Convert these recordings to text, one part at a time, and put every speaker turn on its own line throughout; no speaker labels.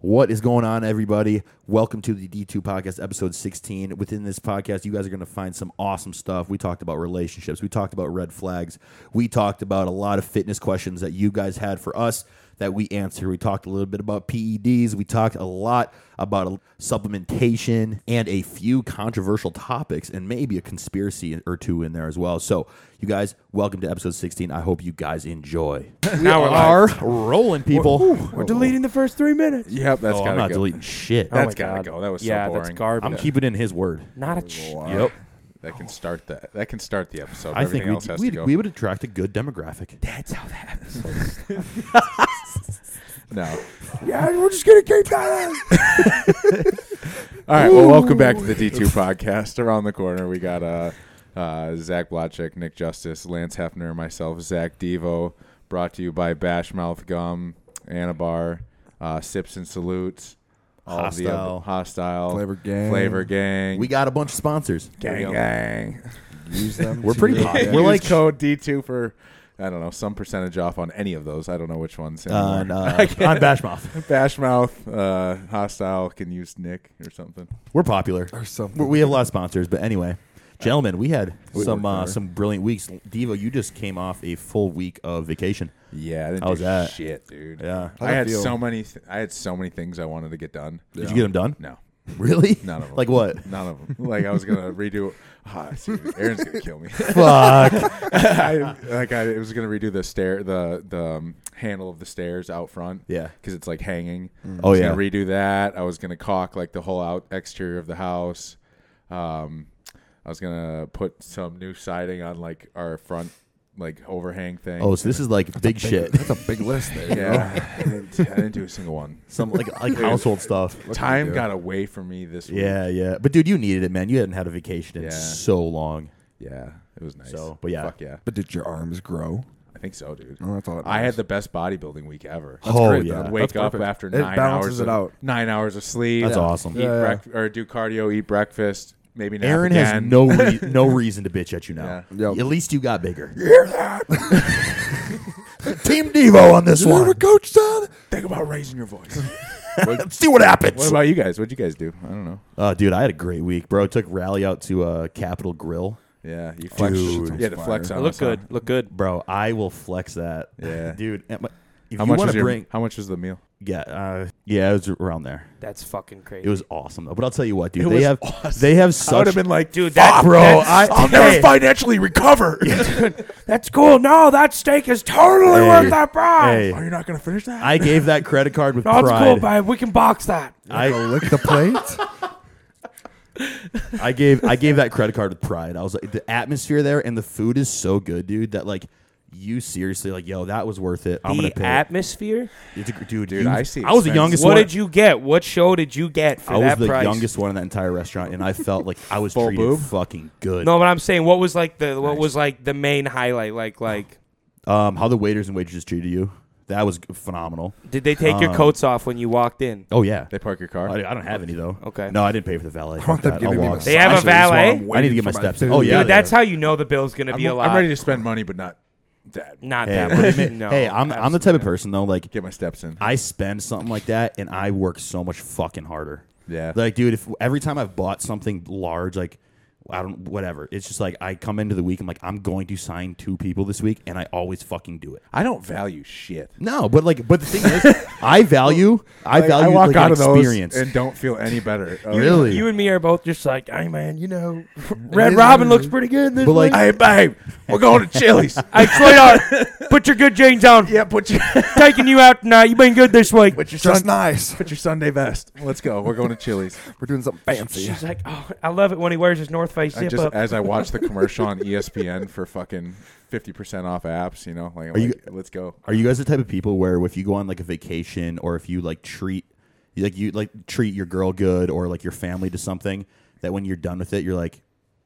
What is going on, everybody? Welcome to the D2 Podcast, episode 16. Within this podcast, you guys are going to find some awesome stuff. We talked about relationships, we talked about red flags, we talked about a lot of fitness questions that you guys had for us that we answer. We talked a little bit about PEDs, we talked a lot about supplementation and a few controversial topics, and maybe a conspiracy or two in there as well. So, you guys, welcome to episode 16. I hope you guys enjoy.
Now we're
are rolling, people.
We're deleting the first three minutes.
Yep, that's
Oh,
gotta
I'm not
go. Oh
deleting shit.
my
That's gotta
God.
go. That was so
yeah, that's
boring.
garbage.
I'm keeping in his word.
Not a ch-
Yep.
That can start that. That can start the episode.
I
Everything
think
else
we'd,
has
we'd,
to go.
we would attract a good demographic.
That's how that happens.
no.
yeah, we're just gonna keep that in.
All right. Well, welcome back to the D2 podcast. Around the corner, we got uh, uh, Zach Blotchick, Nick Justice, Lance Hefner, myself, Zach Devo. Brought to you by Bashmouth Gum, Anabar, uh, Sips and Salutes, all of the other-
Hostile.
hostile
Flavor Gang.
Flavor Gang.
We got a bunch of sponsors.
gang gang.
Use them.
We're
to
pretty
your
popular.
advantage.
We're
Use
like code D2 for I don't know some percentage off on any of those. I don't know which ones. anymore.
On, uh, on Bashmouth.
Bashmouth, uh, hostile can use Nick or something.
We're popular.
Or something.
We- We have a lot of sponsors, but anyway, gentlemen, we had
We
some
worked
uh,
hard.
some brilliant weeks. Devo, you just came off a full week of vacation.
Yeah, I didn't
How's
do
that?
shit, dude.
Yeah.
How'd
I
it
had
feel?
so many. Th- I had so many things I wanted to get done.
Did you get them done?
No,
Really?
None of 'em.
Like what?
none of them. like I was gonna redo. Ah, dude, Aaron's gonna kill me.
Fuck.
I, like I was gonna redo the stair, the the um, handle of the stairs out front.
Yeah.
because it's like hanging.
Oh,
I was gonna
yeah.
redo that. I was gonna caulk like the whole out exterior of the house. Um, I was gonna put some new siding on like our front like overhang thing.
Oh, so this is like big shit.
That's a big list there.
yeah, I didn't, I didn't do a single one.
Some like like household stuff.
Time
do?
got away from me this week.
Yeah, yeah. But dude, you needed it, man. You hadn't had a vacation in
Yeah.
so long.
Yeah, it was nice.
So, but yeah.
fuck yeah,
But did your arms grow?
I think so, dude.
Oh, that's all that
I
matters.
had the best bodybuilding week ever.
oh
great,
yeah.
though.
Wake
That's
up
perfect.
after
It
nine hours.
balances
Of,
it out.
Nine hours of sleep.
That's awesome.
Eat
Yeah, yeah.
breakfast or do cardio, eat breakfast, maybe nap
Aaron has
again.
no re- no reason to bitch at you now.
Yeah. Yep.
At least you got bigger. hear that? Team Devo on this one.
coach said?
Think about raising your voice.
Let's see what
what
happens.
about you guys? What'd you guys do? I don't know.
Uh, dude, I had a great week, bro. Took Rally out to uh, Capitol Grill,
Yeah, you flex.
Dude.
Yeah, the flex
It
on.
Look
us, huh?
good. Look good.
bro. I will flex that.
Yeah.
dude. am I- If
How
you
much
want
was
to
your?
bring,
How much was the meal?
yeah, uh, yeah, it was around there.
That's fucking crazy.
It was awesome, though. but I'll tell you what, dude.
It
they
was
have
awesome.
they have
I would
such
have been like, dude,
dude, that,
bro.
that's-
I
I'll
Hey.
never find-
financially recovered.
That's cool. No, that steak is totally
Hey.
worth that price.
Hey.
Are you not gonna finish that?
I gave that credit card with
No, it's
pride.
cool, babe. We can box that.
I
I,
lick the plate.
I gave I gave that credit card with pride. I was like, the atmosphere there and the food is so good, dude. That like you seriously like, yo, that was worth it. I'm gonna
the
pay. it.
atmosphere.
It's a- dude,
Dude,
you-
I see
I was the
expenses.
youngest.
What
one.
did you get? What show did you get for
I was
that
the
price?
youngest one in that entire restaurant, and I felt like I was
Full
treated
boob?
fucking good.
No, but I'm saying, what was like the what was like the main highlight? Like like,
Um, how the waiters and waitresses treated you, that was phenomenal.
did they take
Um,
your coats off when you walked in?
Oh yeah,
they park your car.
I, I don't have any though.
Okay.
No, I didn't pay for the valet.
I want them
Fuck that. Oh, I'll
giving me
walk.
They have a
massages while
valet?
I'm
I need to
waiting
get
for
my steps in.
food.
Oh, yeah.
Dude, that's how you know the bill's gonna be
I'm,
a lot.
I'm ready to spend money, but not that.
Not
Hey,
that
I'm,
much.
admit-
no.
hey, I'm I'm the type of person though. Like
Get my steps in.
I spend something like that, and I work so much fucking harder.
Yeah.
Like, dude, if every time I've bought something large, like. I don't, whatever. It's just like I come into the week. I'm like, I'm going to sign two people this week, and I always fucking do it.
I don't value shit.
No, but like, but the thing is, I value, I value
I walk
like,
out
an
of those
experience.
and don't feel any better. Uh,
really,
You and me are both just like, hey man, you know, Red Robin looks pretty good. This
But, like-
week.
Hey, babe, we're going to Chili's.
hey, sweetheart, put your good jeans on.
yeah, put your
Taking you out tonight. You've been good this week.
put your
Just
sun,
nice.
put your Sunday vest. Let's go. We're going to Chili's.
We're doing something fancy.
She's like, oh, I love it when he wears his North Face
I
zip
just
up.
as I watch the commercial on E ESPN for fucking fifty percent off apps. You know, like, I'm
Are you-
like let's go.
are you guys the type of people where if you go on like a vacation or if you like treat, you, like you like treat your girl good or like your family to something that when you're done with it, you're like,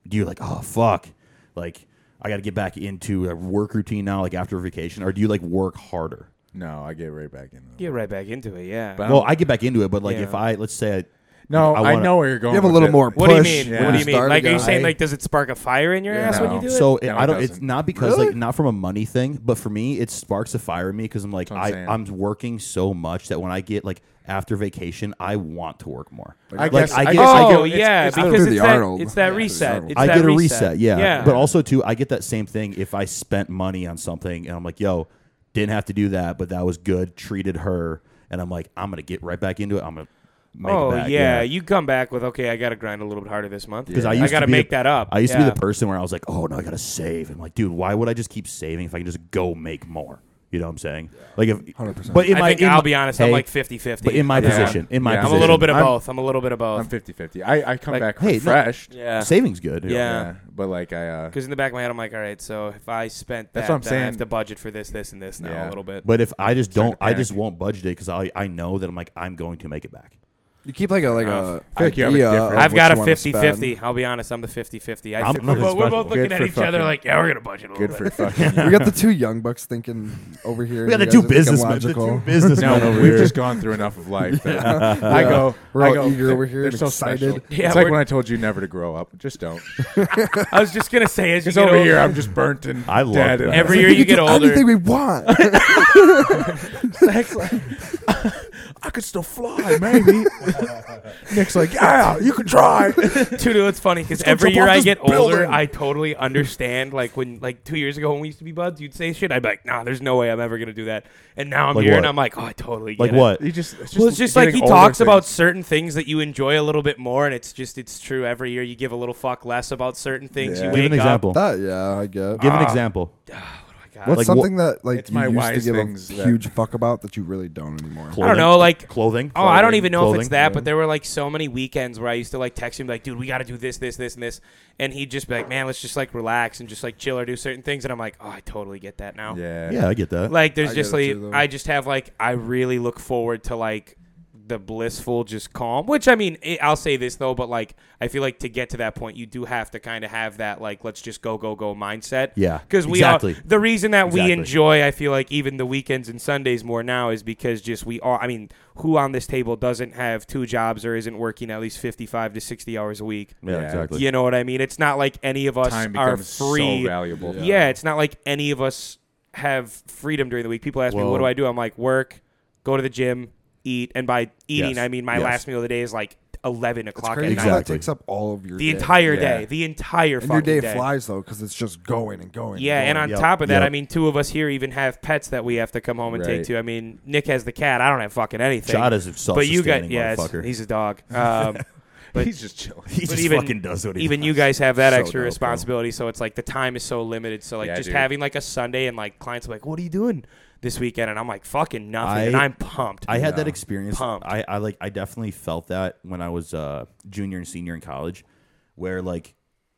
do you like, oh fuck, like I got to get back into a work routine now, like after vacation, or do you like work harder?
No, I get right back in.
Get right back into it, yeah.
But-
Well, I get back into it, but like
Yeah.
if I let's say, I,
No,
I
I,
wanna-
know where you're
You
going.
have a
with
little
it.
more push.
what do you mean?
Yeah.
What do you mean?
start
Like, are you
again.
saying like, does it spark a fire in your ass when you
No.
do it?
so
No,
I
it
don't. It's
doesn't.
not because like
Really?
not from a money thing, but for me, it sparks a fire in me because I'm like
what
I
I'm saying.
I'm working so much that when I get like after vacation, I want to work more.
I
Like,
guess
I
I
guess-
guess-
I
get-
get-
Oh,
oh
it's-
yeah,
it's
not
because
the
it's that,
Arnold.
it's that
Yeah, it's
reset.
Arnold.
It's
I
that
get a reset, yeah.
yeah.
But also too, I get that same thing if I spent money on something and I'm like, yo, didn't have to do that, but that was good. Treated her, and I'm like, I'm gonna get right back into it. I'm gonna make
oh
it back.
yeah, you come back with okay. I got to grind a little bit harder this month
Because I used
got
to
to
be
make
the-
that up.
I used to
Yeah.
be the person where I was like, oh no, I gotta save. I'm like, dude, why would I just keep saving if I can just go make more? You know what I'm saying? Like if,
100%.
but in
I
my,
think
in
I'll
my-
be honest. I'm
hey,
like 50-50.
But in my
Yeah.
position, in my
Yeah.
I'm
position,
a little bit of
I'm-
both. I'm a little bit of both.
I'm 50-50. I, I come
Like,
back
hey, no-
refreshed.
yeah.
Savings good.
Yeah.
but like I uh,
Because in the back of my head, I'm like, all right, so if I spent that,
That's what I'm
then I
saying.
have to budget for this, this, and this now
Yeah.
a little bit.
But if I just
Starting
don't,
to
I just
panic.
won't budget it because I I know that I'm like I'm going to make it back.
You keep like a like
Uh,
a.
I feel like you have a
idea
different-
of
I've
what
got
you
a
wanna
50
spend.
50. I'll be honest, I'm the 50 50. I
I'm
think
not
we're,
as
both, we're
special.
both looking
Good
at
for
each other
fucking-
like, yeah, we're going to budget a little
good
bit.
for fucking.
We got the two young bucks thinking over here.
We got
You
the two
guys are thinking
businessmen, the
logical.
two businessmen
No,
over
we've
here.
just gone through enough of life. that I go.
We're
I
all
go,
eager over
"They're-
here
They're
and
so
excited."
special.
Yeah,
it's like
we're-
when I told you never to grow up. Just don't.
I was just going to say, as you
Because
get
over
older,
here, I'm just burnt and
I love
dead.
that.
and-
every year
We
you
can
get
do
older,
Anything we want.
Zach's like, I could still fly, maybe. Nick's like, yeah, you can try.
Dude, it's funny because
go
every
jump
year
off
I
this
get older,
building.
I totally understand. Like when, like two years ago when we used to be buds, you'd say shit. I'd be like, nah, there's no way I'm ever gonna do that. And now I'm
Like
here and
what?
I'm like, oh, I totally get
like
it.
what?
He just, it's just,
Well, it's just like
getting
he
older
talks about
things.
certain things that you enjoy a little bit more, and it's just it's true. Every year you give a little fuck less about certain things.
Yeah.
You
Give
wake
an example.
that yeah, I get.
Give an
Ah.
example.
up. God.
Like,
What's
wha-
something that like
It's
you
my
used to
wise
give
things
a
that-
huge fuck about that you really don't anymore?
I don't know, like
clothing.
Oh, I don't
Clothing.
even know if
Clothing.
it's that, but there were like so many weekends where I used to like text him like, "Dude, we got to do this, this, this, and this," and he'd just be like, "Man, let's just like relax and just like chill or do certain things," and I'm like, "Oh, I totally get that now."
Yeah.
Yeah, I get that.
Like, there's
I
just
get it
like
too, though.
I just have like I really look forward to like the blissful, just calm. Which I mean, i I'll say this though, but like I feel like to get to that point, you do have to kind of have that like let's just go go go mindset.
Yeah,
because we
exactly.
all the reason that we
Exactly.
enjoy, I feel like even the weekends and Sundays more now is because just we all. I mean, who on this table doesn't have two jobs or isn't working at least fifty-five to sixty hours a week?
yeah,
Yeah.
exactly.
You know what I mean? It's not like any of us
Time
are
becomes
free.
so valuable.
Yeah. it's not like any of us have freedom during the week. People ask me,
Well-
"What do I do?" I'm like, "Work, go to the gym, eat." And by eating,
Yes.
I mean my
Yes.
last meal of the day is like eleven
It's
o'clock
crazy.
at
Exactly.
night.
That takes up all of your
The
day.
entire
Yeah.
day, the entire
and your
fucking
day, flies though because it's just going and going.
Yeah, and on
Yep.
top of that,
Yep.
I mean, two of us here even have pets that we have to come home and
Right.
take to. I mean, Nick has the cat. I don't have fucking anything.
Shot is a
but you got
self-sustaining
yeah, it's-
motherfucker.
he's a dog. Um, but-
He's just chilling.
he just
even-
fucking does what he
even
wants.
you guys have that
So
extra
dope, bro.
responsibility so it's like the time is so limited so like
Yeah,
just
dude.
having like a sunday and like clients are like what are you doing this weekend and i'm like fucking nothing and
I-
i'm pumped
I had that experience.
Pumped.
I, I like I definitely felt that when I was uh, junior and senior in college, where like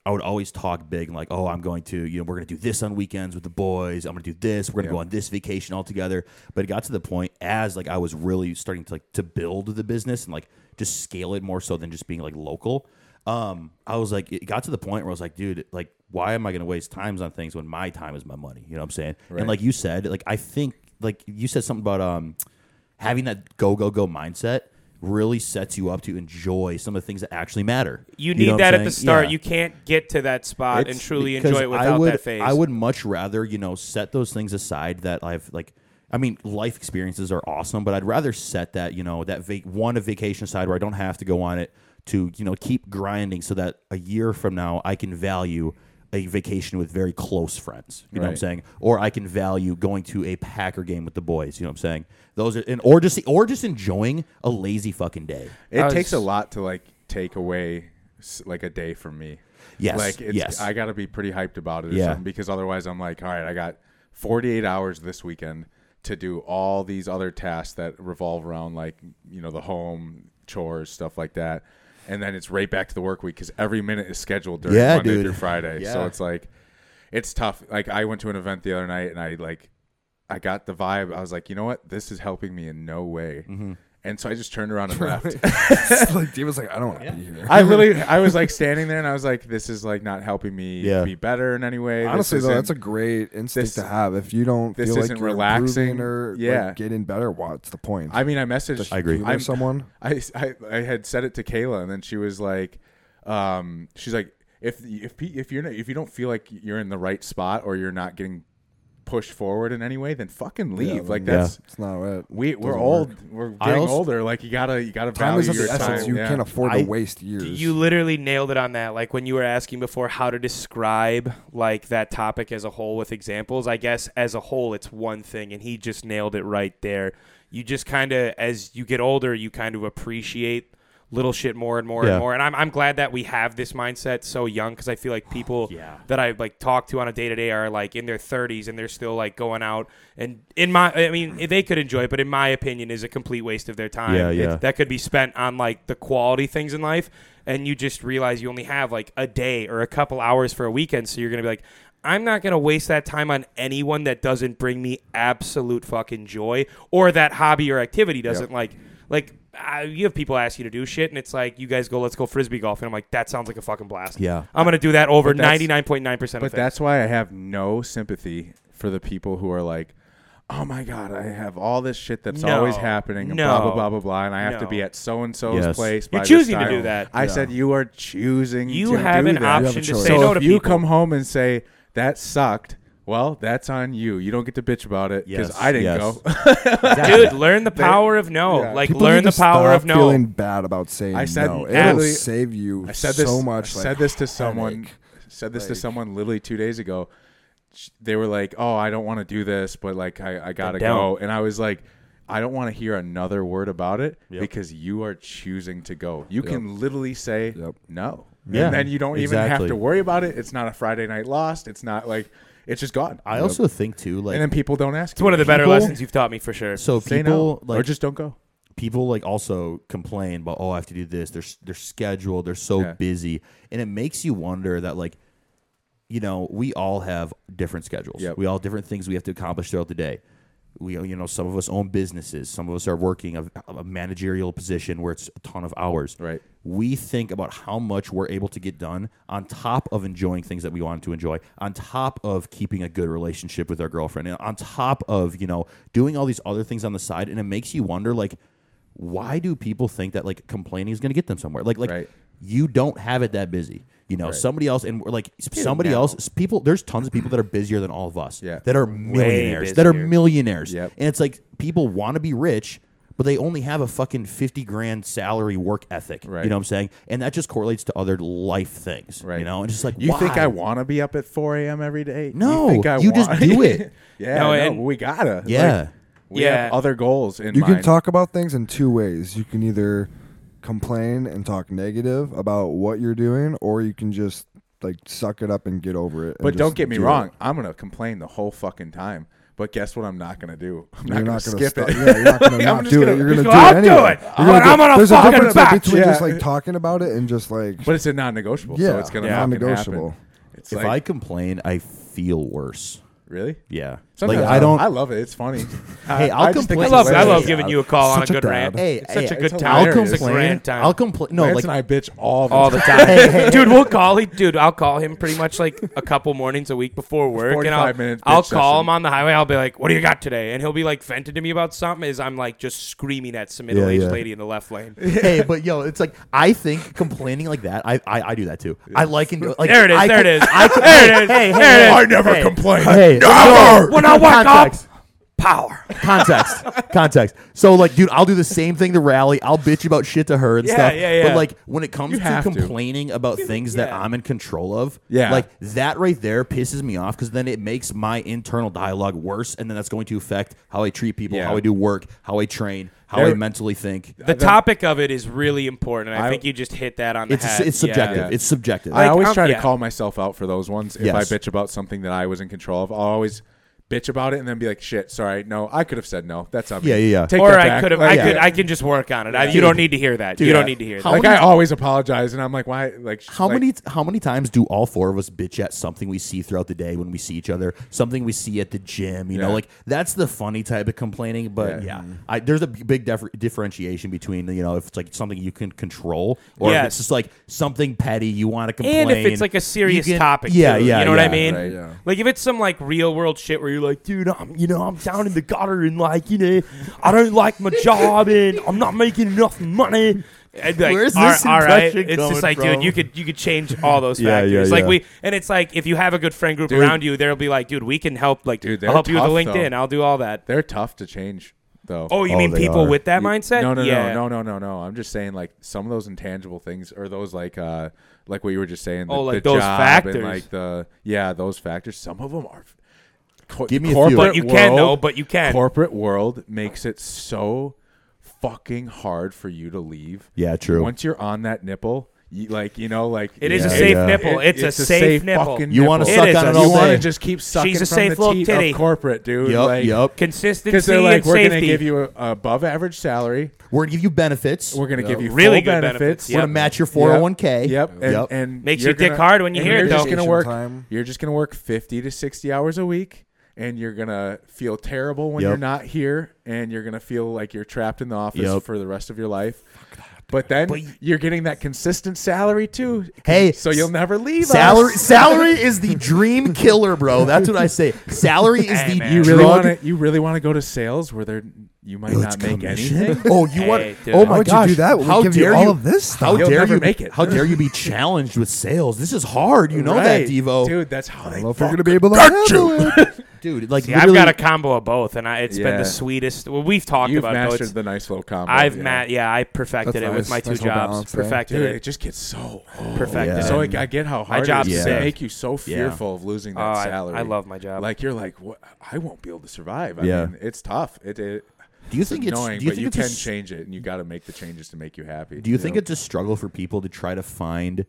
I would always talk big and like, oh, I'm going to, you know, we're gonna do this on weekends with the boys. I'm gonna do this. We're gonna go on this vacation all together. But it got to the point as like I was really starting to like to build the business and like just scale it more so than just being like local. Um, I was like, it got to the point where I was like, dude, like, why am I gonna waste times on things when my time is my money? You know what I'm saying? And like you said, like I think like you said something about um having that go go go mindset really sets you up to enjoy some of the things that actually matter.
you
know
need
what I'm
that at
saying?
the start
Yeah.
you can't get to that spot
It's
and truly
because
enjoy it without
I would,
that phase
I would much rather you know set those things aside that I've like. I mean, life experiences are awesome, but I'd rather set that you know that vac- one a vacation aside where I don't have to go on it to you know keep grinding so that a year from now I can value a vacation with very close friends. You know what I'm
Right.
saying? Or I can value going to a Packer game with the boys. You know what I'm saying? Those are and or just or just enjoying a lazy fucking day.
It
I was-
takes a lot to like take away s- like a day from me.
Yes,
Like it's,
yes.
I got to be pretty hyped about it or
Yeah.
something because otherwise I'm like, all right, I got 48 hours this weekend to do all these other tasks that revolve around like, you know, the home, chores, stuff like that. And then it's right back to the work week cuz every minute is scheduled during
Yeah,
Monday
dude.
through Friday.
Yeah.
So it's like it's tough. Like I went to an event the other night and I like I got the vibe. I was like, you know what? This is helping me in no way.
Mm-hmm.
And so I just turned around and left.
It's like Dave was like, I don't want to be here.
I really, I was like standing there and I was like, this is like not helping me
Yeah.
be better in any way. This
Honestly, though,
isn't-
that's a great instinct
this-
to have. If you don't
this
feel like
isn't
you're
relaxing.
improving or like,
Yeah.
getting better, what's the point?
I mean, I messaged.
I agree.
You know
I'm-
someone.
I, I, I had said it to Kayla, and then she was like, um, she's like, if if pe- if you're not, if you don't feel like you're in the right spot or you're not getting push forward in any way, then fucking leave.
Yeah,
like
then-
that's
It's not it.
we we're
Doesn't
old.
work.
We're
I
getting
also-
older. Like you gotta you gotta
Time
value
is of
your
the essence.
time.
You
yeah.
can't afford to
I-
waste years.
You literally nailed it on that. Like when you were asking before how to describe like that topic as a whole with examples, I guess as a whole it's one thing and he just nailed it right there. You just kind of as you get older, you kind of appreciate little shit more and more
Yeah.
and more. And I'm I'm glad that we have this mindset so young cuz I feel like people
Yeah.
that I like talk to on a day-to-day are like in their 30s and they're still like going out and in my I mean they could enjoy it, but in my opinion is a complete waste of their time
Yeah,
It's-
yeah.
that could be spent on like the quality things in life and you just realize you only have like a day or a couple hours for a weekend so you're going to be like I'm not going to waste that time on anyone that doesn't bring me absolute fucking joy or that hobby or activity doesn't like like I, you have people ask you to do shit and it's like you guys go let's go frisbee golf and I'm like that sounds like a fucking blast.
Yeah.
I'm going to do that over
But that's-
99.9% of
But
things.
that's why I have no sympathy for the people who are like, "Oh my god, I have all this shit that's
No.
always happening, and blah blah
No.
blah blah blah, and I have to
No.
be at so and so's
Yes.
place." by
You're
this
choosing to
time."
do that.
I said you are choosing.
you
to
have
do
an
that.
option
have a
to
choice.
say
so
no
if
to
you
people.
come home and say that sucked, well, that's on you. You don't get to bitch about it because
Yes,
I didn't
yes.
go.
Dude, learn the power of no.
yeah.
Like
People
learn
need
the
to
power
stop
of no.
Feeling bad about saying
I said-
no. It'll
actually-
save you
I said this
so much.
I
like,
said this to someone.
headache.
Said this to
Like-
someone literally two days ago. Sh- They were like, "Oh, I don't want to do this, but like I, I gotta
down.
go," and I was like. I don't want to hear another word about it
Yep.
because you are choosing to go. You can literally say
Yep.
no.
Yeah,
And then you don't even have
exactly.
to worry about it. It's not a Friday night lost. It's not like it's just gone.
I also think too, like
and then people don't ask.
It's one of the better
People-
lessons you've taught me for sure.
so
Say
people
no,
like
or just don't go.
people like also complain about oh I have to do this. They're s- they're scheduled. They're so
Yeah.
busy, and it makes you wonder that like, you know, we all have different schedules.
Yep.
We all have different things we have to accomplish throughout the day. We you know some of us own businesses. Some of us are working a, a managerial position where it's a ton of hours.
Right.
We think about how much we're able to get done on top of enjoying things that we want to enjoy, on top of keeping a good relationship with our girlfriend, and on top of, you know, doing all these other things on the side. And it makes you wonder like, why do people think that like complaining is going to get them somewhere? Like, like
Right.
you don't have it that busy. You know, somebody else, and we're like somebody
no.
else, people, there's tons of people that are busier than all of us.
Yeah.
That are millionaires. That are
busier.
millionaires.
Yep.
And it's like people want to be rich, but they only have a fucking 50 grand salary work ethic.
Right.
You know what I'm saying? And that just correlates to other life things.
Right.
You know, and just like,
You think
why?
I want to be up at 4 a.m. every day?
No,
you, think I
you just
want-
do it.
yeah,
No,
no,
and-
we gotta.
Yeah.
Like, we
Yeah.
have other goals in
You
mind.
can talk about things in two ways. You can either complain and talk negative about what you're doing, or you can just like suck it up and get over it. and
but
just
don't get me
do it.
wrong. I'm gonna complain the whole fucking time. But guess what? I'm not gonna do. I'm
You're
not
not
gonna
gonna
skip
stop-
it.
yeah, you're not gonna
I'm
not
just
do it.
gonna-
You're gonna do
I'll
it
do
anyway.
it.
You're
I'm
gonna
on-
do-
I'm on a
There's a
fucking
difference
batch.
between just
Yeah.
like talking about it and just like
But it's a non-negotiable. so
Yeah,
it's gonna
Yeah.
fucking
non-negotiable.
happen. It's
if
like
I complain, I feel worse.
really.
Yeah.
Sometimes
like, I don't.
I love it. It's funny.
Hey, I'll
I just
complain-
think
I
it's
love I
Hey,
love
hilarious.
giving you a call on a
such a
good rant.
dad.
Hey,
it's such
hey,
a good
it's
time.
I'll
hilarious.
It's a
complain.
grand time.
I'll complain. No,
Lance
like
and I bitch all the
all
time.
the time, dude. We'll call him, dude. I'll call him pretty much like a couple mornings a week before work, and I'll,
45 minute bitch
I'll call
session.
him on the highway. I'll be like, "What do you got today?" And he'll be like venting to me about something as I'm like just screaming at some middle aged
yeah.
lady in the left lane.
hey, but yo, it's like I think complaining like that. I I, I do that too. I like and like
There it is,
I
there
can-
it is.
I can-
There it is,
Hey, hey,
there
hey,
it is.
hey,
I
never
hey,
complain.
Hey,
Never. When I walk up,
Context.
power.
context, context. So like, dude, I'll do the same thing to Rally. I'll bitch about shit to her and
Yeah,
stuff.
yeah, yeah.
But like, when it comes
You
to
have to.
complaining about things that
yeah.
I'm in control of,
Yeah.
like that right there pisses me off because then it makes my internal dialogue worse, and then that's going to affect how I treat people,
Yeah.
how I do work, how I train, how I
There-
mentally think.
The topic of it is really important. and I,
I-
think you just hit that on the
It's
head.
it's
Yeah.
subjective.
Yeah.
It's subjective.
I
Like,
always
um,
try to
yeah.
call myself out for those ones. If
Yes.
I bitch about something that I was in control of, I'll always bitch about it and then be like, "Shit, sorry, no, I could have said no. That's on me.
Yeah, Oh, yeah, yeah.
Take
Or
that
I
back."
could have.
Like,
I
yeah.
could. I can just work on it. I, you don't need to hear that. you don't need to hear
How
that.
like
many-
I always apologize, and I'm like, "Why?" Like, sh-
How
like,
many how many times do all four of us bitch at something we see throughout the day when we see each other, something we see at the gym? You know,
Yeah.
like that's the funny type of complaining. But yeah,
Yeah.
Mm-hmm.
I, there's a big differ- differentiation between you know if it's like something you can control or if
Yes.
it's just like something petty you want to complain.
And if it's like a
you
serious
can-
topic,
yeah,
too,
yeah,
you know what I
yeah.
mean.
right,
yeah.
Like if it's some like real world shit where you're like,
dude, I'm you know I'm down in the gutter and like you know I don't like my job and I'm not making enough money.
I'd be like,
Where's
all right,
this
all right.
impression
It's
coming
just like,
from?
dude, you could you could change all those
Yeah,
factors.
yeah,
Like
yeah.
we, and it's like if you have a good friend group
Dude.
around you, they'll be like, dude, we can help. Like,
Dude, they're
I'll help you with the
tough,
LinkedIn.
though.
I'll do all that.
They're tough to change, though.
Oh, you
Oh,
mean
they
people
are.
with that
You-
mindset?
No, no,
yeah.
no, no, no, no, no. I'm just saying, like some of those intangible things, or those like, uh like what you were just saying. The,
Oh, like
the
those
job
factors.
and like the yeah, those factors. Some of them are. Co-
Give me a few.
corporate
But
you can,
world-
though, but you can.
Corporate world makes it so fucking hard for you to leave.
Yeah, true.
Once you're on that nipple, you, like you know, like
It is
a
it-
safe
nipple. It's a safe nipple.
fucking
You wanna
nipple.
suck It is on a- it all
You wanna
day.
just keep sucking
She's a
from
safe
the
little
teat
titty.
of corporate, dude.
Yep,
like,
yep.
Consistency
because they're like,
and
we're
safety.
going to give you a a above average salary.
We're gonna give you benefits.
We're going to give you
really
full
good benefits,
benefits.
yeah.
We're gonna match your 401k.
Yep. And,
Yep.
and
Makes
you're
your dick
gonna-
hard when you
and
hear
you're
it,
Just
though.
gonna work,
Time.
You're just going to work 50 to 60 hours a week, and you're going to feel terrible when
Yep.
you're not here, and you're going to feel like you're trapped in the office
Yep.
for the rest of your life. But then you're getting that consistent salary too.
Hey,
so you'll never leave.
Salary,
us.
salary is the dream killer, bro. That's what I say. Salary is
Hey,
the
man.
You really
drug-
want to? You really want to go to sales where there you might
Let's
not make
commission.
anything.
Oh, you want?
Hey, dude.
oh
Why
my
would you
gosh!
do that? We
How
give you
dare
all of this
How
stuff.
You'll
dare
never
you
make it.
How dare you be challenged with sales? This is hard. You know that,
Right.
Devo.
Dude, that's how they
I don't know if
fuck.
we're gonna be able to handle it.
Dude, like
Yeah, I've
literally-
got a combo of both, and I, it's been
Yeah.
the sweetest. Well, we've talked
You've
about it. though.
mastered
It's-
the nice little combo.
I've
yeah.
met, yeah, I perfected
That's
it with
nice.
my two
Nice little
jobs.
balance there.
Perfected
Dude,
it.
it just gets so old.
Perfected
yeah.
So
it.
like, I get how hard
job's
it is.
sick.
They make you so fearful of losing that
Oh, I-
salary.
I love my job.
Like you're like, what? I won't be able to survive. I
Yeah.
mean, it's tough. It, it
Do you think it's?
annoying,
do you
but
think
you
it's
can
a, s-
change it, and you got to make the changes to make you happy.
Do you think it's a struggle for people to try to find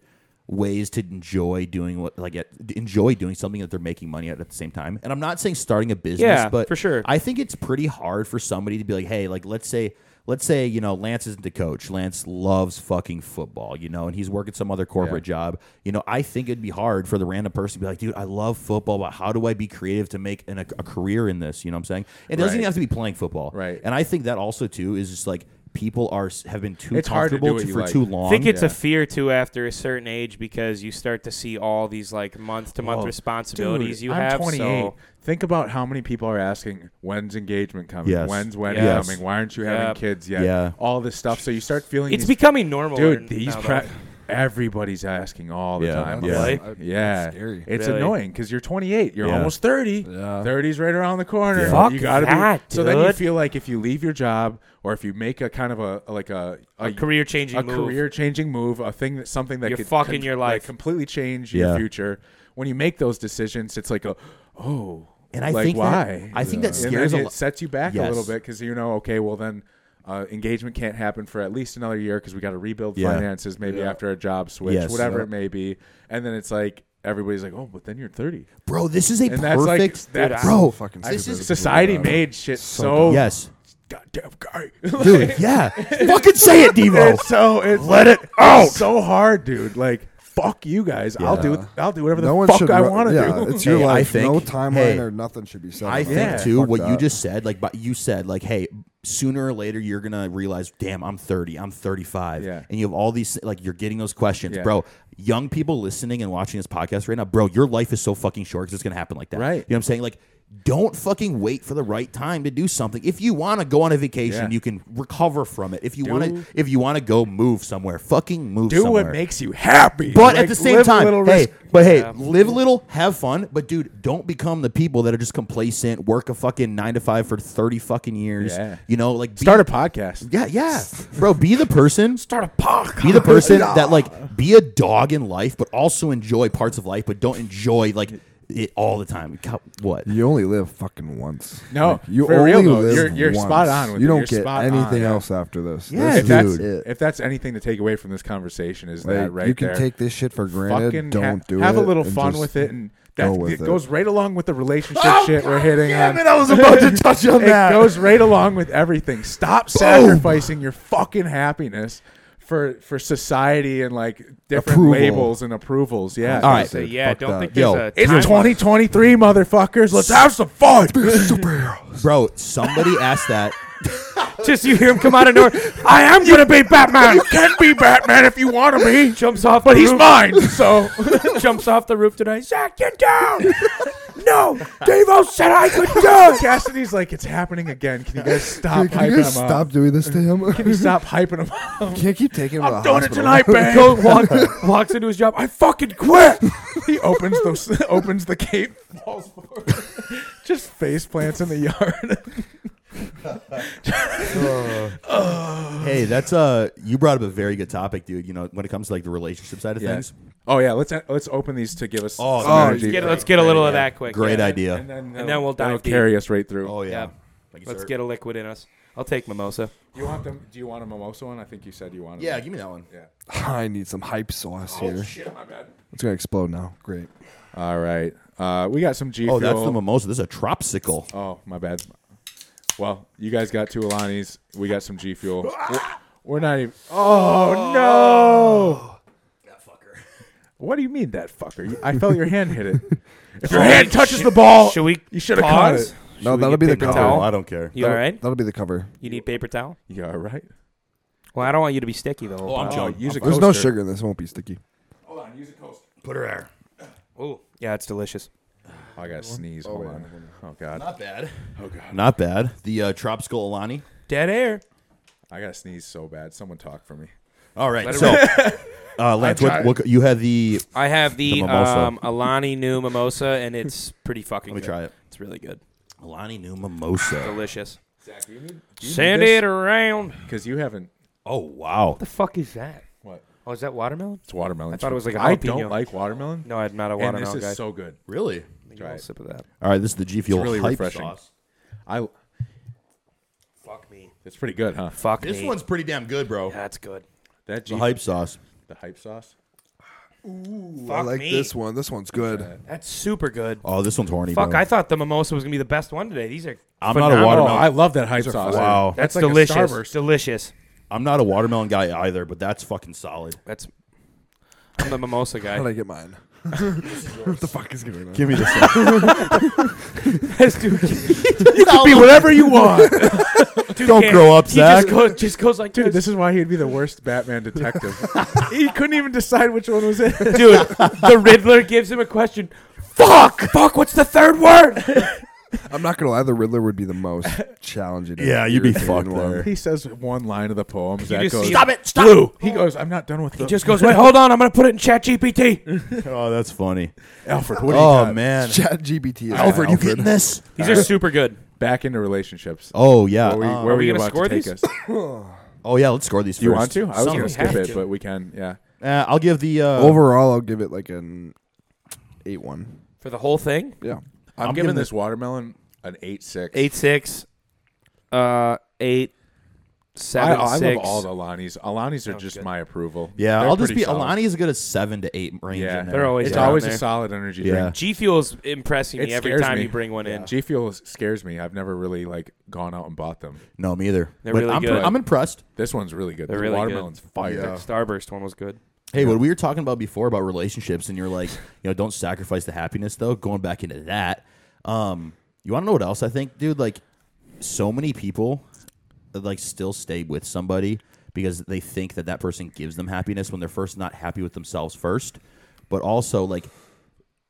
ways to enjoy doing what like at- enjoy doing something that they're making money at at the same time? And I'm not saying starting a business,
Yeah,
but
for sure.
I think it's pretty hard for somebody to be like, hey, like let's say let's say you know Lance isn't the coach. Lance loves fucking football, you know, and he's working some other corporate job. You know, I think it'd be hard for the random person to be like, dude, I love football, but how do I be creative to make an, a, a career in this? You know what I'm saying? It doesn't even
Right.
have to be playing football,
Right.
And I think that also too is just like. People are s- have been too
It's hard to do
comfortable
what you
for
like.
too long.
I think it's a
Yeah.
fear too after a certain age because you start to see all these like month to month
Well,
responsibilities
dude,
you
I'm
have.
28.
So
Think about how many people are asking, when's engagement coming?
Yes.
When's wedding
Yes.
coming? Why aren't you having
Yep.
kids yet?
Yeah.
All this stuff. So you start feeling
it's
these
becoming normal.
dude
now,
these
though.
pre- everybody's asking all the
Yeah.
time
Yeah.
Like,
Really?
yeah
That's scary.
it's
Really?
annoying because you're 28 you're
Yeah.
almost 30
Yeah.
30's right around the corner
Yeah. Fuck
you gotta
that,
be so then you
dude.
feel like if you leave your job or if you make a kind of a like a
a career changing
a
move.
career changing move a thing that something that
You're
could
fucking
com-
your
like,
life.
completely change
Yeah.
your future when you make those decisions it's like a oh
And I
like,
think that-
why
I think that
And
scares
then
a
it
lo-
sets you back a
Yes.
little bit because you know, okay, well then uh, engagement can't happen for at least another year because we got to rebuild
Yeah.
finances, maybe after a job switch,
Yes.
whatever
Yeah.
it may be, and then it's like everybody's like, oh, but then you're 30.
bro. This is a
And that's like-
perfect,
that's-
bro.
Fucking
this
stupid.
is
Society
Yeah.
made shit so,
yes,
goddamn guy.
dude. Yeah, fucking say it, Devo.
it's so it's let it out so hard, dude. Like fuck you guys. I'll do I'll do whatever the
No one
fuck
should.
I
ru-
want to
yeah,
do.
it's your
Hey, I
life. no
think-
timeline
hey,
or nothing should be said.
I
about
think
that.
too.
Fuck
What you
that.
just said, like, but you said, like, hey, sooner or later you're gonna realize, damn, I'm 30, I'm 35,
Yeah.
and you have all these, like, you're getting those questions,
Yeah.
bro. Young people listening and watching this podcast right now, bro, your life is so fucking short because it's gonna happen like that,
Right.
You know what I'm saying? Like. Don't fucking wait for the right time to do something. If you want to go on a vacation,
Yeah.
you can recover from it. If you want
Do-
to, if you want to go move somewhere, fucking move.
do
somewhere.
what makes you happy.
But
Like,
at the same
live a
time,
little
hey,
risk-
but hey, live a little, have fun, but dude, don't become the people that are just complacent, work a fucking nine to five for thirty fucking years.
Yeah.
You know, like be,
start a podcast.
Yeah, yeah, bro. Be the person.
Start a park.
Be the person that like be a dog in life, but also enjoy parts of life, but don't enjoy like it all the time. God, What?
You only live fucking once.
No,
Like, you
for
only
real though,
live
you're- you're
once.
spot on with
you
it.
don't
You're
get
spot on,
anything
yeah.
else after this.
Yeah,
this
if that's
is it.
if that's anything to take away from this conversation is that
Like,
right
you can
there.
take this shit for granted.
Fucking
don't
ha-
do it.
have a little
and
fun
just
with it, and
go
that
with
it
it. Oh,
goes right along with the relationship shit we're hitting on.
I was about to touch on
It goes right along with everything. Stop sacrificing your fucking happiness for for society and like different
Approval.
labels and approvals. Yeah.
All right.
So, yeah, I
Fuck
don't
that.
think
Yo,
there's a.
It's
time-
2023, motherfuckers. Let's have some fun.
bro. Somebody asked that.
Just you hear him come out of nowhere. I am gonna be Batman.
Can be Batman if you want to be,
Jumps off,
but
the
he's
roof.
mine. So
Jumps off the roof tonight. Zach, get down! no, Devo said I could do it.
Cassidy's like, it's happening again. Can you guys stop
Can, can you guys stop doing this to him?
Can you stop hyping him up?
Can't keep taking him to the
doing it
hospital.
tonight, babe.
Go walk, walks into his job. I fucking quit.
He opens those, opens the gate, falls forward, just face plants in the yard.
Hey, that's uh, you brought up a very good topic, dude. You know, when it comes to like the relationship side of things,
Oh yeah, let's let's open these to give us.
Oh,
some
yeah.
energy.
Get- let's get a little of that quick.
great
Yeah.
idea.
And then,
And then we'll
that'll
dive deep.
carry us right through.
oh yeah,
Yeah.
Thank you,
Let's
sir.
get a liquid in us. I'll take mimosa.
You want them? Do you want a mimosa one? I think you said you wanted.
Yeah, give me that one.
Yeah.
I need some hype sauce
Oh,
here.
Shit, my bad.
It's gonna explode now. Great.
All right. Uh, we got some G
Oh,
Fuel.
that's the mimosa. This is a tropsicle.
Oh, my bad. Well, you guys got two Alani's. We got some G Fuel. We're, we're not even. Oh, no!
That fucker.
What do you mean that fucker? You- I felt your hand hit it. If your hand touches the ball,
Should we?
Oh, you should have caught
pause?
it.
Should
No,
we
that'll
get
be the
paper
cover.
Oh,
towel?
I don't care.
You all
That'll-
right?
That'll be the cover.
You need paper towel?
You all right?
Well, I don't want you to be sticky though.
I'm
Oh,
joking.
use a
There's
coaster.
no sugar in this. It won't be sticky.
Hold on, use a coaster.
Put her air.
Ooh, um, yeah, it's delicious.
Oh, I got to sneeze. Hold on. Oh, God.
Not bad. Oh god. Not bad. The uh, tropsicle Alani.
Dead air.
I got to sneeze so bad. Someone talk for me.
All right.
Let it
so, uh, Lance, what, what you had the?
I have
The
the,
mimosa.
um, Alani new mimosa, and it's pretty fucking.
Let me
good.
try it.
It's really good.
Alani new mimosa.
Delicious.
Zach, do you need.
Send it around. What
Because you haven't.
Oh wow.
the fuck is that?
What?
Oh, is that watermelon?
It's watermelon.
I thought it was like a
I don't
jalapeno.
like watermelon.
No, I'm not a
and
watermelon
this is
guy.
so good.
Really?
Give me
try
a
it.
little sip of that.
All right. This is the G Fuel
really
hype
refreshing.
sauce.
I.
Fuck me.
It's pretty good, huh?
Fuck
This
me.
one's pretty damn good, bro.
That's good.
That G
The hype sauce.
The hype sauce.
Fuck
I like
me.
this one. This one's good.
That's super good.
Oh, this one's horny.
Fuck,
bro.
I thought the mimosa was gonna be the best one today. These are.
I'm not a
phenomenal.
watermelon-
Oh, I love that hype sauce.
Wow.
That's,
like a
delicious.
Starburst.
delicious.
I'm not a watermelon guy either, but that's fucking solid.
That's. I'm the mimosa
How did
guy.
I get mine? what the fuck is going on?
Give me this. one.
This dude, he
you can be whatever you want. Don't
can't-
grow up, Zach.
just goes, just goes like
Dude,
this.
this is why he'd be the worst Batman detective. he couldn't even decide which one was it.
Dude, the Riddler gives him a question. Fuck! Fuck! What's the third word?
I'm not gonna lie. The Riddler would be the most challenging. and
Yeah, you'd be
irritating
fucked
one.
there.
He says one line of the poem. Zach
just
goes,
see Stop
it! Stop
He goes, I'm not done with the.
Just goes. Wait, hold on. I'm gonna put it in Chat GPT.
Oh, that's funny.
Alfred, what do you
Oh
got?
man,
Chat GBT. Is
Alfred, you getting this?
These are super good.
Back into relationships.
Oh yeah.
where we,
Uh,
where
we
you
gonna
about
score
to take
these?
us?
oh yeah. Let's score these.
Do you
first.
want to? I was
Some-
going to skip
have
it,
to.
but we can. Yeah.
Uh, I'll give the uh,
Overall, I'll give it like an eight one.
For the whole thing,
Yeah.
I'm
I'm, giving
giving
this watermelon an eight six.
eight six, uh, eight,
I,
seven,
I love
six.
all the Alani's. Alani's are
Sounds
just
good.
my approval.
Yeah,
They're
I'll just
pretty
be
solid.
Alani is good at seven to eight range.
Yeah,
in there.
They're always
It's
down
always
there.
a solid energy
Yeah.
drink.
G Fuel's impressing
It
me every
scares
time
me.
you bring one in.
G Fuel scares me. I've never really like gone out and bought them.
no, me either.
They're
But
really
I'm,
good.
I'm impressed.
This one's really good.
They're
the
really good.
watermelon's fire.
Yeah.
Starburst one was good.
Hey, what we were talking about before about relationships, and you're like, you know, don't sacrifice the happiness though. Going back into that, um, you want to know what else I think, dude? Like, so many people like still stay with somebody because they think that that person gives them happiness when they're first not happy with themselves first, but also like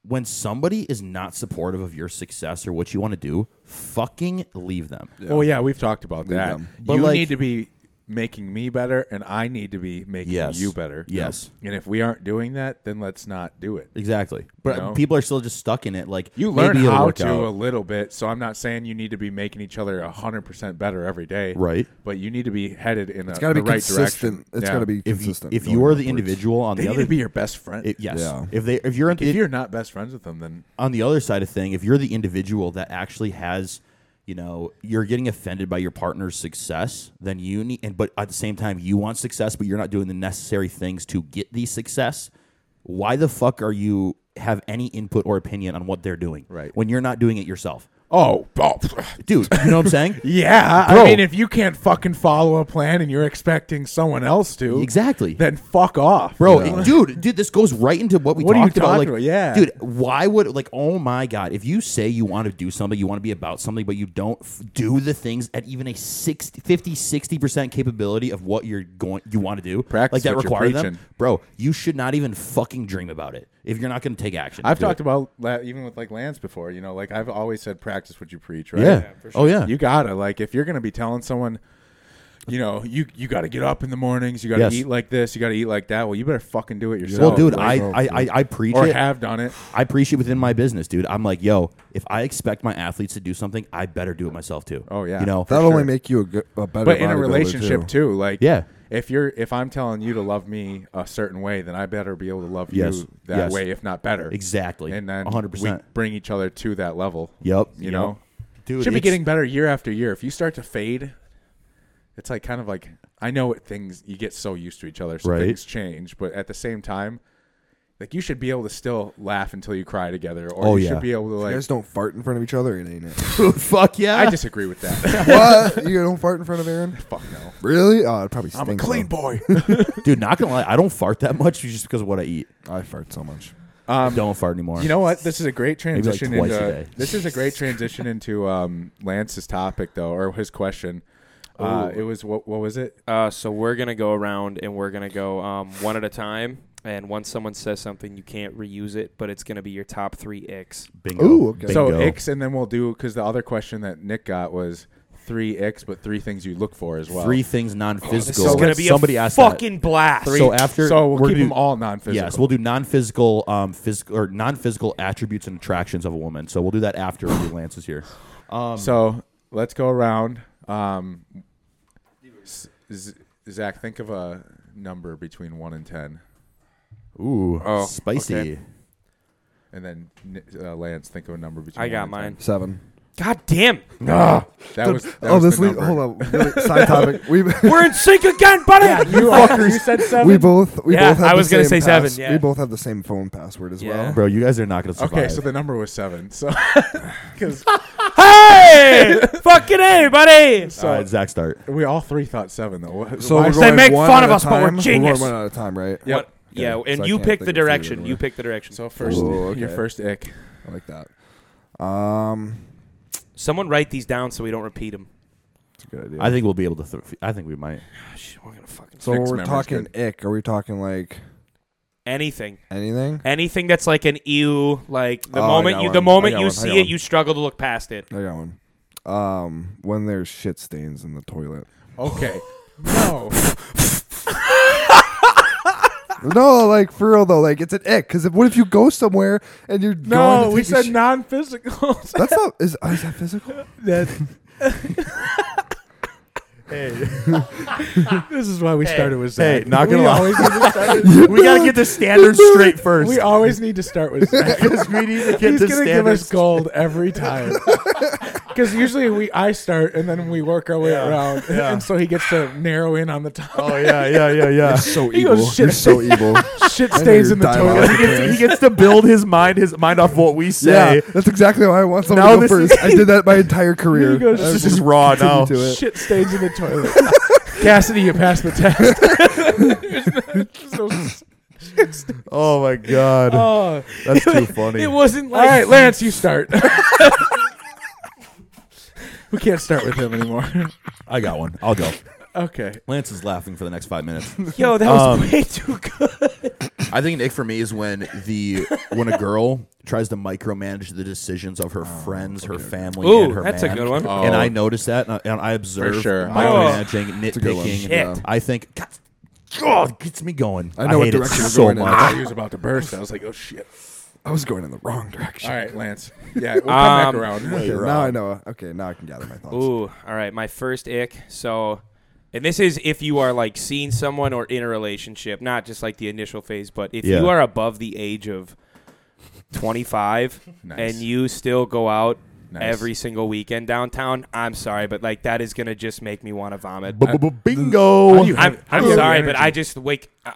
when somebody is not supportive of your success or what you want to do, fucking leave them.
Oh yeah, we've talked about that.
them.
But,
you
like-
need to be making me better, and I need to be making
Yes.
you better.
Yes.
And if we aren't doing that, then let's not do it.
Exactly. But
know?
people are still just stuck in it. Like
You learn
maybe it'll
how
work
to a
out.
little bit, so I'm not saying you need to be making each other hundred percent better every day,
Right.
But you need to be headed in
It's
a,
got to
Uh, the
be
right
consistent.
direction.
It's
Yeah.
got to be
If you,
consistent.
if
going
you are the
upwards.
individual on
They
the
need
other,
to be your best friend.
it- yes.
Yeah.
If they if you're on
if
it-
you're not best friends with them, then
on the other side of thing, if you're the individual that actually has, you know, you're getting offended by your partner's success, then you need and but at the same time you want success, but you're not doing the necessary things to get the success. Why the fuck are you have any input or opinion on what they're doing?
Right.
When you're not doing it yourself.
Oh, oh
dude. You know what I'm saying?
yeah.
Bro.
I mean, if you can't fucking follow a plan and you're expecting someone else to,
Exactly.
then fuck off,
Bro, e-
you know?
it- dude, dude, this goes right into what we
What are you
talked about.
talking
Like,
about? Yeah.
dude, why would like? Oh my god, if you say you want to do something, you want to be about something, but you don't f- do the things at even a 60, 50, 60 percent capability of what you're going, you want to do,
Practice
like that
what you're
require them,
preaching.
bro. You should not even fucking dream about it if you're not going to take action.
I've
to it.
talked about la- even with like Lance before. You know, like I've always said, practice what you preach, right?
yeah. Oh yeah.
You gotta like if you're gonna be telling someone, you know, you you gotta get up in the mornings, you gotta
Yes.
eat like this, you gotta eat like that. Well, you better fucking do it yourself.
well, dude, I,
like,
I, I, I preach
or
it.
have done it.
I preach it within my business, dude. I'm like, yo, if I expect my athletes to do something, I better do it myself too.
Oh, yeah.
you know,
That'll
sure.
only make you a, good, a better.
But in a
bodybuilder,
relationship
too.
too, like
Yeah.
If you're if I'm telling you to love me a certain way, then I better be able to love
Yes.
you that
Yes.
way, if not better.
Exactly.
And then
100%.
we bring each other to that level.
Yep.
You know?
dude,
should be
it's-
getting better year after year. If you start to fade, it's like kind of like I know it, things you get so used to each other, so
Right.
things change. But at the same time, like you should be able to still laugh until you cry together, or
Oh,
you
yeah.
should be able to
You
like.
guys don't fart in front of each other. It ain't it.
Fuck yeah.
I disagree with that.
what? You don't fart in front of Aaron?
Fuck no.
Really? Oh, it probably stinks.
I'm a clean
though.
boy.
Dude, not gonna lie, I don't fart that much just because of what I eat.
I fart so much.
I don't fart anymore.
You know what? This is a great
like,
transition
twice
into.
a day.
This is a great transition into um, Lance's topic though, or his question. Uh, it was what? What was it?
Uh, so we're gonna go around and we're gonna go um, one at a time. And once someone says something, you can't reuse it, but it's gonna be your top three icks.
bingo.
Ooh, okay.
Bingo.
So icks, and then we'll do because the other question that Nick got was three icks, but three things you look for as well.
three things non-physical.
This is gonna be
Somebody
a
asked that.
fucking blast.
So after
so we'll
we're
keep
gonna
them
do-
all non-physical.
Yes, we'll do non-physical, um, physical or non-physical attributes and attractions of a woman. So we'll do that after we do Lance's here.
so let's go around. Um, S- Z- Zach, think of a number between one and ten,
Ooh,
Oh,
spicy.
okay.
and then Ni- uh, Lance, think of a number between.
I
one
got
and
mine.
Seven.
God damn,
ten. That was. That
oh,
was
this
the
week.
number.
Hold on. Really, side topic. We
we're in sync again, buddy.
You, are, you said seven.
we both we
Yeah,
both have
I
the
was gonna
same
say seven,
pass-
yeah.
We both have the same phone password as
Yeah.
well.
Bro, you guys are not gonna survive.
okay, so the number was seven. So, 'cause-
hey, fucking hey, buddy.
all right, Zach, start.
we all three thought seven though. Why-
So we're
They
going
make
one
fun
at
of
a
us, but we're
time?
genius.
going one at a time, right?
Yep.
What- Yeah,
Okay, so
and
I
you
can't think
pick the
of three
direction.
anymore.
You pick the direction.
So first,
Ooh, okay.
your first ick.
I like that. Um,
someone write these down so we don't repeat them.
it's a good idea.
I think we'll be able to. Th- I think we might.
Ah, We're gonna fucking
so
Six
when we're
members
talking ick. Are we talking like
anything,
anything?
anything that's like an ew. Like the
Oh, I
moment
got
you,
one.
the moment
I got
you
one. I got
see it,
one.
you struggle to look past it.
I got one. Um, when there's shit stains in the toilet.
Okay. No. Ah.
no, like for real though, like it's an ick. Because what if you go somewhere and you're going
No,
to
we
take a
said
shit?
non-physical.
That's not is, oh, is that physical?
this is why we started with
hey,
Zach.
not gonna
we
lie.
Always need to start,
We gotta get the standards straight first.
we always need to start with Zach.
because we need to get
He's
the
gonna give us
standards.
gold every time. Because usually we I start and then we work our way around, and so he gets to narrow in on the top.
Oh yeah, yeah, yeah, yeah.
So
He goes, "Shit."
You're so evil.
Shit
know
stays
you're
in the
dying off
toilet.
the
he, gets, he gets to build his mind, his mind off what we say.
yeah, that's exactly why I want someone
Now
to go
this is-
first. I did that my entire career.
He goes,
I
This is raw now.
continue to it.
Shit stains in the toilet. Cassidy, you passed the test.
Oh my god,
Oh.
that's too funny.
It wasn't
All
like
right, Lance, you start. we can't start with him anymore.
I got one. I'll go.
Okay.
Lance is laughing for the next five minutes.
yo, that was
Um,
way too good.
I think an ick for me is when the when a girl tries to micromanage the decisions of her friends, her family, and her man.
one.
And I notice that, and I, and I observe
sure.
micromanaging,
good one.
nitpicking.
Shit.
I think, God, God, gets me going.
I know what
hate it
direction you're
so
going in.
much.
he was about to burst. I was like, oh, shit.
I was going in the wrong direction.
All right, Lance. Yeah, we'll come back
Um,
around.
Okay, now I know. Okay, now I can gather my thoughts.
Ooh, all right. My first ick. So, and this is if you are like seeing someone or in a relationship, not just like the initial phase, but if
Yeah.
you are above the age of 25
Nice.
and you still go out
Nice.
every single weekend downtown. I'm sorry, but like that is gonna just make me want to vomit.
Bingo.
I'm, I'm
you have
sorry,
the
but I just like uh,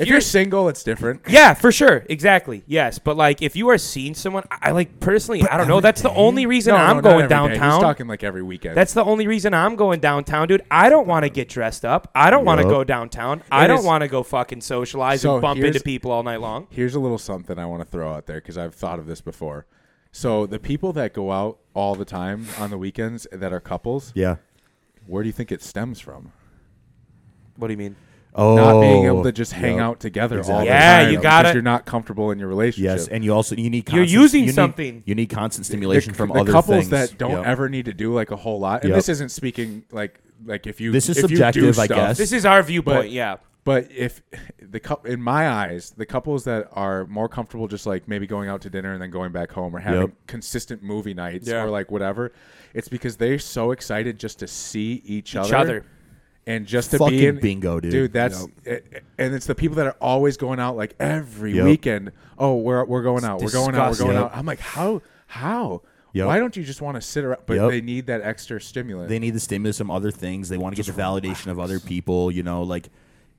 If
you're,
you're single, it's different.
yeah, for sure, exactly, yes. But like if you are seeing someone, I I, like personally, I don't know. That's the only reason
No, no,
I'm
not
going
every day. He's
downtown.
talking like every weekend.
That's the only reason I'm going downtown, dude. I don't want to get dressed up. I don't want to
Yup.
go downtown. I don't
is-
want to go fucking socialize
So
and bump
here's-
into people all night long.
Here's a little something I want to throw out there because I've thought of this before. So the people that go out all the time on the weekends that are couples,
yeah.
where do you think it stems from?
What do you mean?
Oh,
Not being able to just hang
Yep.
out together all
Exactly.
the
Yeah,
time.
you
because
gotta-
You're not comfortable in your relationship.
Yes, and you also you need
You're
constant,
using
you need-
something.
You need constant stimulation
the,
from
the
other
couples
things.
that don't
Yep.
ever need to do like a whole lot. And
Yep.
this isn't speaking like like if you
This is
if you do
subjective, I
stuff,
guess.
This is our viewpoint.
But-
yeah.
But if the couple, in my eyes, the couples that are more comfortable just like maybe going out to dinner and then going back home or having
Yep.
consistent movie nights
Yeah.
or like whatever, it's because they're so excited just to see each,
Each
other,
other.
and just to
Fucking
be in
bingo, dude.
that's it- and it's the people that are always going out like every
Yep.
weekend. Oh, we're we're going out. we're going out. We're
disgusting.
going
Yep.
out. I'm like, how how.
Yep.
Why don't you just want to sit around? But
Yep.
they need that extra stimulant.
They need the stimulus from other things. They want to get the validation of other people. You know, like.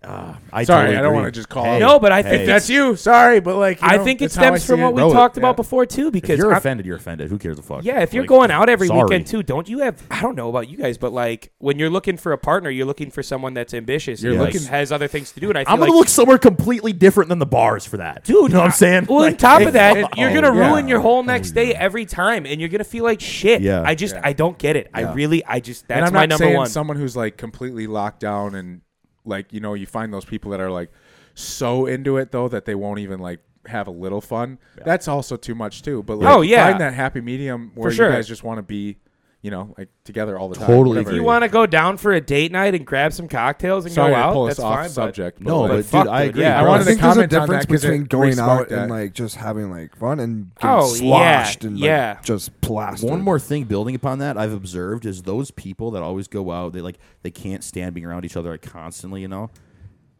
Uh, I
Sorry,
totally
I don't
agree.
wanna just call
Hey,
out-
No, but I
hey,
think
if that's you, sorry, but like you
I
know,
think it
that's how I
stems from
see
what
it.
we
Roll it.
talked about
Yeah.
before too.
If
Because
you're
I'm-
offended, you're offended. Who cares a fuck?
yeah, if you're
Like,
going out every
sorry.
weekend too, don't you have? I don't know about you guys, but like when you're looking for a partner, you're looking for someone that's ambitious.
You're
and, like,
looking-
has other things to do, and I feel
I'm gonna
like-
look somewhere completely different than the bars for that,
Dude,
You know what I'm
I-
saying?
Well, on
Like, Oh,
top
hey,
of that,
fuck.
you're gonna
yeah.
ruin your whole next day every time, and you're gonna feel like shit.
Yeah.
I just,
Yeah.
I don't get it. I really, I just,
and
that's
I'm
my
not
number
saying
one.
someone who's like completely locked down and like you know you find those people that are like so into it though that they won't even like have a little fun. That's also too much too. But like,
Oh, yeah.
find that happy medium where
sure.
you guys just want to be, you know, like together all the time.
Totally
whatever.
if you want to go down for a date night and grab some cocktails and
Sorry
go
to
out,
pull us
that's
off
fine.
subject.
No,
like,
but
fuck
dude, I
it.
agree.
Yeah, I
I
wanted
wanted
to
to
think there's a
comment on
difference
that 'cause it-
between going
respect
out
that.
and like just having like fun and getting
Oh, yeah,
sloshed and like,
yeah.
just plastered.
One more thing building upon that I've observed is those people that always go out, they like they can't stand being around each other like constantly, you know.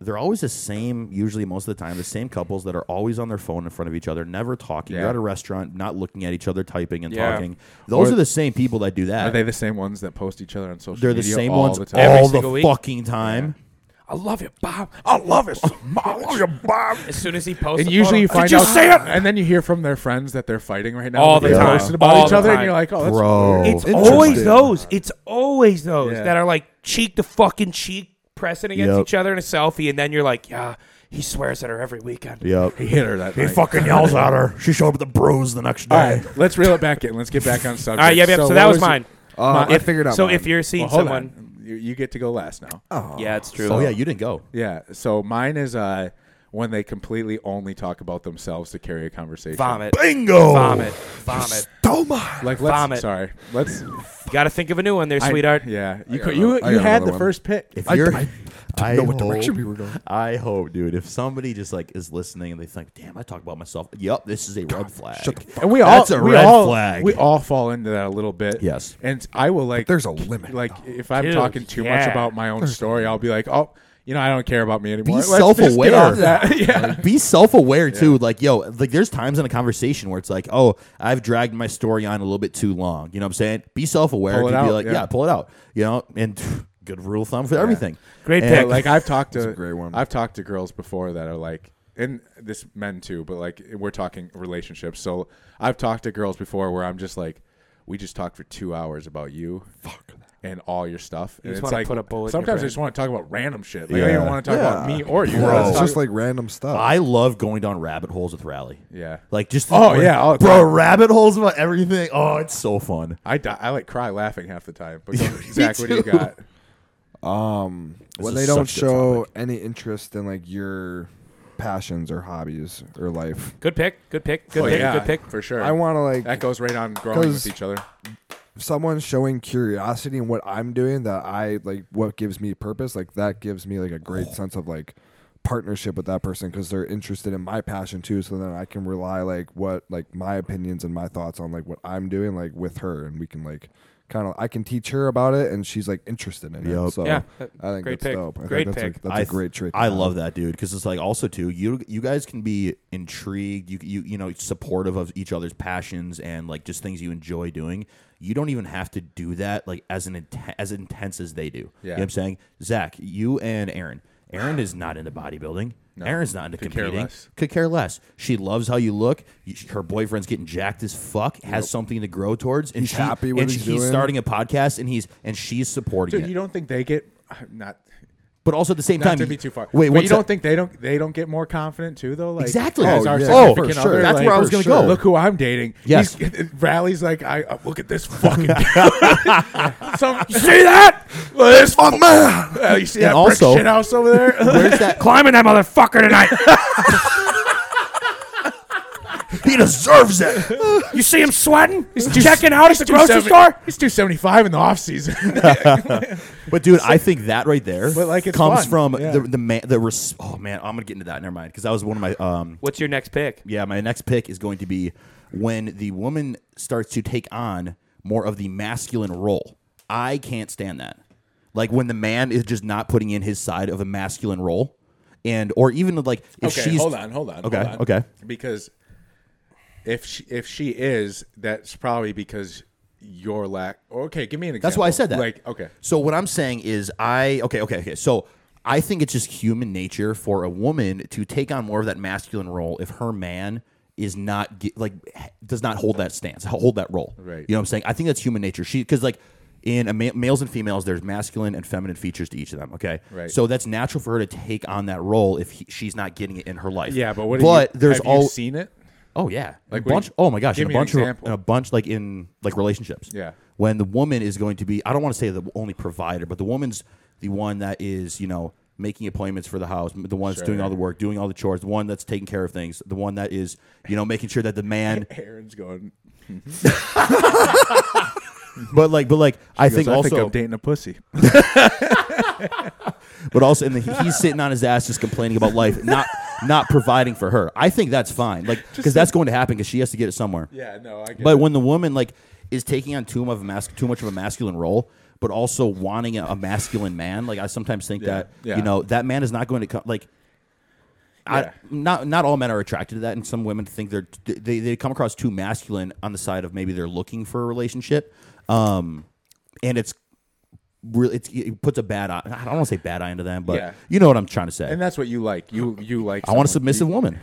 They're always the same, usually most of the time, the same couples that are always on their phone in front of each other, never talking. You're
Yeah.
at a restaurant, not looking at each other, typing and
Yeah.
talking. Those
Or-
are the same people that do
Are
that.
they the same ones that post each other on social?
They're the
media
same
all
ones
the time.
all the
single week.
fucking time.
I love it, Bob. I love it. so much. I
Oh,
love it, Bob.
As soon as he posts,
And
a
usually you
photo-
find
Did you
out,
say it?
and then you hear from their friends that they're fighting right now.
All
that
the
they
time.
posted about
All
each
the
other,
time.
and you're like, "Oh, that's
Bro.
weird.
It's
Interesting.
always those. It's always those
Yeah.
that are like cheek to fucking cheek, pressing against
Yep.
each other in a selfie, and then you're like, yeah, he swears at her every weekend.
Yep.
he hit her that night."
fucking yells at her. She showed up with the bros the next day.
All right, let's reel it back in. Let's get back on subject.
All right, yeah, yeah. So, that
what
was mine.
Uh, I
If-
figured out.
So
mine.
if you're seeing
Well, hold
someone,
on. You, you get to go last now.
yeah, it's true.
Oh yeah, you didn't go.
Yeah. So mine is uh, when they completely only talk about themselves to carry a conversation.
vomit,
Bingo.
vomit, vomit.
Like let's.
Vomit.
Sorry. Let's.
Got to think of a new one there,
I-
sweetheart.
yeah. You
got
could,
another-
you
I
you
got
had
another
the
one.
first pick.
If you're,
I- I
I
know what direction
hope-
we were going.
I hope, dude. If somebody just like is listening and they think, "Damn, I talk about myself." Yep, this is a red flag.
And we all
That's a
we
red
all,
flag.
We all fall into that a little bit.
Yes.
And I will like
There's a limit,
Like if I'm
Dude,
talking too
yeah.
much about my own story, I'll be like, oh, you know, I don't care about me
Be
anymore. Let's just get
self-aware.
off that. yeah.
Be self-aware too. Like, yo, like there's times in a conversation where it's like, "Oh, I've dragged my story on a little bit too long." You know what I'm saying? Be self-aware.
Pull it
to be
out,
like, yeah.
yeah.
pull it out." You know, and good rule of thumb for everything.
Great
And-
pick.
But, like I've talked to
a great one.
I've talked to girls before that are like, and this men too, but like we're talking relationships. So I've talked to girls before where I'm just like, we just talked for two hours about you. And all your stuff. And
just
it's
wanna
like
put a bullet in your
sometimes I
brain.
just want to talk about random shit. Like I
Yeah.
don't want to talk about me or you.
Yeah,
Let's
it's
talk-
just like random stuff.
I love going down rabbit holes with Rally.
Yeah.
Like just
Oh, yeah, all the
bro,
time.
rabbit holes about everything. Oh, it's so fun.
I die, I like cry laughing half the time. But Zach, what do you
too.
got?
Um, when
is
they don't
such a good
show any interest in like your passions or hobbies or life,
good pick. Good pick. Good
Oh,
pick.
yeah,
Good pick.
for sure.
I want to like
that goes right on growing with
'Cause-
each other.
someone showing curiosity in what I'm doing that I like what gives me purpose, like that gives me like a great
Oh.
sense of like partnership with that person because they're interested in my passion too. So then I can rely like what like my opinions and my thoughts on like what I'm doing like with her and we can like kind of I can teach her about it, and she's like interested in
Yup.
it. So
Yeah.
I think
Great
that's
pick.
dope. I
Great
think that's
pick.
A, that's
I
a
th-
great trick.
I love that, dude, because it's like also too you you guys can be intrigued, you you you know supportive of each other's passions and like just things you enjoy doing. You don't even have to do that like as an inten- as intense as they do. You know
Yeah.
what I'm saying, Zach, you and Aaron. Aaron is not into bodybuilding. Aaron's not into
Could care
competing.
less.
Could care less. She loves how you look. You- Her boyfriend's getting jacked as fuck. Has something to grow towards, and
He's
she-
happy with
and
what he's
he's
doing.
starting a podcast, and he's and she's supporting
Dude,
it.
you don't think they get not
but also at the same
not
time,
to be too far.
Wait,
but
one
you
sec-
don't think they don't they don't get more confident too though? Like,
Exactly.
as
Oh,
our
yeah.
significant
Oh, for
other,
sure. That's
like,
where I was gonna go.
Look who I'm dating.
Yes.
He's, Rally's like I uh, look at this fucking. Some, you see that? Well, this oh, man. you see that brick
also-
shit house over there?
Where's that?
Climbing that motherfucker tonight.
He deserves it.
you see him sweating? He's checking out at the grocery
270
store.
He's two seventy five in the off season.
But dude, I think that right there
But, like, it's
comes
fun.
from
Yeah.
the the man the res- oh man, I'm gonna get into that. Never mind, because that was one of my um
What's your next pick?
yeah my next pick is going to be when the woman starts to take on more of the masculine role. I can't stand that. Like when the man is just not putting in his side of a masculine role, and or even like if
okay,
she's
hold on, hold on.
Okay,
hold on.
okay.
Because if she, if she is, that's probably because your lack. Okay, give me an example.
That's why I said that.
Like, okay,
So what I'm saying is I okay, okay, okay. So I think it's just human nature for a woman to take on more of that masculine role if her man is not ge- like h- does not hold that stance, hold that role.
Right.
You know what I'm saying? I think that's human nature. She because like in a ma- males and females, there's masculine and feminine features to each of them. Okay,
Right.
So that's natural for her to take on that role if he, she's not getting it in her life.
yeah, but what?
But
have you,
there's
have
all
you seen it?
Oh yeah, like a
Like, what do
bunch.
you-
oh my gosh,
give
in a
me an
bunch of
example.
in a bunch like in like relationships.
Yeah.
when the woman is going to be, I don't want to say the only provider, but the woman's the one that is you know making appointments for the house, the one that's doing all the work, doing all the chores, the one that's taking care of things, the one that is you know making sure that the man.
Aaron's going.
but like, but like, I
He goes,
think
I think
also,
I'm dating a pussy.
but also, and the, he's sitting on his ass just complaining about life, not not providing for her. I think that's fine, like because that's going to happen because she has to get it somewhere.
yeah, no, I get.
But
it.
when the woman like is taking on too much of a mas- too much of a masculine role, but also wanting a, a masculine man, like I sometimes think that
yeah.
you know that man is not going to come like.
Yeah.
I, not not all men are attracted to that, and some women think they're they, they come across too masculine on the side of maybe they're looking for a relationship, um, and it's really it's, it puts a bad eye. I don't want to say bad eye into them, but
Yeah.
you know what I'm trying to say.
and that's what you like. You you like.
I want a
someone.
submissive woman.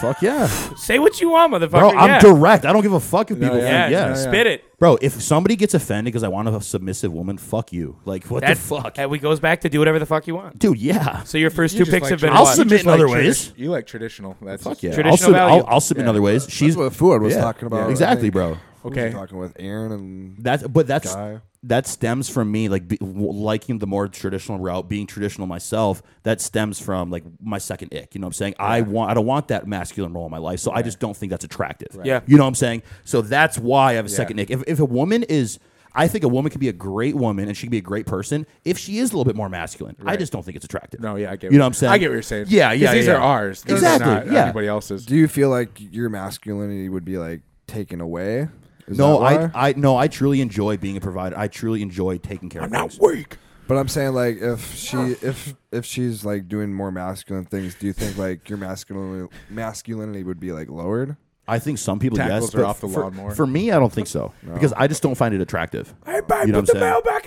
Fuck yeah,
Say what you want, motherfucker.
bro!
yeah.
I'm direct. I don't give a fuck if people.
Yeah,
think, yeah,
spit it.
Bro, if somebody gets offended because I want a submissive woman, fuck you. Like what
That
the fuck,
That we goes back to do whatever the fuck you want.
dude? Yeah,
So your first
You
two
just
picks
like
have been
tradi-
I'll
what?
submit in
like
other
tradi-
ways.
You like traditional. That's
fuck yeah.
Traditional
I'll submit,
value.
I'll, I'll submit in other ways. She's
That's what Fuad was
yeah.
talking about. I
exactly,
think.
bro.
What was he
Okay.
talking with Aaron and
That's but that's
Guy.
that stems from me like be, w- liking the more traditional route, being traditional myself. That stems from like my second ick. You know what I'm saying? I want I don't want that masculine role in my life, so I just don't think that's attractive.
Yeah.
you know what I'm saying. So that's why I have a second ick. If if a woman is I think a woman can be a great woman and she can be a great person if she is a little bit more masculine. I just don't think it's attractive.
No, yeah, I get.
You know what I'm saying?
I get what you're saying.
Yeah,
'Cause
yeah.
These
yeah,
are
yeah.
ours. Those
Exactly.
Are not
yeah.
Anybody else's.
do you feel like your masculinity would be like taken away? Is
no,
that
I,
why?
I no, I truly enjoy being a provider. I truly enjoy taking care of. things.
weak.
But I'm saying like if she if if she's like doing more masculine things, do you think like your masculinity masculinity would be like lowered?
I think some people
Tackles
yes,
are
but
off the
for,
lawnmower.
for me, I don't think so because I just don't find it attractive. Hey, babe, you know put the mail back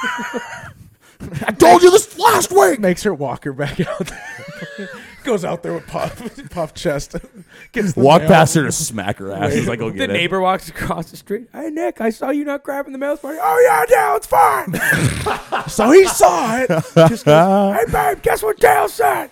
in the box. I'll get it. I told you this last week.
Makes her walk her back out. there. Goes out there with puff, puff chest. Gets the
Walk
mail.
past her to smack her ass. He's like, "Go
The
get it."
neighbor walks across the street. Hey Nick, I saw you not grabbing the mail party. Oh yeah, yeah, it's fine.
So he saw it. Just goes,
hey babe, guess what Dale said?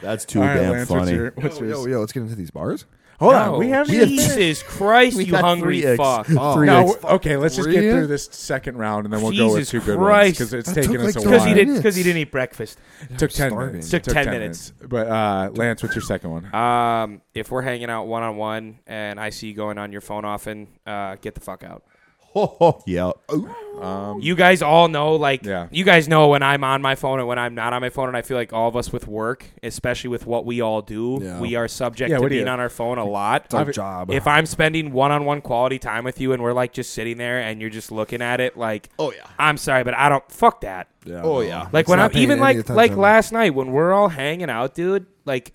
That's too
All right,
damn
Lance, what's
funny.
your- what's
Yo,
yours?
yo, yo, let's get into these bars.
Hold
No.
on, we haven't. even-
Jesus Christ,
We
you
got
hungry
three
fuck.
eggs. Oh, Three
No,
eggs.
we're- okay, let's just get
Three?
through this second round, and then we'll go with
Jesus
two good
Christ.
ones because it's
That
taking
took,
us
like,
a
thirty
Because
while.
he
minutes.
didn't because he didn't eat breakfast.
took ten
starving.
minutes.
Took 10
But uh, Lance, what's your second one?
Um, if we're hanging out one on one and I see you going on your phone often, uh, get the fuck out.
Oh. yeah.
Um,
You guys all know, like,
Yeah.
you guys know when I'm on my phone and when I'm not on my phone, and I feel like all of us with work, especially with what we all do,
Yeah.
we are subject
Yeah,
to
what do you-
being on our phone a lot.
It's our job.
If I'm spending one-on-one quality time with you and we're like just sitting there and you're just looking at it, like,
Oh, yeah.
I'm sorry, but I don't fuck that.
yeah,
Oh,
no.
yeah.
Like
It's
when
not
I'm
paying
even
any
like like
attention.
last night when we're all hanging out, dude. Like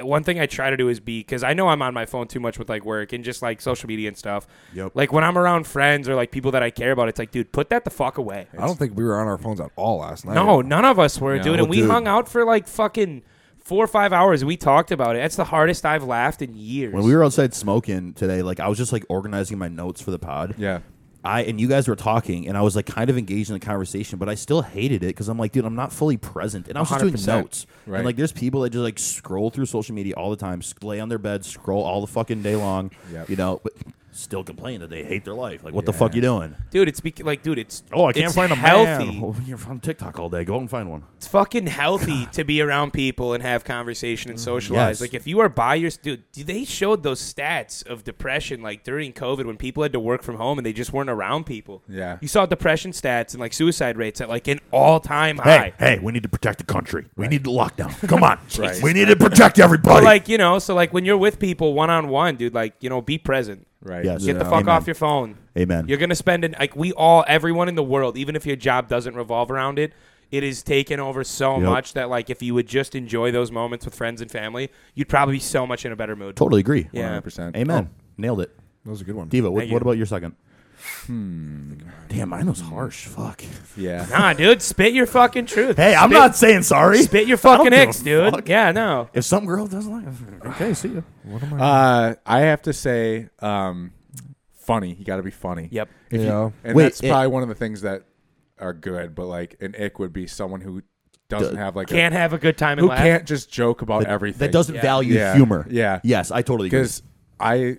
one thing I try to do is be because I know I'm on my phone too much with like work and just like social media and stuff.
Yep.
Like when I'm around friends or like people that I care about, it's like, dude, put that the fuck away.
I don't think we were on our phones at all last night.
No, none of us were,
Yeah.
dude.
Well,
And we
dude.
hung out for like fucking four or five hours. We talked about it. That's the hardest I've laughed in years.
When we were outside smoking today, like I was just like organizing my notes for the pod.
Yeah.
I and you guys were talking, and I was like kind of engaged in the conversation, but I still hated it because I'm like, dude, I'm not fully present, and I was just doing
100%.
notes.
Right.
And like, there's people that just like scroll through social media all the time, s- lay on their bed, scroll all the fucking day long.
Yep.
You know, but still complain that they hate their life. Like, what the fuck
Yeah.
you doing?
dude, it's bec like, dude, it's
Oh, I can't
it's
find a
healthy.
man. Well, you're on TikTok all day. Go and find one.
it's fucking healthy to be around people and have conversation and socialize.
Mm, Yes.
Like if you are by your dude, dude, they showed those stats of depression like during COVID when people had to work from home and they just weren't around people.
Yeah.
you saw depression stats and like suicide rates at like an all time high.
hey, we need to protect the country. We need the lockdown. Come on,
Right.
we need to protect everybody.
But like you know, so like when you're with people one on one, dude, like you know, be present.
Right.
Yes.
Get the
Yeah.
fuck
Amen.
off your phone.
Amen.
You're gonna spend an like we all everyone in the world, even if your job doesn't revolve around it, it is taken over so
Yep.
much that like if you would just enjoy those moments with friends and family, you'd probably be so much in a better mood.
totally agree.
Yeah.
100%.
Amen. Nailed it.
that was a good one.
Diva, what,
Thank you.
what about your second? Hmm. Damn, mine was harsh. Fuck.
Yeah.
Nah, dude, spit your fucking truth.
Hey, I'm
Spit-
not saying sorry.
spit your
I don't
fucking
give
ex,
a
dude.
fuck.
Yeah, no.
If some girl doesn't like, it, okay, see you.
Uh, I have to say, um, funny. You got to be funny.
Yep.
If you-
Yeah.
and
Wait,
that's
it-
probably one of the things that are good. But like an ick would be someone who doesn't have like
Can't have a good time
a,
and
who
laugh.
can't just joke about everything.
That doesn't
Yeah.
value
Yeah.
humor.
Yeah.
Yes, I totally agree.
because I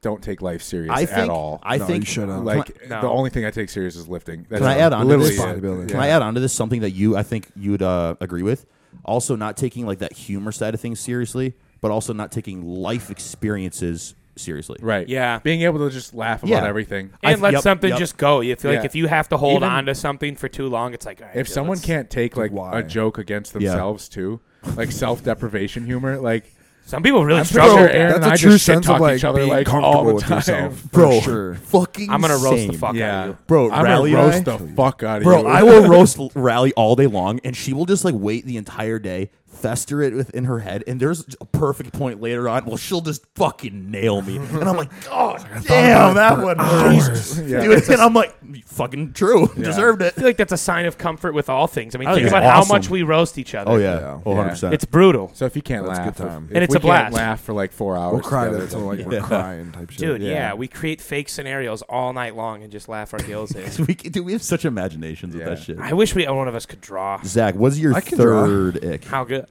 don't take life serious
I think
at all.
I
No,
think
you shouldn't.
like
No.
the only thing I take serious is lifting. That's
Can I add on to
literally
this?
it.
Bodybuilding.
Can I add on to this something that you I think you'd uh, agree with? Also, not taking like that humor side of things seriously, but also not taking life experiences seriously.
Right.
Yeah.
Being able to just laugh about
Yeah.
everything.
and
I-
let
yep,
something
yep.
just go. You feel like
Yeah.
if you have to hold
Even-
on to something for too long, it's like all right,
if
dude,
someone
let's-
can't take like
Why?
a joke against themselves too, like self-deprivation humor, like
some people really
I'm
struggle.
sure
with that.
Aaron
That's
and
a
I
true
just shit
sense of
talk
like
each other
being
like
comfortable
all the
with
time.
yourself, for
Bro,
sure.
fucking
I'm gonna roast the
same.
fuck out of
Yeah,
you.
Bro,
I'm
Rally and
gonna
I-
roast the fuck out of
Bro,
you.
I will roast Rally all day long, and she will just like wait the entire day, fester it within her head, and there's a perfect point later on. Well, she'll just fucking nail me, and I'm like, oh damn, that one, hours.
Yeah.
dude. And I'm like, fucking true, deserved it.
I feel like that's a sign of comfort with all things. I mean,
I
think
think
about
it's
how much
Oh, awesome.
we roast each other.
Oh yeah, oh,
Yeah.
100 percent.
it's brutal.
So if you can't
That's a
laugh,
good time.
if-
And
if
it's
we
a blast.
Can't laugh for like four hours.
We'll cry
together,
to until
then-
like we're crying type shit.
Dude, yeah.
Yeah.
we create fake scenarios all night long and just laugh our gills in.
we can- dude, we have such imaginations
Yeah.
with that shit.
I wish we one of us could draw.
Zach, what's your
I can draw.
third ick?
How good?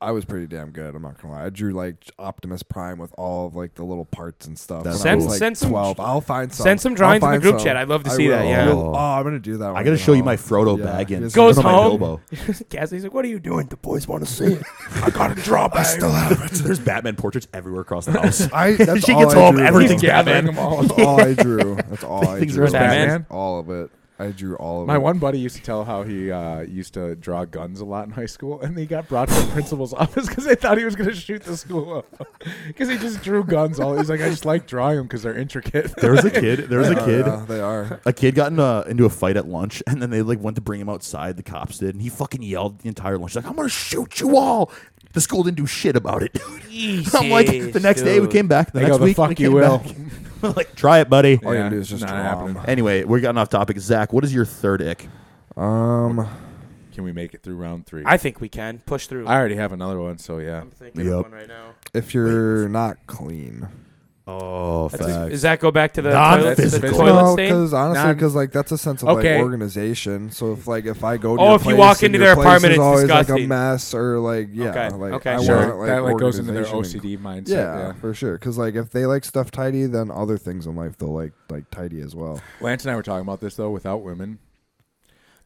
I was pretty damn good. I'm not gonna lie. I drew like Optimus Prime with all of like the little parts and stuff.
That's
when I
cool.
was, like,
Send- send some-
twelve. I'll find some.
send some
I'll
drawings in the
find
group
some.
chat. I'd love to
I
see that,
will.
yeah.
You'll- Oh, I'm gonna do that. When
I gotta
get
show you
home.
my Frodo
Yeah,
bag and
just-
Goes
and my
home.
Bilbo.
Cassie's like, what are you doing?
The boys want to see it. I got a drop. I still have it.
There's Batman portraits everywhere across the house.
I, that's
she
all
gets
I
home,
drew.
everything's
That's
Batman.
all.
all I drew. That's all I
Things
drew.
are
Batman. Batman?
All of it. I drew all of
My
it.
one buddy used to tell how he uh, used to draw guns a lot in high school, and he got brought to the principal's office because they thought he was going to shoot the school up because he just drew guns all. He's like, I just like drawing them because they're intricate.
There was a kid. There was a
Oh,
kid.
yeah, they are.
A kid got in a, into a fight at lunch, and then they like went to bring him outside. The cops did, and he fucking yelled the entire lunch, like, "I'm gonna shoot you all." The school didn't do shit about it. I'm like, the next day we came back. The
They
next
go, "Oh, "The
week
fuck
we
you
came
will."
back. We're like, try it, buddy.
All you
Yeah,
gotta do is just
not
draw 'em.
happening.
Anyway, we're getting off topic. Zach, what is your third ick?
Um,
Can we make it through round three?
I think we can push through.
I already have another one, so yeah.
I'm thinking
Yep.
of one right now.
if you're not clean,
Oh,
That's does that go back to the toilet, the
Non-physical.
toilet
no,
stain?
because honestly,
Not-
because like that's a sense of
Okay.
like organization. So if like if I go to
Oh,
your
if you
place
walk
and
into
your
their
place
apartment,
is
it's
always like a
disgusting.
mess or like yeah,
Okay.
like
Okay.
I
Sure,
want, like,
that like goes into their
organization and-
OCD mindset.
Yeah,
Yeah.
for sure. Because like if they like stuff tidy, then other things in life they'll like like tidy as well.
Lance and I were talking about this though. Without women,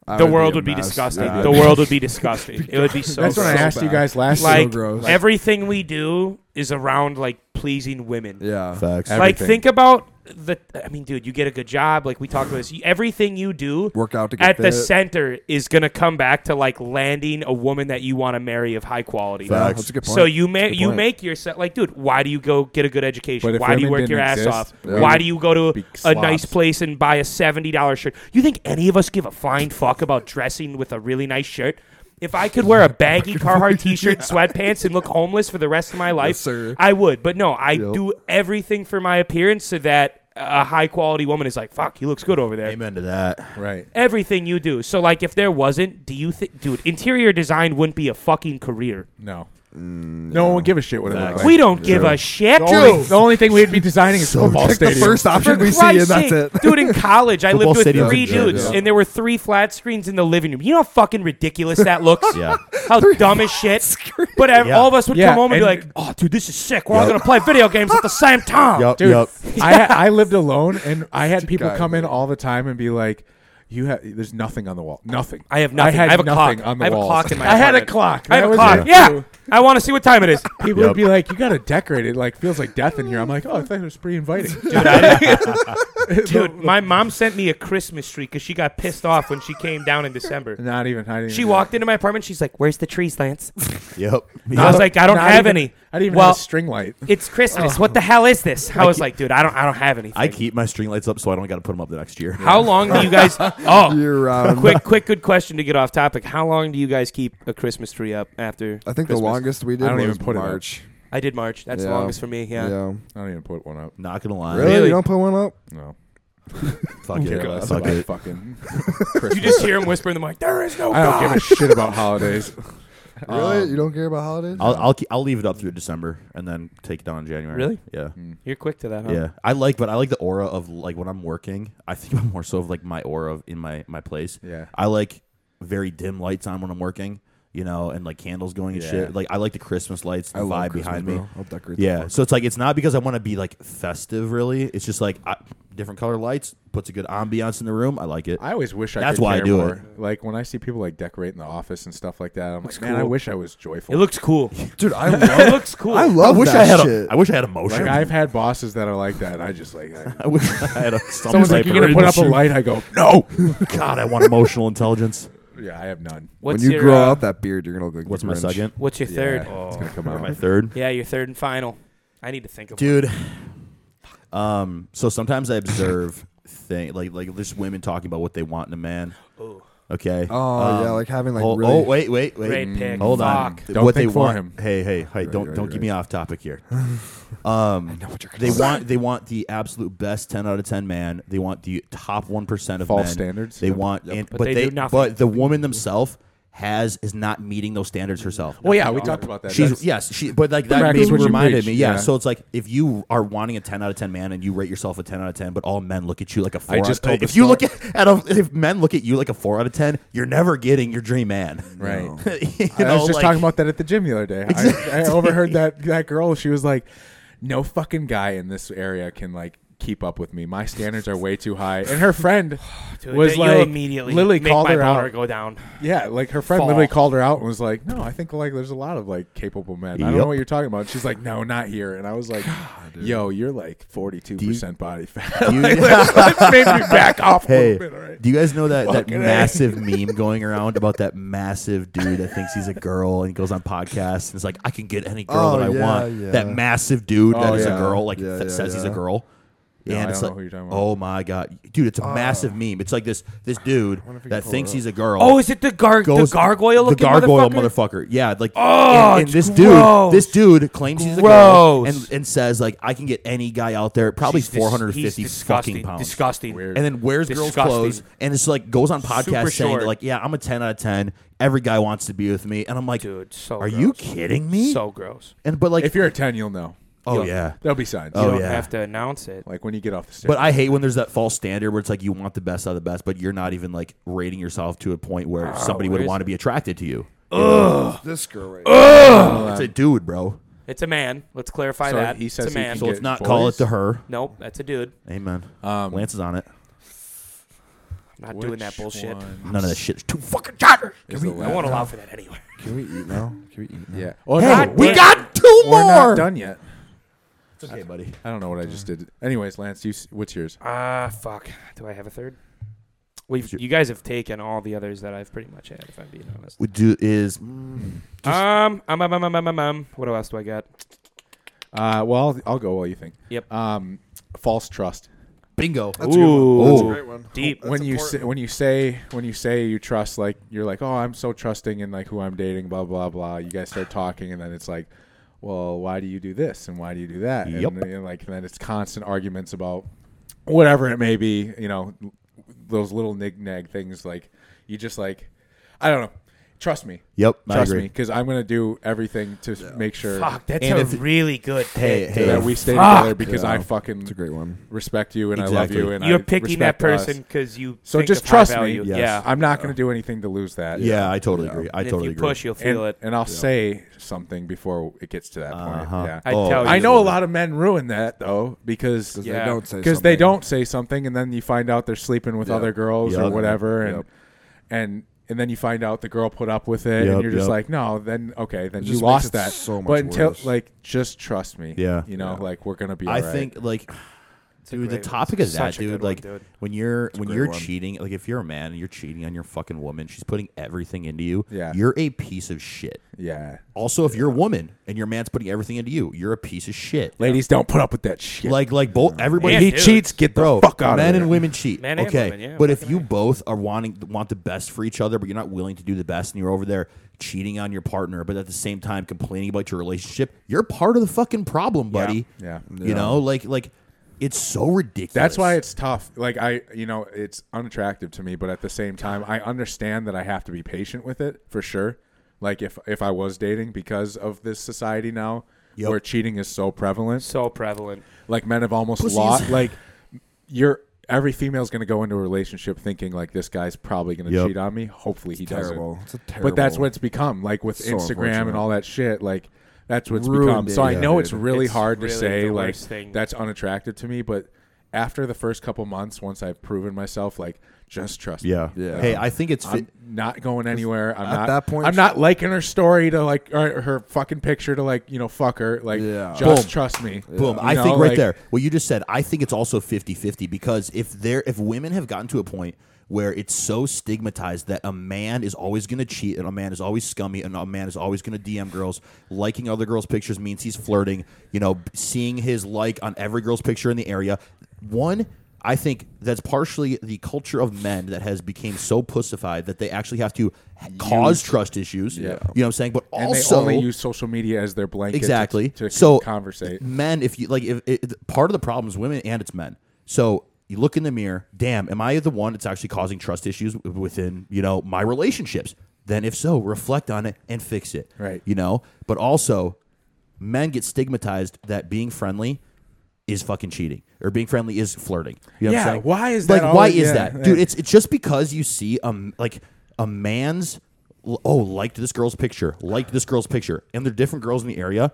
I
the
a
world would be
mess.
disgusting.
Yeah.
The world would be disgusting. It would be so.
that's what I
gross.
so
asked you
bad.
guys last.
Like-
week.
gross.
everything we do is around like pleasing women.
Yeah.
Facts.
Every-
Like
Everything.
think about the I mean, dude, you get a good job. Like we talked about this. You- Everything you do
Work out to get
at the
fit.
center is gonna come back to like landing a woman that you want to marry of high quality.
Yeah,
Facts.
that's a good point.
So you make
Good
you
point.
make yourself like, dude. Why do you go get a good education?
But if
Why do you
women
work
didn't
your ass
exist,
off?
women
Why do you go
be
to a nice
slobs.
place and buy a seventy dollar shirt? You think any of us give a flying fuck about dressing with a really nice shirt? If I could wear a baggy Carhartt T-shirt, sweatpants, and look homeless for the rest of my life,
sir.
I would. But no, I
Yep.
do everything for my appearance so that a high quality woman is like, "Fuck, he looks good over there."
Amen to that.
Right.
Everything you do. So, like, if there wasn't, do you think, dude, interior design wouldn't be a fucking career?
No.
Mm,
no one would give a shit what it looked
Facts.
like.
We don't give a shit.
The only, the only thing we'd be designing is football
pick the
stadiums.
first option we see, and
Christ's
that's
sake.
it.
Dude, in college, I
Football
lived with
stadiums
three
in general,
dudes,
yeah.
and there were three flat screens in the living room. You know how fucking ridiculous that looks?
Yeah.
How dumb as shit. But ev-
Yeah.
all of us would
Yeah,
come home and, be
and-
like, oh, dude, this is sick. We're all going to play video games at the same time.
Yup.
Dude,
Yup.
I I lived alone, and I had people
guy
come in all the time and be like, "You have there's nothing on the wall, nothing.
I have nothing. I,
I had
have a
nothing
clock.
on the
I have
walls.
a clock in my
I had a
apartment.
clock.
I have
That
a
was
clock.
it.
Yeah. I want to see what time it is.
People
Yep.
would be like, "You got to decorate it. Like feels like death in here." I'm like, "Oh, I thought it was pre-inviting."
Dude, my mom sent me a Christmas tree because she got pissed off when she came down in December.
Not even hiding.
She walked into my apartment. She's like, "Where's the trees, Lance?"
Yep.
I was like, "I don't have any."
I didn't even
well,
have a string light.
it's Christmas. What the hell is this? I was like, "Dude, I don't, I don't have anything."
I keep my string lights up so I don't got to put them up the next year.
How long do you guys? Oh,
Year round.
quick, quick, good question to get off topic. How long do you guys keep a Christmas tree up after?
I think the
Christmas.
longest we did
I don't
was
even put it up. Uh,
March.
I did March. That's the
Yeah.
longest for me. Yeah.
I don't even put one up.
Not gonna lie.
Really?
Really?
You don't put one up?
No.
Fuck
Kick
it.
us
Fuck
about
it.
Fucking.
You just hear him whisper in the mic. There is no
I don't
Oh, God.
give a shit about holidays.
Really?
Um,
you don't care about holidays?
I'll I'll, keep, I'll leave it up through December and then take it down in January.
Really?
Yeah.
Mm.
You're quick to that, huh?
Yeah. I like, but I like the aura of like when I'm working. I think I'm more so of like my aura of, in my my place.
Yeah.
I like very dim lights on when I'm working. You know, and like candles going and
Yeah.
shit. Like I like the Christmas lights, the
I love
vibe
Christmas,
behind me.
bro. I'll decorate the
Yeah.
fuck.
So it's like it's not because I want to be like festive really. It's just like I, different color lights puts a good ambiance in the room. I like it.
I always wish I
That's
could
why I
care
do
more. Like when I see people like decorating the office and stuff like that, I'm like, man, I
cool.
wish I was joyful.
It looks cool.
Dude, I
It
love
looks cool.
I
I
love
wish I
that
had
shit.
a, I wish I had emotion.
like I've had bosses that are like that. and I just like I,
I wish I had a some
someone's
type
like, you're
of
gonna put up a
emotion.
light. I go, no.
God, I want emotional intelligence.
yeah, I have none.
What's
when you
your,
grow
uh,
out that beard, you're gonna look like the
What's my
Grinch.
second?
What's your third?
Yeah, it's gonna come out.
My third,
Yeah, your third and final. I need to think of one.
dude. Um, so sometimes I observe thing like like just women talking about what they want in a man. Okay.
Oh yeah, like having like
oh,
really.
oh, wait, wait, wait.
Great pick.
Hold on.
Fuck.
Don't
what
think
they
for
want.
him.
Hey, hey, hey! don't
right,
don't
right.
get me off topic here. Um, they want they want the absolute best ten out of ten man. They want the top one percent of
False
men.
standards.
They
Yep.
want, and,
But
but,
they
they,
do nothing.
but the woman themselves has is not meeting those standards herself.
Well, yeah, we talked about that.
She's
That's-
yes, she. But like that
Practice
made,
what you
reminded
preach,
me. Yeah.
yeah.
So it's like if you are wanting a ten out of ten man and you rate yourself a ten out of ten, but all men look at you like a four.
I just
out,
told the
if you look
story.
at, at a, if men look at you like a four out of ten, you're never getting your dream man.
Right.
You
I was
know,
just
like-
talking about that at the gym the other day. I, I overheard that that girl. She was like, "No fucking guy in this area can like keep up with me. My standards are way too high." And her friend
Dude,
was
you'll
like,
immediately
literally
make
called
my
her
boner
out.
go down.
Yeah, like her friend
Fall.
literally called her out and was like, "No, I think like there's a lot of like capable men. I don't know
Yep.
what you're talking about." She's like, "No, not here." And I was like, "Yo, you're like 42 percent body fat.
You-
Let's maybe back off a
Hey,
little bit, all right?"
do you guys know that that
Fucking A.
massive meme going around about that massive dude that thinks he's a girl and goes on podcasts and is like, I can get any girl
Oh,
that I
yeah,
want.
yeah.
That massive dude that
Oh,
is
yeah.
a girl, like
Yeah,
that
yeah,
says he's a
yeah.
girl.
Yeah,
and
I
it's
don't know
like,
who you're talking about.
oh my god, dude, it's a massive meme. It's like this this dude
wonder if you
that
can pull
thinks
it up.
he's a girl.
Oh, is it the, gar- the
goes-
gargoyle looking
the gargoyle
motherfucker?
motherfucker. Yeah, like
Oh,
and, and
it's
this
gross.
dude, this dude claims he's a girl
Gross.
and, and says like, I can get any guy out there, probably
She's dis-
450
he's
fucking
disgusting,
pounds
Disgusting.
Weird.
and then wears
Disgusting.
girls' clothes, and it's like goes on
Super
podcasts saying
short.
that, like, "Yeah, I'm a 10 out of 10. Every guy wants to be with me," and I'm like,
Dude, so
"Are
gross.
you kidding me?"
So gross.
and but like,
If you're a 10, you'll know.
oh
you're-
yeah,
There'll be signs.
Oh,
you don't
yeah.
have to announce it.
Like when you get off the stairs.
but I hate when there's that false standard where it's like you want the best out of the best, but you're not even like rating yourself to a point where somebody
where
would
is
want to be attracted to you.
This girl right here.
It's a dude, bro.
It's a man. Let's clarify
So
that.
he says
it's a
he
man.
can
So
get-
it's not call
boys?
it to her.
nope, that's a dude.
Amen.
Um,
Lance is on it.
I'm not doing that
Which
bullshit.
one
None of that shit. is Too fucking chargers.
is the
I
last?
won't
Uh,
allow for that anywhere.
Can we eat now? Can we eat now?
Yeah. Oh,
Hey,
no,
we
we're-
got two
We're
more.
not done yet.
It's okay, buddy.
I don't know what I just did. Anyways, Lance, you s- what's yours?
Ah, fuck. Do I have a third? We've,
Sure.
you guys have taken all the others that I've pretty much had, if I'm being honest.
We do is mm, just-
um, um, um, um, um, um, um, um, what else do I got?
Uh, well, I'll, I'll go while you think.
Yep.
Um, false trust.
bingo.
That's a good one. That's a
Ooh.
great one.
Deep.
That's
when you say,
important.
when you say when you say you trust, like you're like, oh, I'm so trusting in like who I'm dating, blah blah blah. You guys start talking, and then it's like, well, why do you do this and why do you do that?
Yep.
And, then, like then it's constant arguments about whatever it may be. You know, those little nig nag things. Like you just like, I don't know. Trust me.
Yep, I
Trust me,
agree.
because I'm gonna do everything to s- make sure
Fuck, that's
And
a
if-
really good
Hey,
pick.
hey,
that we stay together because
Yeah.
I fucking
It's a great one.
respect you and I
Exactly.
love you and
You're
I
picking that
respect us.
person because you
So
think
just
of high
trust me.
value.
Yes.
Yeah.
I'm not going to do anything to lose that.
yeah, I totally agree. I
and
totally
if you
agree.
push, you'll
and,
feel it.
and I'll say something before it gets to that
Uh-huh.
point. Yeah.
I tell you.
oh, I know a lot of men ruin that though because
Because
Yeah.
they don't say
because they
something.
don't say something, and then you find out they're sleeping with
Yep.
other girls or
Yep.
whatever, and
Yep.
and and then you find out the girl put up with it,
Yep,
and you're just
yep.
like, no, then okay, then
It
you
just
lost
makes it
that.
so much
but until
worse.
like, just trust me.
Yeah.
you know,
Yeah.
like we're gonna be.
I
alright.
think like
a
dude, the
great one.
topic of that,
Such a good
dude,
one,
like
dude.
when you're when
great
you're
one.
cheating, like if you're a man and you're cheating on your fucking woman, she's putting everything into you.
Yeah.
You're a piece of shit.
yeah,
Also, if you're a woman and your man's putting everything into you, you're a piece of shit.
ladies don't put up with that shit.
Like like both everybody
And
he
dude.
cheats, get the
Bro,
fuck out
men
of here.
and women cheat.
Men and
okay,
women, yeah,
but if
fucking
you both are wanting want the best for each other, but you're not willing to do the best, and you're over there cheating on your partner, but at the same time complaining about your relationship, you're part of the fucking problem, buddy.
Yeah.
you know, like like it's so ridiculous.
That's why it's tough. Like I, you know, it's unattractive to me, but at the same time, I understand that I have to be patient with it for sure. Like if if I was dating because of this society now
Yep.
where cheating is so prevalent,
So prevalent.
like men have almost
Pussies.
lost like you're every female's going to go into a relationship thinking like this guy's probably going to
Yep.
cheat on me. Hopefully he
terrible.
doesn't.
It's a
But that's
terrible-
what it's become like with
So
Instagram and
unfortunate.
all that shit like that's what's
Ruined
become.
it,
So I
yeah,
know it's
dude.
really
It's
hard
really
to say
the
like
worst thing.
that's unattractive to me, but after the first couple months once I've proven myself like just trust me.
yeah.
Yeah.
Hey, I think it's
I'm
fit.
not going anywhere. I'm
at
not
that point-
I'm not liking her story to like or her fucking picture to like, you know, fuck her. Like
Yeah.
just
Boom.
trust me.
Boom.
You
I
know,
think right
like,
there. What you just said, I think it's also 50-50 because if there if women have gotten to a point where it's so stigmatized that a man is always going to cheat and a man is always scummy and a man is always going to DM girls, liking other girls' pictures means he's flirting, you know, seeing his like on every girl's picture in the area. One I think that's partially the culture of men that has become so pussified that they actually have to h- cause trust issues.
Yeah.
You know what I'm saying? But
And
also
they only use social media as their blanket to-
exactly
to,
so
conversate.
men if you like if it, part of the problem is women and it's men so you look in the mirror damn am i the one that's actually causing trust issues w- within you know my relationships then if so reflect on it and fix it
Right.
you know but also men get stigmatized that being friendly is fucking cheating or being friendly is flirting you know what
Yeah,
i'm saying
why is
like
that
why
always-
is
yeah,
that
yeah.
dude it's it's just because you see um like a man's l- oh liked this girl's picture, liked this girl's picture, and they're different girls in the area.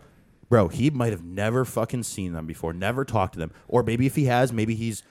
Bro, he might have never fucking seen them before, never talked to them, or maybe if he has, maybe he's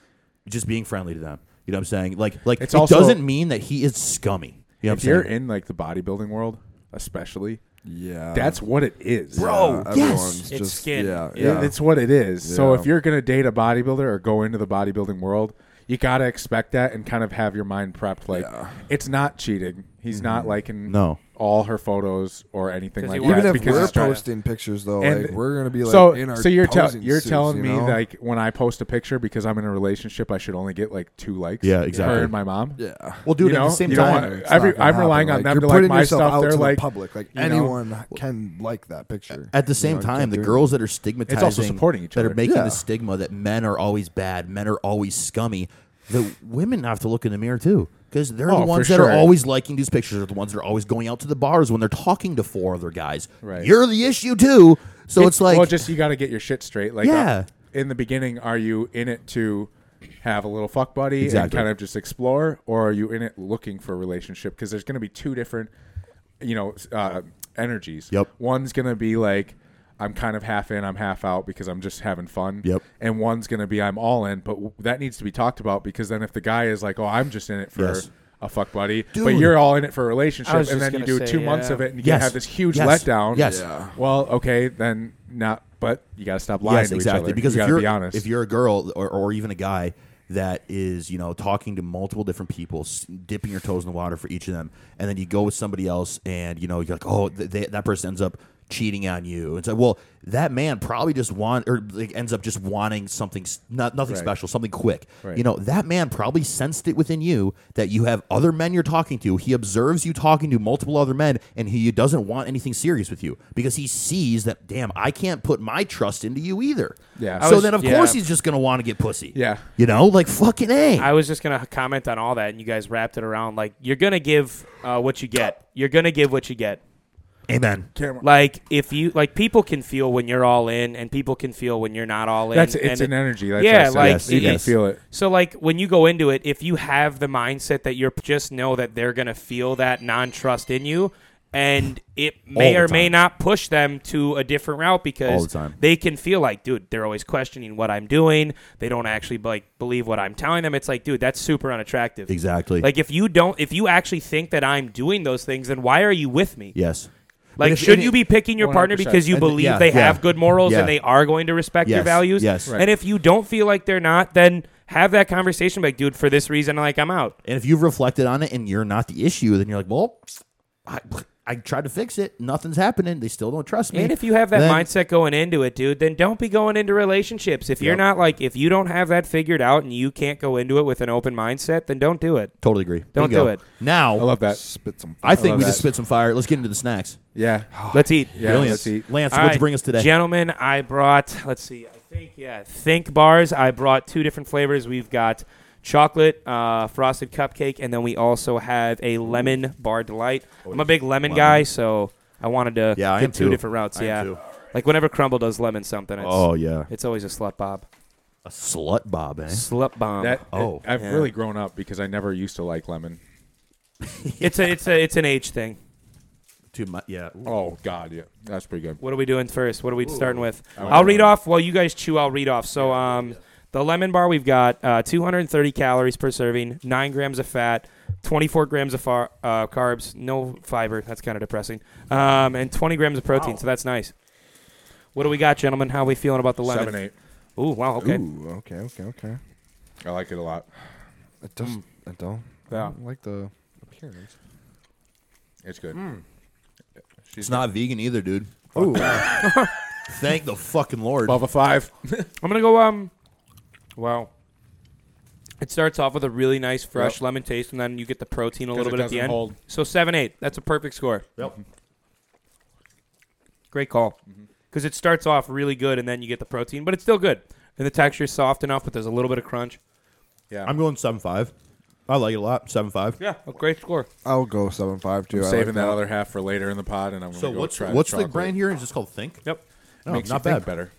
just being friendly to them. You know what I'm saying? Like like
It's
it
also-
doesn't mean that he is scummy. You know
if
what I'm
you're
saying?
in like the bodybuilding world, especially,
Yeah.
that's what it is,
Yeah,
Bro,
yes.
everyone's
It's
just-
skin.
Yeah,
It-
yeah.
It's what it is. So
Yeah.
if you're gonna date a bodybuilder or go into the bodybuilding world, you gotta expect that and kind of have your mind prepped. Like it's not cheating. He's not liking
No.
all her photos or anything
'Cause
like
he
that.
wants-
even if
because
we're
he's trying-
posting pictures though,
And-
like we're gonna be like
so
in our
so you're tell,
posing
you're
suits,
telling
you
me
know?
like when I post a picture because I'm in a relationship, I should only get like two likes.
Yeah,
Her
exactly.
and my mom.
yeah.
well, dude,
you know,
at the same
you don't
time,
wanna-
It's
every-
not gonna
I'm relying on
happen.
them
you're
to like
putting
my
yourself
stuff.
out
They're
to the
like,
public. Like
you know,
anyone can like that picture.
at the same
know, you
time,
can't
the
do
girls that are stigmatizing,
supporting each
that
other.
are making
Yeah.
the stigma that men are always bad, men are always scummy. The women have to look in the mirror too, because they're
Oh,
the
for
ones that
sure.
are always liking these pictures. Are the ones that are always going out to the bars when they're talking to four other guys.
Right.
You're the issue too. So it's, like,
well, just you got to get your shit straight. Like,
Yeah.
uh, in the beginning, are you in it to have a little fuck buddy and
Exactly.
kind of just explore, or are you in it looking for a relationship? Because there's going to be two different, you know, s- uh, energies.
Yep.
One's going to be like. I'm kind of half in, I'm half out because I'm just having fun.
Yep.
And one's going to be I'm all in, but w- that needs to be talked about because then if the guy is like, "Oh, I'm just in it for
Yes.
a fuck buddy, but you're all in it for a
I
relationship,
was
and
just
then you do
gonna say,
two months
yeah.
of it, and you
Yes.
have this huge
Yes.
letdown.
Yes.
Yeah.
Well, okay, then not. But you gotta stop lying
yes,
to
exactly.
each other.
Because
you
if
gotta
you're
be honest.
if you're a girl or, or even a guy that is you know talking to multiple different people, s- dipping your toes in the water for each of them, and then you go with somebody else, and you know you're like, oh, th- they, that person ends up cheating on you. It's like, well, that man probably just want or like, ends up just wanting something, s- not nothing
Right.
special, something quick.
Right.
You know, that man probably sensed it within you that you have other men you're talking to. He observes you talking to multiple other men, and he doesn't want anything serious with you because he sees that, damn, I can't put my trust into you either.
Yeah. I
So
was-
then, of
yeah.
course, he's just gonna want to get pussy.
Yeah.
You know, like fucking a.
I was just gonna comment on all that, and you guys wrapped it around like you're gonna give uh, what you get. You're gonna give what you get.
Amen.
Like if you like, people can feel when you're all in, and people can feel when you're not all in.
That's it's an
and
energy. That's
yeah,
what I said.
like,
Yes,
you can
yes.
feel it.
So like when you go into it, if you have the mindset that you're just know that they're gonna feel that non trust in you, and it may
the
or may
time.
not push them to a different route because
All the time.
they can feel like, dude, they're always questioning what I'm doing. They don't actually like believe what I'm telling them. It's like, dude, that's super unattractive.
Exactly.
Like if you don't, if you actually think that I'm doing those things, then why are you with me?
yes.
Like,
And if-
should
and
you
it-
be picking your partner
100%.
because you
And-
believe
yeah,
they
yeah.
have good morals
Yeah.
and they are going to respect your
Yes,
values?
yes. Right.
And if you don't feel like they're not, then have that conversation. Like, dude, for this reason, like, I'm out.
And if you've reflected on it and you're not the issue, then you're like, well, I, I tried to fix it. Nothing's happening. They still don't trust me.
And if you have that
Mm. Then-
mindset going into it, dude, then don't be going into relationships. If you're
Yep.
not like, if you don't have that figured out and you can't go into it with an open mindset, then don't do it.
Totally agree.
Don't
Bingo.
do it.
Now,
I love that.
Spit some.
I think
love
we
that.
just spit some fire. Let's get into the snacks.
Yeah.
Oh,
Let's eat.
Yeah.
Brilliant.
Let's eat.
Lance,
All
what'd you
right,
bring us today?
Gentlemen, I brought, let's see, I think, yeah, Think Bars. I brought two different flavors. We've got chocolate, uh, frosted cupcake, and then we also have a lemon bar delight. I'm a big lemon, guy, so I wanted to
Oh, Yeah, I am
get two
too.
different routes.
I am
yeah.
too.
Like whenever Crumble does lemon something, it's,
oh, yeah.
it's always a slut bob.
A slut bob, eh?
Slut bomb.
That
Oh.
I've
Yeah.
really grown up because I never used to like lemon.
it's a it's a it's an age thing.
Too much. Yeah.
Oh God, yeah, that's pretty good.
What are we doing first? What are we starting with?
I
I'll
like
read
that.
off while you guys chew. I'll read off. So, um, the lemon bar we've got uh, 230 calories per serving, nine grams of fat, 24 grams of far, uh, carbs, no fiber. That's kind of depressing. Um, and 20 grams of protein. So that's nice. What do we got, gentlemen? How are we feeling about the lemon?
Seven eight.
Ooh, wow. Okay.
Ooh, okay, okay, okay.
I like it a lot.
I don't. I don't. I
Yeah.
don't like the appearance.
It's good.
Hmm.
She's
It's not vegan either, dude. Ooh. Thank the fucking Lord.
above a five.
I'm gonna go. Um, wow. It starts off with a really nice fresh
Yep.
lemon taste, and then you get the protein a
'Cause
little
it
bit at the
doesn't
end.
hold.
So seven eight. That's a perfect score.
Yep.
Great call.
Mm-hmm.
Because it starts off really good, and then you get the protein, but it's still good. And the texture's soft enough, but there's a little bit of crunch.
Yeah,
I'm going 7 5. I like it a lot. 7 5.
Yeah, a Oh, great score.
I'll go seven five too. I
saving
like
that other half for later in the pod, and I'm gonna
So
go
what's
try
what's
the,
the
chocolate.
brand here? Is this called Think?
Yep.
No,
Makes
not
you
bad.
think better.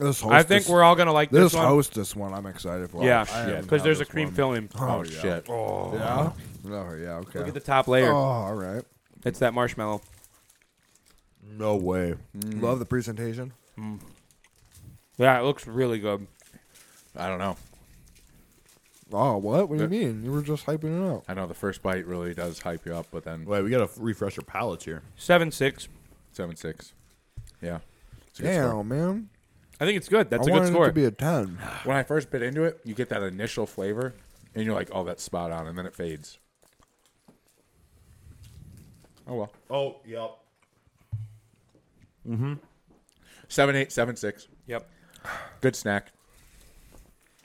Oh, This
I think we're all gonna like
this
this, one.
hostess one. I'm excited for.
Yeah,
I haven't
because
had
there's a
this
cream
one.
filling.
Oh, shit!
Yeah. Oh yeah. Okay.
Look at the top layer.
oh, all right.
It's that marshmallow.
No way.
Love the presentation.
Yeah, it looks really good.
I don't know.
Oh, what? What do
Yeah.
you mean? You were just hyping it up.
I know the first bite really does hype you up, but then
Wait, we got to refresh our palates here.
Seven six.
seven six. Yeah. It's a good score.
Damn, man.
I think it's good. That's
I
a good
wanted
score.
It to be a ten.
When I first bit into it, you get that initial flavor, and you're like, "Oh, that's spot on," and then it fades. Oh well,
Oh, yep.
seven eight seven six.
yep.
Good snack.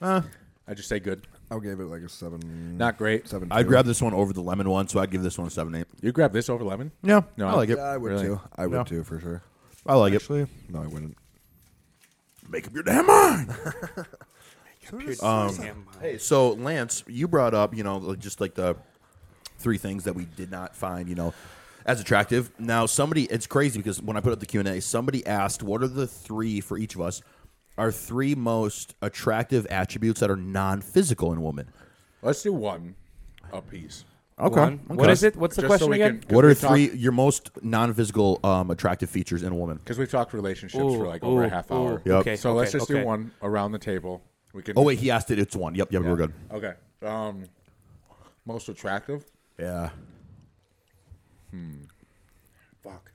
Uh,
I just say good.
I gave it like a seven.
Not great.
seven.
I'd
two.
grab this one over the lemon one, so I'd give this one a 7 8.
You grab this over lemon?
Yeah.
No,
I like it.
Yeah, I would
Really?
too. I would
No.
too for sure.
I like it.
Actually, no, I wouldn't.
Make up your damn mind.
Um,
Damn.
Hey, so Lance, you brought up, you know, like, just like the three things that we did not find, you know, as attractive. Now, somebody, it's crazy because when I put up the Q and A, somebody asked, "What are the three for each of us? Our three most attractive attributes that are non-physical in a woman?"
Let's do one a piece.
One. What is it? What's the
Just
question
so we
again?
can-
What are three your most non-physical um, attractive features in a woman?
Because we've talked relationships
Ooh,
for like over
ooh,
a half hour.
ooh. Yep. Okay,
So let's
okay,
just
okay.
do one around the table. We can.
Oh wait, he asked it. It's one. Yep, yep, we're good.
Okay. Um, Most attractive?
Yeah.
Fuck.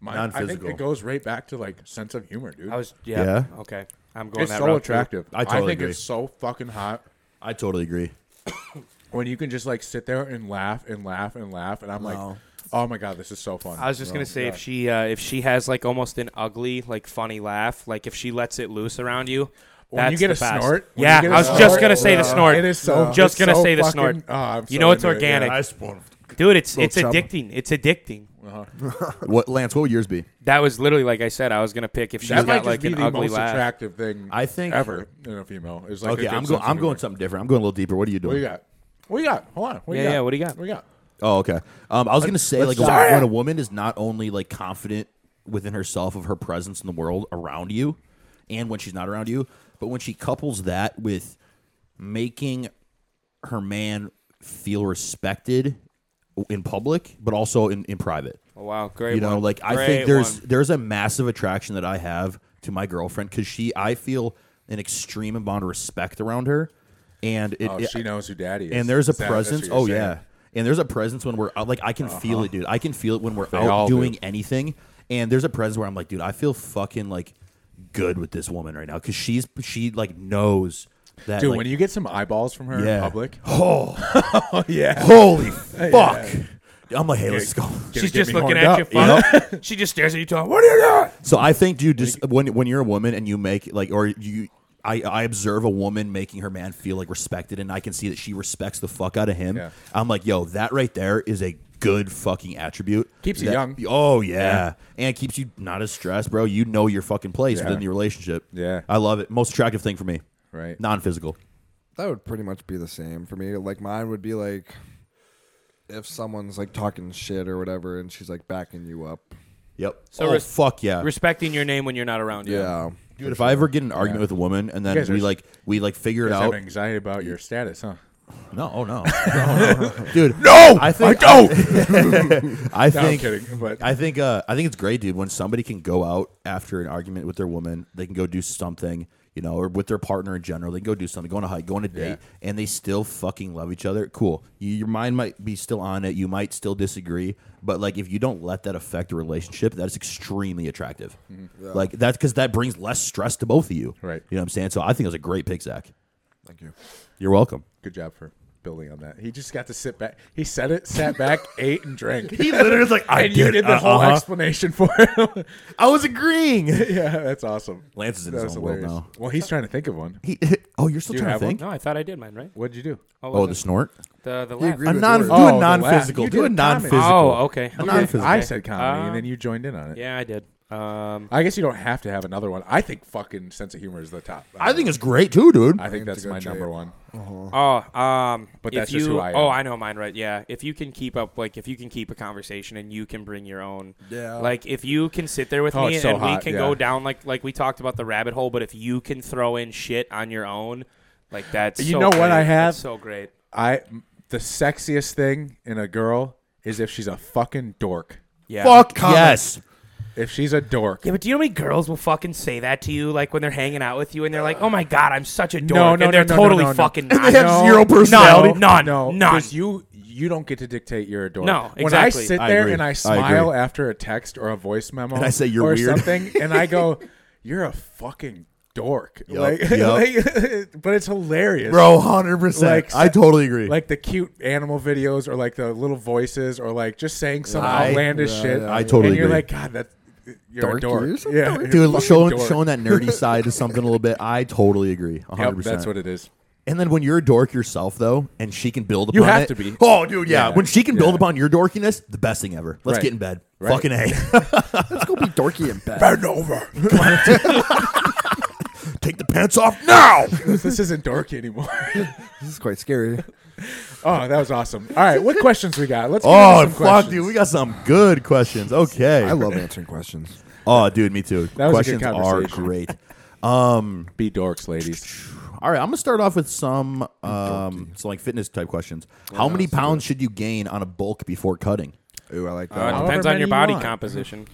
My, I
Non-physical.
think it goes right back to like sense of humor, dude.
I was yeah,
Yeah?
okay. I'm going
it's
that
so
route too.
attractive.
I totally
think
agree.
it's so fucking hot
I totally agree.
when you can just like sit there and laugh and laugh and laugh, and I'm like,
No.
oh my god, this is so fun.
I was just
Oh,
gonna say if she uh, if she has like almost an ugly like funny laugh, like if she lets it loose around you,
When you
that's
get
the
a
best.
snort- when
yeah,
you get a
I was just
snort,
gonna say the
uh,
snort.
it is so-
just
it's
gonna
so
say the
fucking-
snort.
oh, I'm
you
so
know it's
into it, yeah.
organic,
spawned.
dude. It's it's
chub.
addicting. It's addicting.
uh-huh.
What Lance? What would yours be?
That was literally like I said. I was gonna pick if she's
that might
got
just
like
be
an
the
ugly
most
laugh.
attractive thing
I think-
ever in a female. Is like a
Okay,
good
I'm
sense
going.
of
I'm
humor.
going something different. I'm going a little deeper. What are you
What do
doing?
you got? What do you got? Hold on. What do you
Yeah,
got?
yeah, what do you got?
What do you got?
Oh, okay. Um, I was gonna say like
let's
a,
start.
when a woman is not only like confident within herself of her presence in the world around you, and when she's not around you, but when she couples that with making her man feel respected in public, but also in, in private.
Oh, wow, great.
you know,
one.
like I
Great
think there's
one.
there's a massive attraction that I have to my girlfriend because she I feel an extreme amount of respect around her, and it,
Oh,
it-
she knows who daddy is.
and there's a
Is that- that's what
presence.
you're
Oh
saying? Uh-huh.
yeah, and there's a presence when we're out. Like I can feel it, dude. I can feel it when we're
all
out
do.
doing anything. And there's a presence where I'm like, dude, I feel fucking like good with this woman right now because she's she like knows that.
Dude,
like,
when you get some eyeballs from her
Yeah.
in public,
oh
yeah.
holy fuck, I'm like, hey, let's go.
She's
get
just
me
looking
horned
at
up,
you.
you
fuck. she just stares at you, talking. What are you doing?
So I think, dude, just when when you're a woman and you make like, or you, I, I observe a woman making her man feel like respected, and I can see that she respects the fuck out of him.
Yeah.
I'm like, yo, that right there is a good fucking attribute.
Keeps you
That-
young.
Oh yeah. and it keeps you not as stressed, bro. You know your fucking place
Yeah.
within your relationship.
Yeah.
I love it. Most attractive thing for me,
right?
non physical.
That would pretty much be the same for me. Like mine would be like if someone's like talking shit or whatever, and she's like backing you up.
Yep.
So
oh
res-
fuck yeah.
Respecting your name when you're not around. you.
Yeah,
Dude, if I ever get in an argument with a woman and then
guys
we
are-
like we like figure it
I have
out,
anxiety about your status, huh?
no, oh no, No, no. dude, no, I think I don't. I
No, I'm
think
kidding. But
I think uh, I think it's great, dude. When somebody can go out after an argument with their woman, they can go do something, you know, or with their partner in general. They can go do something, go on a hike, go on a date, and they still fucking love each other. Cool. You, your mind might be still on it. You might still disagree, but like if you don't let that affect the relationship, that is extremely attractive. Like that's because that brings less stress to both of you.
Right.
You know what I'm saying? So I think it was a great pick, Zach.
thank you.
You're welcome.
good job for building on that. He just got to sit back. He said it, sat back, ate, and drank.
He literally was like, I uh-huh."
and you did the whole explanation for him.
I was agreeing.
yeah, that's awesome.
Lance is in
That
his
was
own world
hilarious.
now.
Well, he's trying to think of one.
He, oh, you're still
Do you
trying
have
to
one?
think?
No, I thought I did mine right.
What did you do?
Oh, the snort.
the the
He
laugh.
agreed
A
with
non,
yours.
do
Oh,
a
the
non
laugh.
physical.
You
Do a
did a
non
comment.
physical.
Oh, okay.
A
okay.
non-physical.
I said comedy,
Um,
and then you joined in on it.
Yeah, I did. Um,
I guess you don't have to have another one. I think fucking sense of humor is the top.
I think it's great too, dude.
I think
it's a
that's
good
my
trait.
number one.
oh, um,
But
if
that's
you,
just who I am.
Oh, I know mine, right? Yeah. If you can keep up, like, if you can keep a conversation and you can bring your own,
Yeah.
Like, if you can sit there with
Oh,
me
it's so
and
hot,
we can
yeah.
go down, like, like we talked about the rabbit hole. But if you can throw in shit on your own, like that's
You
so
know what
great.
I have?
That's so great.
I the sexiest thing in a girl is if she's a fucking dork.
Yeah.
Fuck yes.
If she's a dork.
Yeah, but do you know how many girls will fucking say that to you, like when they're hanging out with you, and they're like, "Oh my god, I'm such a dork,"
No, no,
and they're
no, no,
totally
no, no.
fucking.
they
Not.
have zero personality.
None,
no,
none.
Because you you don't get to dictate your door.
No,
When I
exactly.
sit
I
there
agree.
and
I
I
agree.
smile after a text or a voice memo,
And I say, "You're
or
weird."
something, and I go, "You're a fucking dork." Like,
yup.
like- but it's hilarious,
Bro, 100%.
Like,
I totally agree.
Like the cute animal videos, or like the little voices, or like just saying some
I-
outlandish
yeah,
shit.
yeah,
I totally
And you're
agree.
like, God, that you're a
Dork,
dork.
you're some
yeah,
dork.
you're a
dude,
fucking
showing,
dork.
showing that nerdy side to something a little bit. I totally agree. 100%.
Yep, that's what it is.
and then when you're a dork yourself, though, and she can build upon
You have
it-
to be.
Oh, dude, yeah.
Yeah,
When she can build
yeah.
upon your dorkiness, the best thing ever. Let's
Right.
get in bed.
Right.
Fucking A.
Let's go be dorky and bad.
Bend over. Take the pants off now.
this isn't dorky anymore.
This is quite scary.
oh, that was awesome. All right, what questions we got? Let's get into
Oh,
some
fuck,
questions.
dude. We got some good questions. Okay.
I love answering questions.
Oh, dude, me too.
That was a
Questions
good
are
conversation.
great.
Be dorks, ladies.
All right, I'm gonna start off with some, um, so like fitness type questions. How many pounds should you gain on a bulk before cutting?
Ooh, I like that.
Uh, it
However
depends on
many
your
you
body
want.
composition.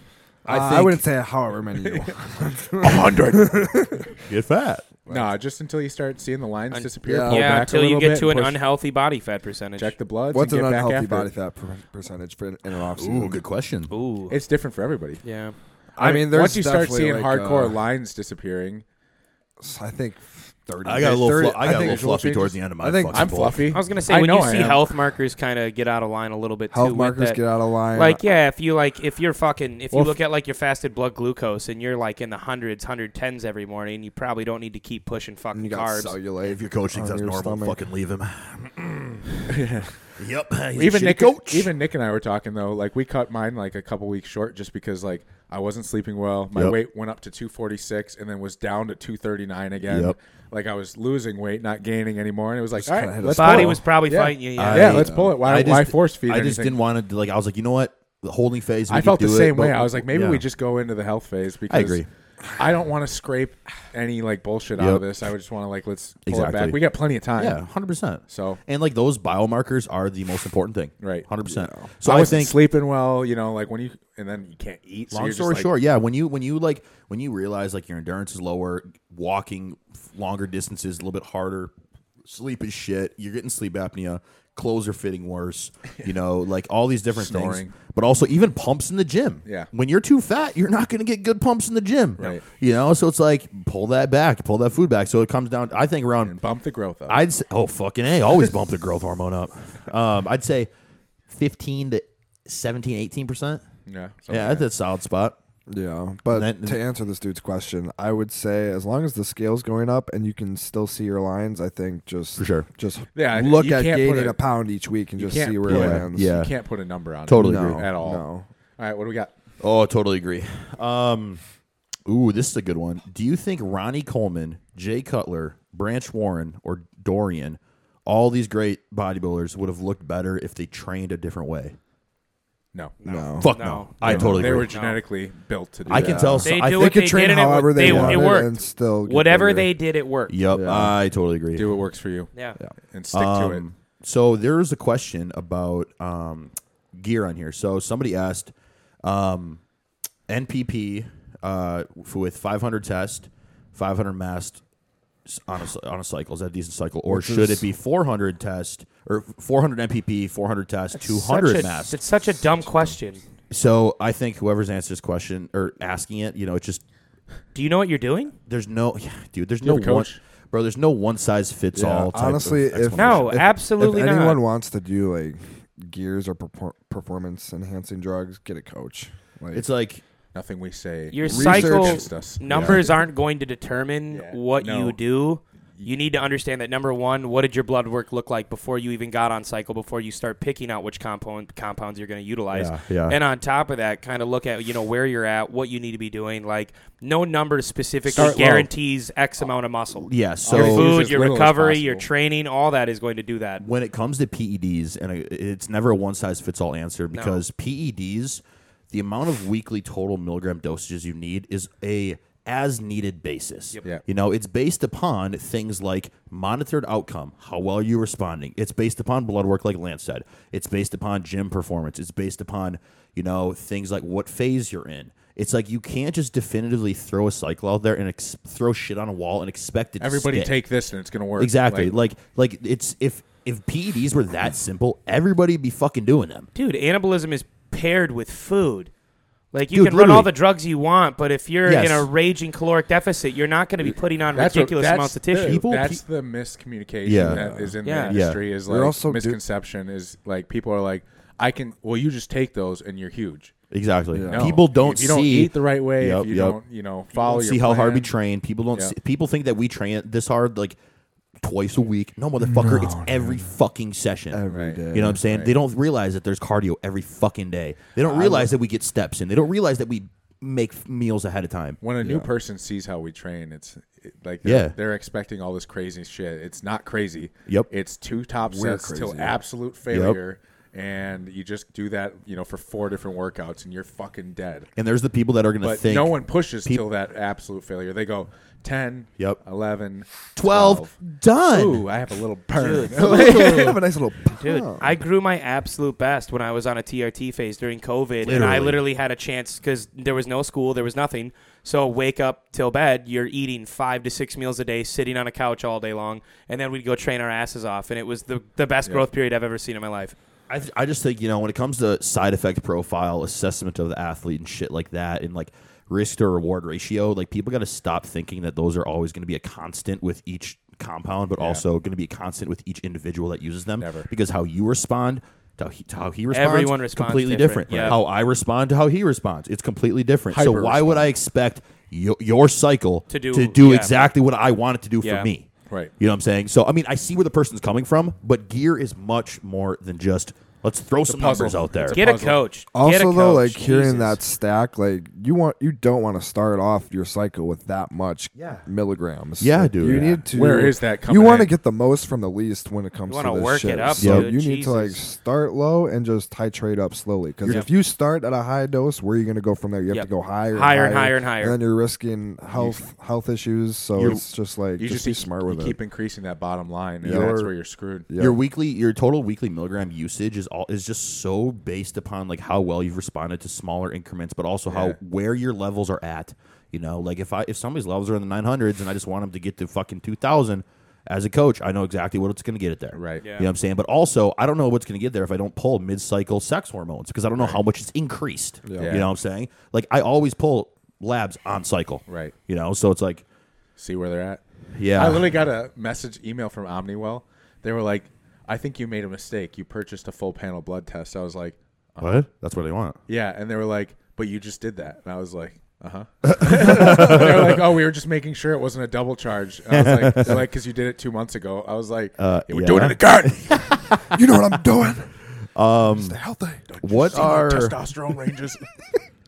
I, uh, I wouldn't say however many you want.
hundred. Get fat.
Nah, just until you start seeing the lines
Un-
disappear.
Yeah.
pull
yeah,
back a
until you
little
get
bit,
to an
push-
unhealthy body fat percentage.
Check the bloods.
What's
and
an
get back
unhealthy
after
body
it.
fat per- percentage for in, in an
Ooh,
offseason?
good question.
Ooh.
It's different for everybody.
yeah.
I mean, there's
once you start
definitely,
seeing
like,
hardcore
uh,
lines disappearing,
I think thirty.
I got a little,
30
flu- I got a
think
little fluffy
changes-
towards the end of my.
I think
fucking
I'm
bowl.
fluffy.
I was gonna say
I
when
know
you
I
see
am.
health markers kind of get out of line a little bit too.
Health
with
markers
that.
get out of line.
Like yeah, if you like if you're fucking if
Well,
you look at like your fasted blood glucose and you're like in the hundreds, hundred tens every morning, you probably don't need to keep pushing fucking
you got
carbs.
cellulite.
If your coach thinks
on
that's
your
normal,
stomach.
fucking leave him. yep. he's a shitty
even Nick,
coach.
even Nick and I were talking though. Like we cut mine like a couple weeks short just because like I wasn't sleeping well. My
Yep.
weight went up to 246 and then was down to 239 again.
Yep.
Like I was losing weight, not gaining anymore, and it was like,
Just
all
kinda
right,
hit a
let's
spot.
Body
pull.
was probably
Yeah.
fighting you. Yeah.
I-
yeah, let's pull it. Why,
I just-
why force feed?
I just
anything?
didn't want to. Like I was like, you know what? The holding phase. we
I
could
felt the
do it,
same
but-
way. I was like, maybe
yeah.
we just go into the health phase because
agree.
I don't want to scrape any like bullshit out
Yep.
of this. I would just want to like let's pull
Exactly.
it back. We got plenty of time.
Yeah, hundred percent.
So-
and like those biomarkers are the most important thing,
Right.
Hundred percent.
So
So
I,
I,
wasn't
think.
sleeping well, you know, like when you and then you can't eat. so
long
you're just
story
like-
short, yeah, when you when you like when you realize like your endurance is lower, walking f- longer distances a little bit harder, sleep is shit. You're getting sleep apnea. Clothes are fitting worse, you know, like all these different
Snoring.
things. But also, even pumps in the gym.
Yeah.
When you're too fat, you're not going to get good pumps in the gym.
Right.
You know, so it's like pull that back, pull that food back. So it comes down. I think around
and bump the growth up.
I'd say, oh fucking a, always bump the growth hormone up. Um, I'd say fifteen to 17, 18 percent.
yeah, so-
Yeah, that's a solid spot.
Yeah, but
That-
to answer this dude's question, I would say as long as the scale's going up and you can still see your lines, I think just
For sure.
just
Yeah, I-
look
you
at
can't put
gaining
a-
a, pound each week and
you
just
can't
see where
put
it
a-
lands.
yeah.
you can't put a number on
Totally
it
agree.
at all.
No.
All right, what do we got?
Oh, totally agree. Um, ooh, this is a good one. Do you think Ronnie Coleman, Jay Cutler, Branch Warren, or Dorian, all these great bodybuilders would have looked better if they trained a different way?
No,
No.
Fuck no.
No.
I
No.
totally
they
agree.
were genetically built to do.
I
that.
can tell.
They
I
do
think-
They
what
could
they
train
did and it wo-
however
they,
they,
it
wanted
worked.
and still get
Whatever
bigger.
they did, it worked.
Yep,
Yeah.
I totally agree.
do what works for you
Yeah.
and stick to it.
Um, So there's a question about um, gear on here. So somebody asked um, NPP uh, f- with 500 test, 500 mast s- on a, c- on a cycle. Is that a decent cycle? Or
Which
should
is-
it be 400 test or 400 NPP, 400 test, 200
such a,
mast?
It's such a dumb question.
So I think whoever's answered this question or asking it, you know, it just
Do you know what you're doing?
there's no yeah, dude. There's
you
no
have a
one,
coach?
bro. There's no one size fits
Yeah,
all. Type
honestly,
of
if-
explanation.
No,
If-
absolutely
if
not.
anyone wants to do like gears or perfor- performance enhancing drugs, get a coach. Like,
it's like
Nothing we say.
Your
Research
cycle
against us.
numbers aren't going to determine
Yeah.
what
No.
you do. You need to understand that number one, what did your blood work look like before you even got on cycle, before you start picking out which compound compounds you're going to utilize.
Yeah, yeah.
And on top of that, kind of look at you know where you're at, what you need to be doing. Like no number specifically
Start low.
guarantees X amount of muscle.
yeah. So
your
Use
food,
as
your
little as
recovery, your
possible.
training, all that is going to do that.
when it comes to PEDs, and it- it's never a one size fits all answer because PEDs, the amount of weekly total milligram dosages you need is a as needed basis.
Yeah.
You know, it's based upon things like monitored outcome, how well you're responding. It's based upon blood work, like Lance said. It's based upon gym performance. It's based upon, you know, things like what phase you're in. It's like you can't just definitively throw a cycle out there and ex- throw shit on a wall and expect it to
Everybody
stick.
take this and it's gonna work.
Exactly.
Like,
Like, like it's if if PEDs were that simple, everybody'd be fucking doing them.
Dude, anabolism is paired with food. Like you
Dude,
can run all
literally.
the drugs you want, but if you're
Yes.
in a raging caloric deficit, you're not going to be putting on
that's
ridiculous
what, that's
amounts of
the,
tissue.
People-
that's the miscommunication
Yeah.
that is in
Yeah.
the
Yeah.
industry. Is
We're
like
also do-
misconception is like people are like, I can. Well, you just take those and you're huge.
Exactly.
No.
People don't
if you
see
don't eat the right way.
Yep,
if you
yep.
don't, you know, follow
see
your
how hard we
plan.
train. People don't.
Yeah.
See, people think that we train this hard like twice a week. No motherfucker, it's every fucking session.
every
Right.
day.
You know what I'm saying? They don't realize that there's cardio every fucking day. They don't realize that we get steps in. They don't realize that we make f- meals ahead of time.
When a new person sees how we train, it's it, like
Yeah.
they're, they're expecting all this crazy shit. It's not crazy.
Yep.
It's two top
We're
sets till
crazy.
absolute failure, and you just do that, you know, for four different workouts, and you're fucking dead.
And there's the people that are going to
But
think
no one pushes
peop-
till that absolute failure. They go 10,
Yep.
11,
12,
12.
done.
Ooh, I have a little burn.
have a nice little
Dude,
pump.
I grew my absolute best when I was on a TRT phase during COVID, and I
Literally.
literally had a chance because there was no school, there was nothing. So wake up till bed, you're eating five to six meals a day, sitting on a couch all day long, and then we'd go train our asses off, and it was the the best growth period I've ever seen in my life.
I, th- I just think you know when it comes to side effect profile assessment of the athlete and shit like that and like risk to reward ratio like people got to stop thinking that those are always going to be a constant with each compound but also going to be a constant with each individual that uses them
Never.
because how you respond to how he, to how he responds
Everyone responds
completely
different,
different,
yeah.
how i respond to how he responds it's completely different so
Hyper
why would i expect your, your cycle
To do-
to do
yeah.
exactly what i want it to do
Yeah.
for me
Right.
you know what I'm saying? So I mean, I see where the person's coming from, but gear is much more than just let's throw some
puzzle.
numbers out there.
It's
Get a
Puzzle.
coach. Get a
Also,
coach.
though, like hearing
Jesus.
that stack, like you want, you don't want to start off your cycle with that much
Yeah.
milligrams.
Yeah,
Like,
dude.
You
Yeah.
need to.
Where is that
You
coming
want to
in?
get the most from the least when it comes
You
to
wanna
this
work it
shit.
up,
So
dude,
you need to like
Jesus.
start low and just titrate up slowly. Because if you start at a high dose, where are you going to go from there? You have
Yep.
to go higher,
Higher and
and
higher and higher.
And then you're risking health health issues. So
You're-
it's just like
You
just
just
be
keep-
smart
you
with it.
Keep increasing that bottom line, and
Yeah.
that's
Your-
where you're screwed.
Yeah.
Your weekly, your total weekly milligram usage is all is just so based upon like how well you've responded to smaller increments, but also how
Yeah.
where your levels are at. You know, like if I if somebody's levels are in the 900s and I just want them to get to fucking 2000, as a coach, I know exactly what it's going to get it there.
Right.
You know what I'm saying? But also, I don't know what's going to get there if I don't pull mid cycle sex hormones because I don't know how much it's increased.
Yeah.
You know what I'm saying? Like, I always pull labs on cycle.
Right.
You know, so it's like,
See where they're at.
yeah.
I literally got a message email from Omniwell. They were like, "I think you made a mistake. You purchased a full panel blood test." I was like,
what? That's what I want.
"Yeah," and they were like, "But you just did that," and I was like. Uh huh. they were like, "Oh, we were just making sure it wasn't a double charge." I was like, "They're like, because you did it two months ago." I was like,
Uh,
"Yeah, "We're
yeah.
doing it in the garden."
you know what I'm doing. Um, Stay healthy.
What are
testosterone ranges?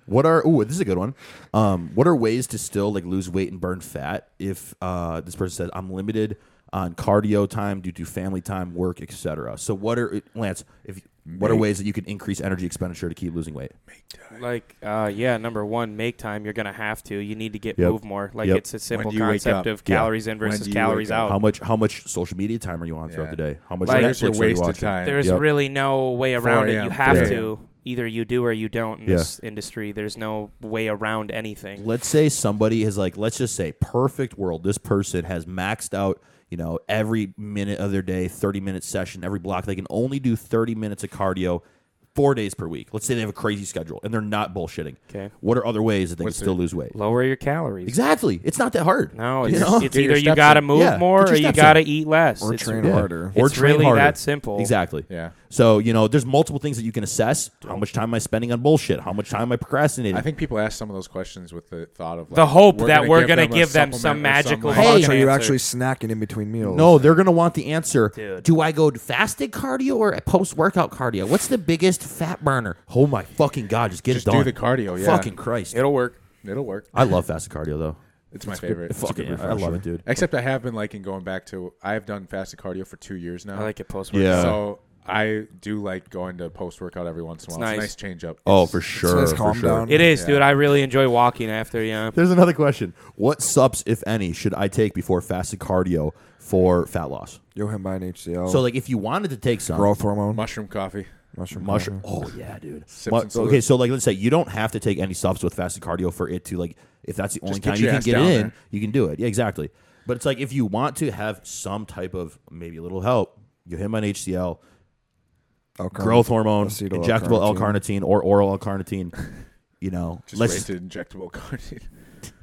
what are? Ooh, this is a good one. Um, what are ways to still like lose weight and burn fat? If uh, this person says I'm limited on cardio time due to family time, work, etc. So what are Lance? If what are ways that you can increase energy expenditure to keep losing weight?
Like, uh, yeah, number one, make time. You're gonna have to. You need to get
Yep.
move more. Like,
Yep.
it's a simple
do you wake
concept
up?
of
Yeah.
calories in
When
versus
do you
calories
wake up?
out.
How much? How much social media time are you on throughout
Yeah.
the day? How much?
Like-
Where's
Netflix
your
are you
wasted
watching?
time?
There's
Yep.
really no way around it.
4
You
a.m.
have
Yeah.
to. Either you do or you don't in
Yeah.
this industry. There's no way around anything.
Let's say somebody is like, let's just say, perfect world. This person has maxed out, you know, every minute of their day, 30 minute session, every block. They can only do 30 minutes of cardio four days per week. Let's say they have a crazy schedule and they're not bullshitting.
Okay.
What are other ways that they
What's
can still
it?
lose weight?
Lower your calories.
Exactly. It's not that hard.
No,
You
it's,
know?
Get
it's
your
either you
steps
got to
in.
move
Yeah,
more
get
or
your
you
steps
got to eat less.
Or
it's
train
Yeah.
harder.
Or
It's
train
really
harder.
that simple.
Exactly.
Yeah.
So, you know, there's multiple things that you can assess. How much time am I spending on bullshit? How much time am I procrastinating?
I think people ask some of those questions with the thought of like,
The hope that we're gonna
a
give them
supplement or
some
something
magical
like
How
Hey.
much are you
Answer.
actually snacking in between meals?
No, they're gonna want the answer.
Dude.
Do I go to fasted cardio or post workout cardio? What's the biggest fat burner? Oh my fucking god, just get
Just
it
do
done.
the cardio, yeah.
Fucking Christ.
It'll work.
It'll work.
I love fasted cardio though.
It's my favorite. It's a
Fucking,
good
I love
refresher.
it, dude.
Except I have been liking going back to. I have done fasted cardio for two years now.
I like it post
Yeah.
So I do like going to post workout every once in a while. It's a
nice.
nice change up.
Oh, for sure.
nice
for
calm
sure.
down.
It is, dude. I really enjoy walking after, yeah.
There's another question. What subs, if any, should I take before fasted cardio for fat loss?
Yo, him by an HCL.
So, like, if you wanted to take some
growth hormone,
mushroom coffee.
mushroom,
mushroom,
powder.
oh yeah, dude.
Mm-hmm. Sips
Mu-
and salute.
okay, so like, let's say you don't have to take any subs with fasted cardio for it to like. If that's the only time
get your
you can
ass
get
down
it in,
there.
you can do it. Yeah, exactly. But it's like if you want to have some type of maybe a little help, you hit on HCL,
Alkaline.
growth hormone,
Acetyl
injectable
L-carnitine.
L-carnitine or oral L-carnitine. You know,
Just
let's
wasted injectable cardio.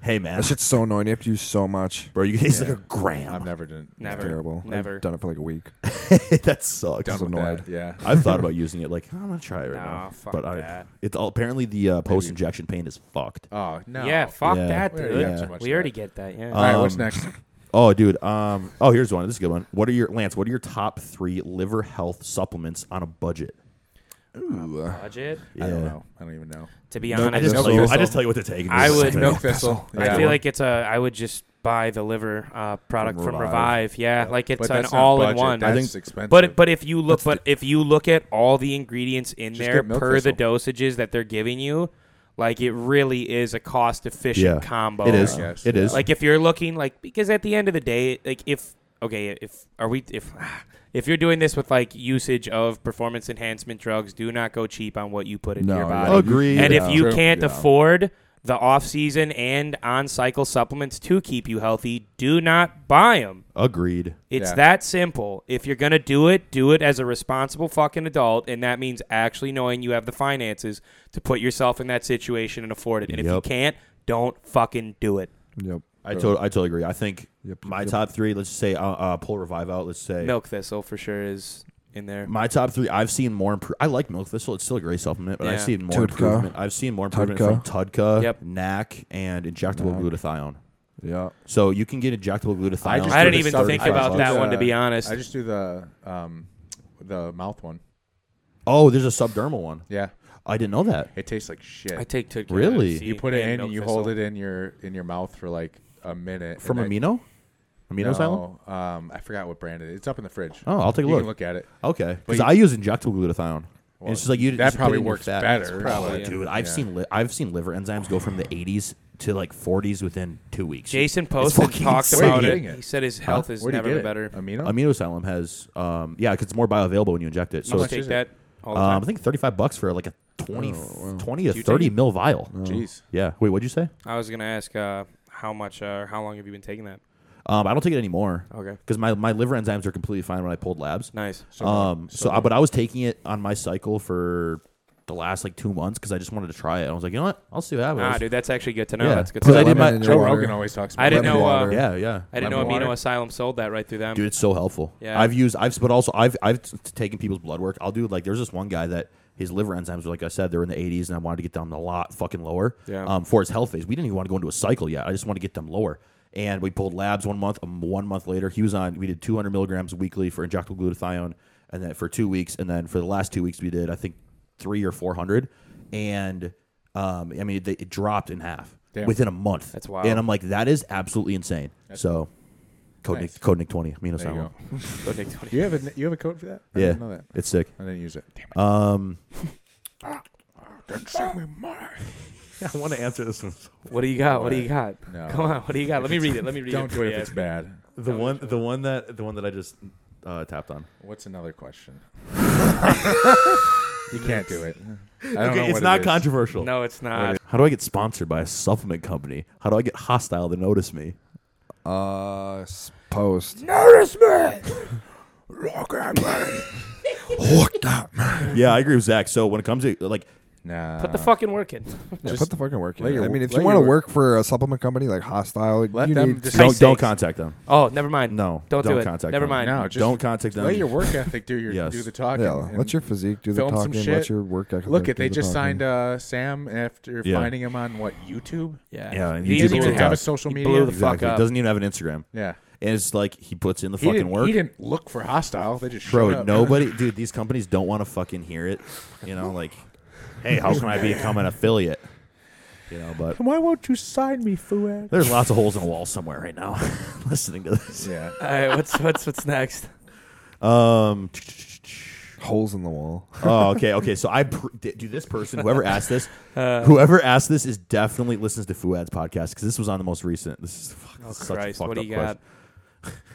hey man,
That shit's so annoying. You have to use so much.
bro, you it's like a
I've
gram.
never done.
Never.
Terrible.
Never.
I've done it for like a week.
that sucks.
Done with
annoyed.
that. Yeah.
I've thought about using it. Like I'm gonna try it right
Nah,
now,
fuck
but I,
that.
it's all, apparently the uh, post-injection pain is fucked.
Oh no.
Yeah, fuck
Yeah.
that,
We
dude.
already got too much of
We
that.
already get that, yeah.
All right. What's
Um,
next?
Oh, dude. Um. Oh, here's one. This is a good one. What are your Lance? What are your top three liver health supplements on a budget?
Budget.
I don't know. I don't even know.
To be
No,
honest,
I just,
Thistle.
tell you, I just tell you what to take.
I would-
Milk thistle.
I
Yeah.
feel like it's a. I would just buy the liver uh, product from
Revive.
Revive. Yeah, like it's
But
an
that's not budget,
all-in-one.
That's
I think-
expensive.
But but if you look
That's
but if you look at all the ingredients in
Just
there
get milk
per the
thistle.
dosages that they're giving you, like it really is a cost efficient
Yeah,
combo.
it is.
I guess.
It is.
Like if you're looking like because at the end of the day, like if okay, if are we if if you're doing this with like usage of performance enhancement drugs, do not go cheap on what you put into
No,
your
yeah.
body.
agreed.
And
Yeah.
if you
True.
can't
Yeah.
afford the off season and on cycle supplements to keep you healthy, do not buy them.
agreed.
It's
Yeah.
that simple. If you're going to do it, do it as a responsible fucking adult. And that means actually knowing you have the finances to put yourself in that situation and afford it. And if you
Yep.
can't, don't fucking do it.
Yep.
I, tot- I totally agree. I think
Yep,
my
yep.
top three. Let's say uh, uh, pull revive out. Let's say
Milk thistle for sure is in there.
my top three. I've seen more. Impro- I like milk thistle. It's still a great supplement, but I've
Yeah.
seen more
Tudka.
improvement. I've seen more improvement
Tudka.
from Tudka,
Yep.
NAC, and injectable
NAC.
glutathione.
Yeah.
So you can get injectable glutathione.
I just
I
do
didn't
the
even
stuff
think
that I
about
love.
that one, to
Uh,
be honest.
I just do the um, the mouth one.
Oh, there's a subdermal one.
Yeah,
I didn't know that.
it tastes like shit.
I take Tud
Really?
you put it in, and you hold it in your in your mouth for like a minute.
From
and
amino, amino
then,
Xylem?
no, um, I forgot what brand it is. It's up in the fridge.
Oh, I'll take a
you
look.
can look at it.
Okay,
But
because
you-
I use injectable glutathione. and
Well,
it's just like you.
that
just put
probably
it in your
works
fat.
better.
It's probably,
Yeah.
dude. I've
Yeah.
seen li- I've seen liver enzymes go from the 80s to like 40s within two weeks.
Jason Poston
fucking
talked
insane.
Where are
about
you
it.
getting it?
He said his health has
Where'd you
never
get
been
it?
better.
Amino.
Aminosalem has, um, yeah, 'cause it's more bioavailable when you inject it.
So
So
you
it's,
much
take
is it?
that all the
um,
time.
I think 35 bucks for like a 20,
Oh, wow.
20 to
Do you
30
take it?
mil vial.
Jeez.
Yeah. Wait, what'd you say?
I was gonna ask uh, how much, uh, how long have you been taking that?
Um, I don't take it anymore
Okay,
because my, my liver enzymes are completely fine when I pulled labs.
nice.
So,
um, so, I,
good.
but I was taking it on my cycle for the last like two months because I just wanted to try it. I was like, you know what? I'll see what happens.
Ah, dude, that's actually good to know.
Yeah.
That's good. To
Because
know.
I did
Lemon
my-
in
Joe
your water.
Rogan always talks. about
I didn't
lemon
know. Uh,
water.
Yeah, yeah.
I didn't know
Lemon
Amino
water.
Asylum sold that right through them.
Dude, it's so helpful.
Yeah.
I've used I've but also I've I've t- taken people's blood work. I'll do like there's this one guy that his liver enzymes were like I said they're in the 80s and I wanted to get them a lot fucking lower.
Yeah.
Um, for his health phase, we didn't even want to go into a cycle yet. I just want to get them lower. And we pulled labs one month. Um, one month later, he was on. We did 200 milligrams weekly for injectable glutathione, and then for two weeks, and then for the last two weeks we did I think three or 400, and um, I mean they, it dropped in half
Damn.
within a month.
That's wild.
And I'm like, that is absolutely insane. so, code
Nice.
nick, code nick 20
uh,
amino
There you
salmon.
go.
Go take 20.
Do you have a you have a code for that? I
Yeah,
didn't know that.
it's sick.
I didn't use it. Damn it.
Um,
Don't show me more.
I want to answer this one.
What do you got? What do you got?
No.
Come on, what do you got? Let me read it. Let me read it.
Don't do
for
it
you.
if it's bad.
The one, the one that, the one that I just uh, tapped on.
What's another question? you can't do it. I don't know
Okay,
what
it's
it
not
is.
controversial.
No, it's not.
How do I get sponsored by a supplement company? How do I get hostile to notice me?
Uh, s- post.
yeah, I agree with Zach. So when it comes to like,
Nah.
Put the fucking work in.
Yeah,
Just
put the fucking work in.
let your-
I mean, if
let
you want to
your-
work for a supplement company like Hostile,
Let
you
them
need
decide.
High
don't don't
stakes.
contact them.
Oh, never mind.
No,
Don't do
don't
it.
contact
Never
them.
mind.
No, just
don't contact them.
Let your work ethic do your
Yes.
do the talking.
Yeah,
and
let your physique do the
film some
talking.
shit.
Let your work ethic
look
do
at. They
the
just
talking.
signed uh, Sam after
Yeah.
finding him on what YouTube.
Yeah.
Yeah, and
He
you
He didn't
He's
even
a
have a
TikTok.
social
He
media.
blew the fuck
Exactly.
up.
Doesn't even have an Instagram.
Yeah.
And it's like he puts in the
He
fucking
didn't,
work.
He didn't look for hostile. They just showed
Bro,
up.
nobody, dude, these companies don't want to fucking hear it. You know, like, hey, how can I become an affiliate? You know, but
Why won't you sign me, Fuad?
there's lots of holes in the wall somewhere right now listening to this.
Yeah.
All right, what's what's what's next?
Um,
holes in the wall.
oh, okay, okay. So I, pr- d- dude, this person, whoever asked this, whoever asked this is definitely listens to Fuad's podcast because this was on the most recent. This is fuck,
Oh
this is such
Christ,
a fucked
what do
up
you
question.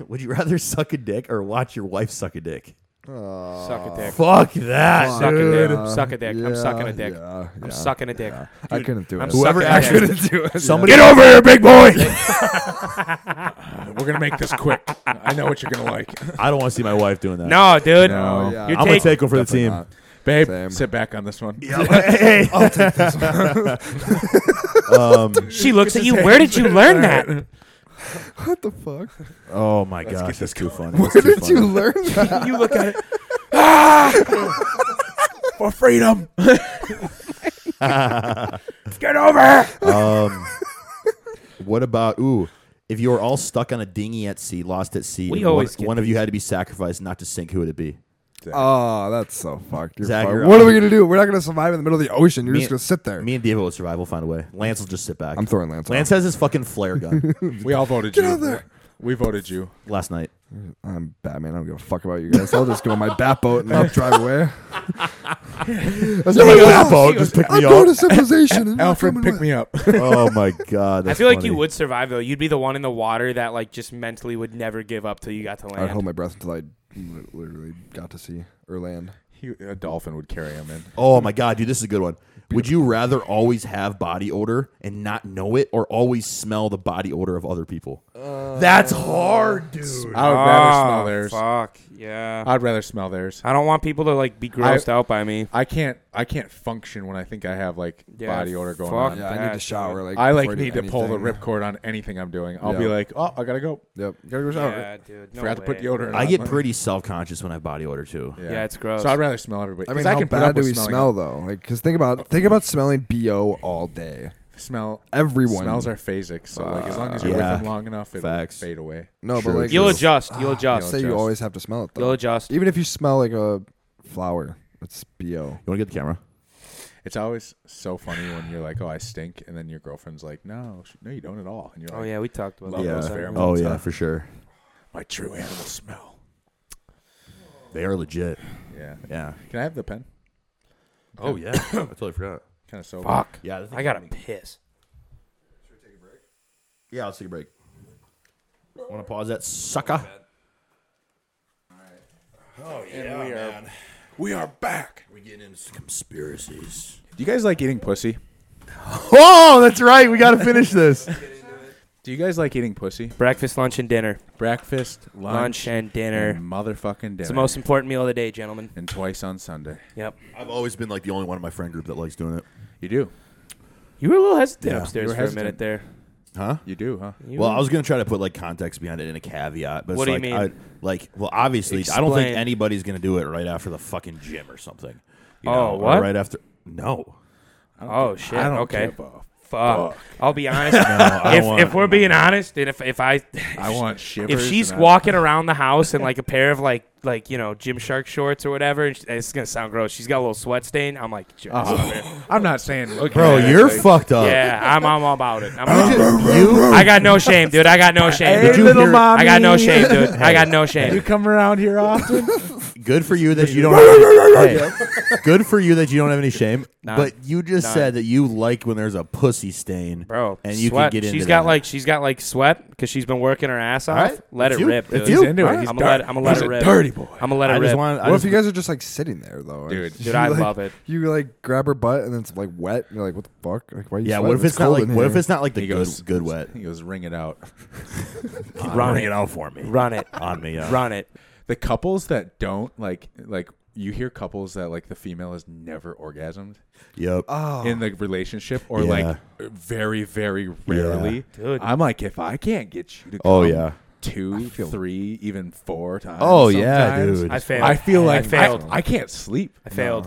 Would you rather suck a dick or watch your wife suck a dick?
got? Suck
Uh,
a dick.
Fuck that.
Suck a dick.
Yeah,
Suck a dick. I'm sucking a dick.
yeah,
I'm
yeah.
sucking a dick.
I couldn't do
I'm
it.
sucking
Whoever
a
asked
dick.
Somebody
over here, big boy. We're gonna make this quick. I know what you're gonna like,
I don't want to see my wife doing that.
No, dude.
No.
Oh, Yeah,
You're
I'm gonna
taking.
take him for the
Definitely
team.
not.
babe.
Same.
Sit back on this one.
She looks at you. Where did you learn that?
What the fuck?
Oh my
get
gosh,
this
that's too funny.
Where
That's too
did you
funny.
learn that?
You look at it.
For freedom.
Get over. here.
What about ooh? If you were all stuck on a dinghy at sea, lost at sea,
We
and
always
one,
get
one of you had to be sacrificed not to sink, who would it be?
thing.
Oh, that's so fucked. You're
Zach,
fucked.
you're
what are
up.
we gonna do? We're not gonna survive in the middle of the ocean. You're
Me-
just gonna sit there.
Me and Devo will survive. We'll find a way. Lance will just sit back.
I'm throwing Lance.
Lance has his fucking flare gun.
Um, we all voted
Get
you.
out of there.
We voted you.
last night.
off. I'm Batman. I don't give a fuck about you guys. I'll just go in my bat boat and I'll drive away. That's
my
what
bat
I'll
boat,
do.
just pick
I'll
me
go
up.
to civilization. and
Alfred,
come
pick
away.
me up.
Oh my god!
I
that's
feel like you
funny.
would survive though. You'd be the one in the water that like just mentally would never give up till you got to
I would
land.
hold my breath until I li- literally got to sea or land.
He, a dolphin would carry him in.
Oh my god, dude, this is a good one. Would you rather always have body odor and not know it, or always smell the body odor of other people? That's hard, dude.
I would rather smell
Oh,
theirs.
Fuck yeah.
I'd rather smell theirs.
I don't want people to like be grossed out by me.
I can't. I can't function when I think I have like
Yeah,
body odor going
fuck.
on.
Yeah, I
Bad
need to shower. Like
I like
before do
need to pull the
anything.
ripcord on anything I'm doing. I'll be
Yeah.
like, oh, I gotta go.
Yep.
Gotta go shower.
Yeah, dude. No
Forgot to put
way.
deodorant.
I
on.
get pretty self conscious when I have body odor too.
Yeah. it's gross.
So I'd rather smell everybody.
I mean,
'Cause I
how
can put
bad
up
do
with
we
smelling
smell though? Like, cause think about think about smelling bo all day.
Smell.
Everyone
smells are phasic. So like, as long as you're
Yeah.
with them long enough, it'll
Facts.
fade away.
No,
True,
but like
You'll
true.
adjust. You'll adjust.
say you
adjust.
always have to smell it
You'll
though.
adjust.
Even if you smell like a flower, it's bo.
You want to get the camera?
It's always so funny when you're like, oh, I stink, and then your girlfriend's like, no, sh- no, you don't at all, and you're
Oh
like,
yeah, we talked about
Love
that.
those
Yeah.
pheromones,
Oh
huh?
yeah, for sure.
my true animal smell.
They are legit.
Yeah.
Yeah.
Can I have the pen?
Oh yeah. I totally forgot.
Kind of sober.
Fuck.
Yeah. that thing-
I gotta piss.
Yeah, let's take a break. Want to pause that sucker?
we are. We are back.
We're getting into some conspiracies.
Do you guys like eating pussy?
Oh, that's right. We got to finish this.
Do you guys like eating pussy?
Breakfast, lunch, and dinner.
Breakfast, lunch,
Lunch and dinner.
and motherfucking dinner.
It's the most important meal of the day, gentlemen.
and twice on Sunday.
Yep.
I've always been like the only one in my friend group that likes doing it.
You do.
You were a little hesitant
Yeah,
upstairs
you were
for a
hesitant.
minute there.
Huh?
You do, huh?
You
Well,
were-
I was gonna try to put like context behind it in a caveat, but it's
What do you
like,
mean?
I, like, well, obviously, I don't think
Explain.
anybody's gonna do it right after the fucking gym or something. You
Oh,
know, or
what?
Right after? No.
oh shit.
I don't
okay.
give a
Fuck.
fuck.
I'll be honest.
I don't wanna-
if, if we're being honest, and if if I
I want shivers.
if she's
and I-
walking around the house in like a pair of like like you know Gymshark shorts or whatever, and she, it's gonna sound gross. She's got a little sweat stain. I'm like, "Sure,
Uh-huh.
it's okay."
I'm not saying, look
Bro,
at it,
you're
like-
fucked up.
yeah, I'm I'm all about it. I'm like,
You,
I got no shame, dude. I got no shame.
Did
dude.
you
little
hear-
mom.
I got no shame, dude. I got no
You
shame.
come around here often?
good for you that you don't. Have any, hey, good for you that you don't have any shame.
None.
But you just
None.
said that you like when there's a pussy stain,
Bro,
and you
sweat.
can get into.
she's got
that.
like she's got like sweat because she's been working her ass off.
right.
Let
It's
it
you.
rip,
It's
dude.
you.
He's into it.
Alright.
He's
I'm
dark.
gonna let I'm gonna let
He's
it
a
rip.
dirty boy.
I'm gonna let
I
it
just
rip.
want. I
What if
just-
you guys are just like sitting there though?
Dude.
Dude, I
like-
love it.
You like grab her butt and it's like wet. And you're like, what the fuck? Like, why are you?
yeah.
sweating?
What if it's, not
cold
like?
in
What if
here."
it's not like the
He
good,
goes-
good wet?
He goes, ring it out.
Run
Bring
it.
it out for me.
Run it.
on me. Yeah.
Run it.
The couples that don't, like, like, you hear couples that, like, the female has never orgasmed
Yep.
in the relationship or,
Oh. Yeah.
like, very, very rarely.
Dude.
I'm like, if I can't get you to come
Oh, yeah.
two, three, even four times.
Oh, yeah,
sometimes,
dude.
I failed.
I feel like
I failed.
I, can't sleep.
I failed.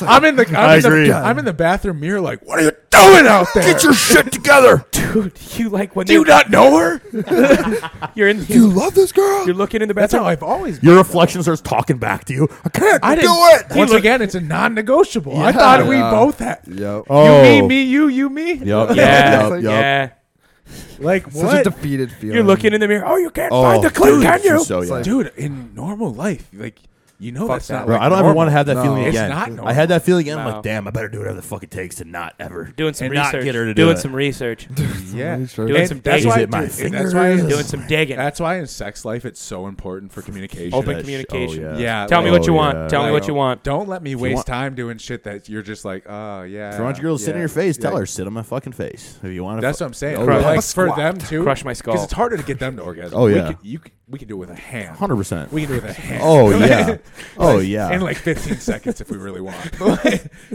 I'm in the. I'm
I
in the-
agree.
I'm in the bathroom mirror, like, what are you doing out there?
Get your shit together.
Dude, you like when
Do you
you
not know her?
you're in
You love this girl?
you're looking in the
That's
bathroom.
how I've always. Been.
Your reflection starts talking back to you. I can't
I
do
didn't
it.
Once
looked-
again, it's a non-negotiable. I thought we
Yeah.
both had.
Yep.
Oh.
You me, me, you, you, me.
Yep.
Yeah,
Yep. Yep.
yeah.
Like
Such
what?
a defeated feeling.
You're looking in the mirror. Oh, you can't
Oh,
find the clue,
dude,
can you?
So yeah.
dude, in normal life, like you know, that's
that.
not.
Bro,
like
I don't ever
normal.
want to have that
No.
feeling
It's
again.
not normal.
I had that feeling again. I'm
No.
like, damn, I better do whatever the fuck it takes to not ever
doing some
and
research.
Not get her to do
doing
it.
some research.
Yeah,
Sure.
Doing
And
some
that's
digging.
why,
Is it my
dude, and that's why
fingers?
doing some digging.
That's why in sex life it's so important for communication.
Open
That sh-
communication.
oh,
Yeah,
Tell me
like-
what you
Oh,
want.
yeah.
Tell me what you want.
Don't let me waste
want-
time doing shit that you're just like, oh yeah.
If you want your girl to sit in
yeah,
your face, tell
yeah."
her sit on my fucking face. If you want to,
That's what I'm saying.
Oh,
But,
yeah.
like, for
Squat.
them too,
Crush my skull.
Because it's harder to get them to orgasm.
Oh,
We
yeah.
could- you could, we could do it with a hand.
hundred percent.
We can do it with a hand.
Oh yeah. Oh yeah.
In like 15 seconds, if we really want.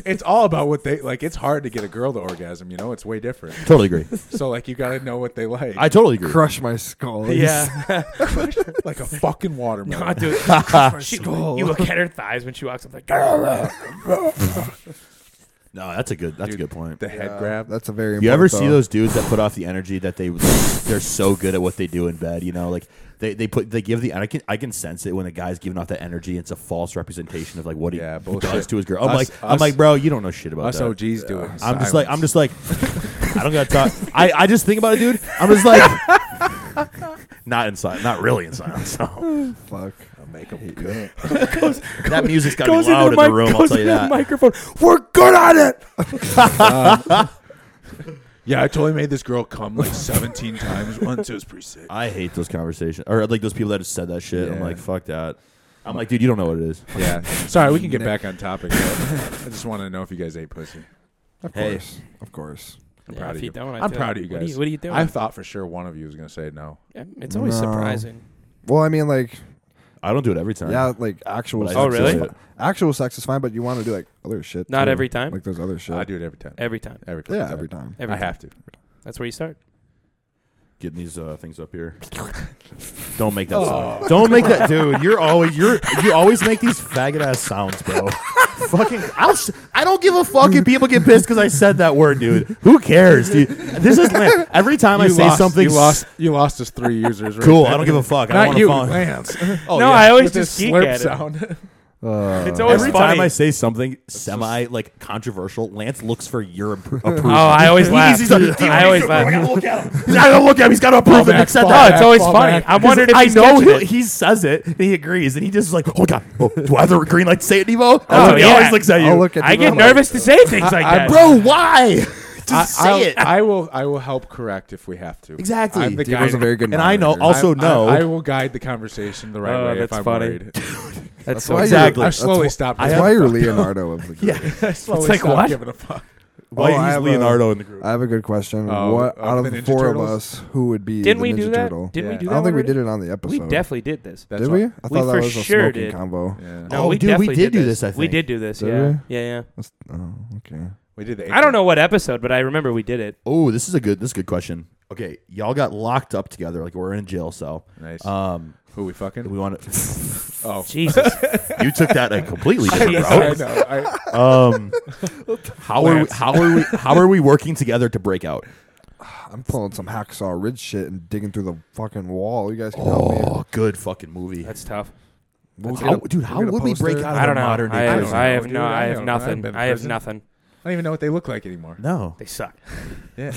it's all about what they like. It's hard to get a girl to orgasm. You know, it's way different.
totally agree.
So like, you gotta know what they like.
I totally agree.
Crush my skull.
Yeah.
like a fucking watermelon.
Oh, dude. She- you look at her thighs when she walks up like
No, that's a good. That's a good point.
The head grab.
That's a very.
You ever
important
see
thought.
those dudes that put off the energy that they they're so good at what they do in bed? You know, like they, they put they give the I can I can sense it when the guy's giving off that energy. It's a false representation of like what he
Yeah,
does
bullshit.
to his girl. I'm
Us-
like I'm
us-
like bro, you don't know shit about
Us
that.
OGs do it. in
I'm just like I'm
silence.
just like I don't gotta talk. I, I just think about it, dude. I'm just like not in silence, not really in silence. So.
Fuck.
That music's gotta be loud in the,
mic-
room. I'll
goes
tell you
into the
that.
microphone.
We're good at it.
Yeah, I totally made this girl come like 17 times once. It was pretty sick.
I hate those conversations or like those people that have said that shit. I'm
Yeah.
like fuck that. I'm like dude, you don't know what it is.
Yeah. Sorry, we can get back on topic. though. I just want to know if you guys ate pussy.
Of
Hey.
course. Of course.
I'm
Yeah,
proud
if
of
you
you.
don't, I
I'm
do.
proud of you
What
guys.
are you- what are you doing?
I thought for sure one of you was gonna say no.
Yeah, It's always
No.
surprising.
Well, I mean, like,
I don't do it every time.
yeah, like actual.
But I
Sex
Oh,
do
is
really?
it.
fi- actual sex is fine, but you want to do like other shit.
Not
too.
every time.
Like those other shit.
I do it every time.
Every time.
Every fucking
Yeah,
time.
every time.
Every
I
time.
have to.
That's where you start.
getting these uh, things up here. Don't make that sound. Oh, Don't make that, dude. You're always you're you always make these faggot ass sounds, bro. fucking, I'll s- I don't give a fuck if people get pissed because I said that word, dude. Who cares, dude? This is Lance. every time I
You
say
lost-
something.
You
s-
lost. You lost us three users. right
Cool.
there.
I don't give a fuck. I
Not
don't
you,
want to
Lance.
follow.
no,
yeah.
I always
With this
just geek
slurp
at it.
sound.
Uh,
It's always
Every
funny.
time I say something semi like controversial, Lance looks for your appro- approval.
oh, I always laugh.
He's- he's like, "Dude,
I always laugh.
gotta look at him. I gotta look at him. He's gotta approve that Nick said
Oh,
that.
it's always
fall
funny.
back.
I'm wondering if
I
he's
know
catching
he,
it.
he says it, and he agrees, and he just is like, oh god, oh, do I have the green light to say it, Devo? That's
Oh,
what he
yeah.
always looks at you.
I'll look at
I
the
get
room, like,
nervous to say things like
I-
that.
Bro, why? just say
I'll-
it.
I will. I will help correct if we have to.
Exactly.
I'm the
Dude,
guy.
was a very good
and I know,
monitor.
also
I'm- I-
know.
I, will guide the conversation the right
Oh,
way
that's
if I'm
funny.
worried.
that's
why
so
you're-
Exactly.
I
That's
slowly
wh-
stopped.
That's why you're Leonardo of the group.
yeah.
I slowly
It's like,
stopped
what?
giving a fuck.
Why
Oh, I
he's
have
Leonardo
a-
in the group?
I have a good question.
Oh,
what
of
out of
the
the,
Ninja
four
Turtles?
of us, who would be
Didn't
the
we
Ninja
do that?
Turtle?
Didn't we
Yeah.
do
I
that?
don't think we
already?
did it on the episode.
We definitely did this.
That's
did
why-
we? I
We
thought
for
that was a
sure
smoking
did.
combo.
Yeah.
No,
Oh,
we
dude, we
definitely
did do
this.
this, I
We
think.
did do this.
Did
yeah,
we?
yeah,
That's- oh, okay.
We did the
yeah. I don't know what episode, but I remember we did it.
Oh, this is a good. This is a good question. Okay, y'all got locked up together, like we're in a jail cell.
Nice.
Uh,
Um,
Who we fucking?
we want to.
oh.
Jesus,
you took that a completely different
Jesus.
route.
I know. I,
Um, how are we,
Lance.
how are we how are we working together to break out?
I'm pulling some hacksaw ridge shit and digging through the fucking wall. You guys can help me.
Oh, good fucking movie.
that's tough.
We'll
How-
get a-
dude,
we'll
how
get a
would we break
poster.
out of
I don't know.
the modern day
I have,
prison?
I have
Dude, I
no. I
don't know. I
have
haven't
nothing.
been to
I have
prison.
nothing.
I don't even know what they look like anymore.
No.
They suck.
Yeah.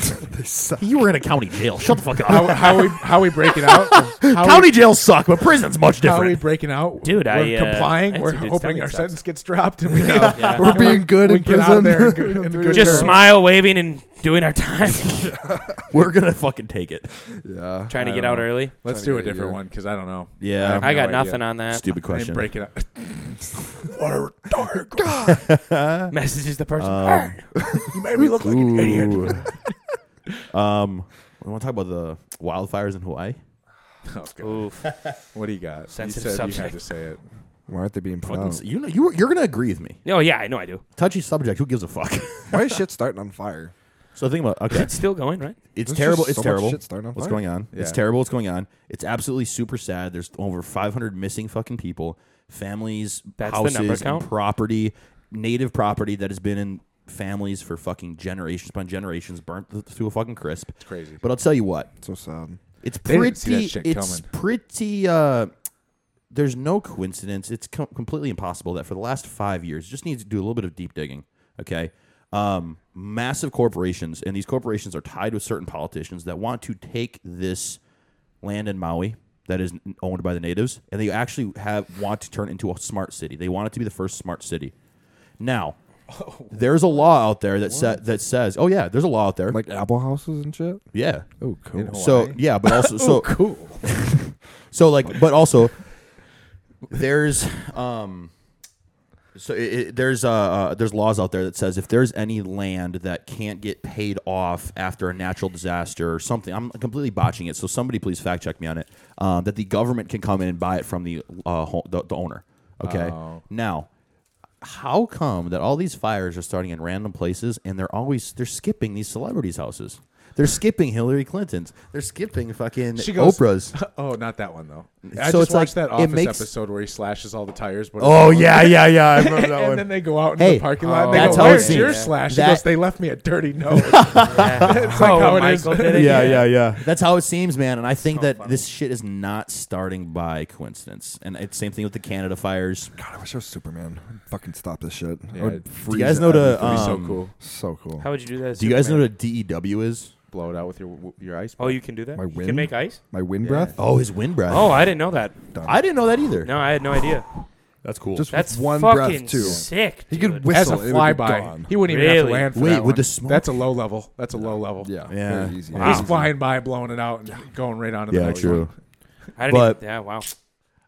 You were in a county jail. Shut the fuck up.
how, how we how we breaking out? How
county
we,
jails suck, but prison's much
how we
different.
breaking out?
Dude,
we're
I, uh,
complying.
I
we're
had some dudes
hoping
stomach
our
sucks.
sentence gets dropped, and we go.
Yeah.
We're being good
we
in
get out of
prison.
there. in good- in good
Just
terms.
smile, waving, and doing our time.
We're gonna fucking take it.
yeah.
Trying to
I
get
don't
out
know.
early.
Let's
Trying
do
to
a
get
different
you.
one because I don't know.
Yeah.
I got
no idea.
nothing on that.
Stupid question.
I'm breaking up.
Messages the person.
Um,
You made me look like an idiot.
Ooh. um, we want to talk about the wildfires in Hawaii.
Oh, God.
Oof.
What do you got?
Sensitive
you said you
subject.
had to say it.
Why aren't they being put
Fucking,
out?
s- you know, you you're gonna agree with me.
Oh yeah, I know I do.
Touchy subject. Who gives a fuck?
Why is shit starting on fire?
so think about okay.
It's still going, right?
It's
There's
terrible.
just
It's
so much
terrible.
shit starting on
What's
fire.
going on? It's
Yeah.
terrible. What's going on? It's absolutely super sad. There's over 500 missing fucking people, families,
That's the
houses,
number count?
and property, native property that has been in families for fucking generations upon generations, burnt th- to a fucking crisp. It's
crazy.
But I'll tell you what,
So sad.
it's
They didn't see that
pretty.
shit
It's
coming.
pretty. Uh, there's no coincidence. It's com- completely impossible that for the last five years, just needs to do a little bit of deep digging. Okay, um, massive corporations, and these corporations are tied with certain politicians that want to take this land in Maui that is n- owned by the natives, and they actually have want to turn into a smart city. They want it to be the first smart city. Now, there's a law out there that sa- that says, oh yeah, there's a law out there.
Like apple houses and shit?
yeah.
Oh, cool.
So yeah, but also so
Cool.
so like, but also, there's um, so it, it, there's uh, uh there's laws out there that says if there's any land that can't get paid off after a natural disaster or something, I'm completely botching it. So somebody please fact check me on it. Um, uh, that the government can come in and buy it from the uh ho- the, the owner. Okay. Now, how come that all these fires are starting in random places and they're always they're skipping these celebrities' houses? They're skipping Hillary Clinton's. They're skipping fucking
She goes-
Oprah's.
Oh, not that one though. I
So
just
it's like-
watched that
it
Office
makes-
episode where he slashes all the tires. But
Oh yeah, yeah, yeah. I remember that
and
one.
then they go out into
Hey,
the parking lot.
oh,
and they
that's
go,
how it
"Where's your
seems.
slash?"
That-
he goes, "They left me a dirty note."
it's like
how it is.
Oh, Michael did it.
yeah, yeah, yeah.
That's how it seems, man. And I think that this shit is not starting by coincidence. And it's same thing with the Canada fires.
God, I wish I was Superman. I'd fucking stop this shit. I
Yeah,
would
do you
freeze
guys
it.
know the,
That'd
That'd
Um,
be so cool.
be so cool.
How would you do that? as
Do you guys know
Superman?
what a DEW is?
Blow it out with your your ice.
Oh, you can do that.
My
you can
wind?
make ice.
My wind
Yeah.
breath.
Oh, his wind breath.
Oh, I didn't know that.
I didn't know that either.
No, I had no idea.
That's cool.
Just
That's
with one
fucking
breath too.
sick.
He
dude.
could
As
whistle.
a
it would be
flyby,
gone.
he wouldn't even have to
Really?
land for
Wait,
that
with
one.
the smoke?
That's a low level. That's a low level.
Yeah.
Yeah.
Very easy.
Wow.
He's
Wow.
flying by, blowing it out, and going right onto the
yeah,
belly
true.
button.
I didn't
but-
even, yeah, wow.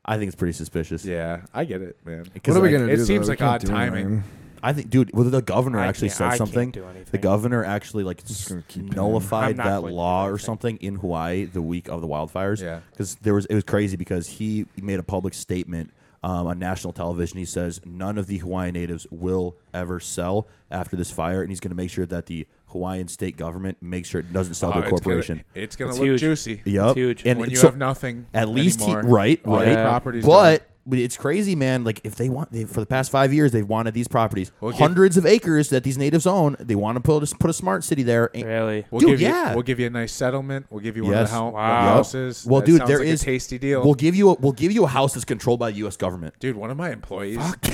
I think it's pretty suspicious.
Yeah, I get it, man.
What are we
like,
gonna
it
do?
seems
though? We
like
can't
odd
do
timing.
anything.
I think, dude, well, the governor
I
actually
can't-
said
I can't
something.
do anything.
The governor actually like s-
gonna keep it in.
nullified
I'm not
that
going to do
law or
anything.
something in Hawaii the week of the wildfires.
Yeah.
because there was it was crazy because he made a public statement um, on national television. He says none of the Hawaiian natives will ever sell after this fire, and he's going to make sure that the Hawaiian state government makes sure it doesn't sell
Oh,
to a corporation.
It's gonna, it's gonna
It's
look
Uh, huge.
juicy.
Yep,
huge.
And
When you
so-
have nothing,
at least he,
anymore,
right,
all
right.
your
Yeah.
properties
but
gone.
but it's crazy, man. Like if they want, they, for the past five years, they've wanted these properties,
We'll give-
hundreds of acres that these natives own. They want to put a, put a smart city there. And-
Really?
We'll
Dude,
give
yeah.
You, we'll give you a nice settlement. We'll give you one
Yes.
of the, hou- the
Wow.
houses.
Well,
That
dude,
sounds
there
like
is
a tasty deal.
We'll give you a we'll give you a house that's controlled by the U.S. government.
dude, one of my employees.
That, dude.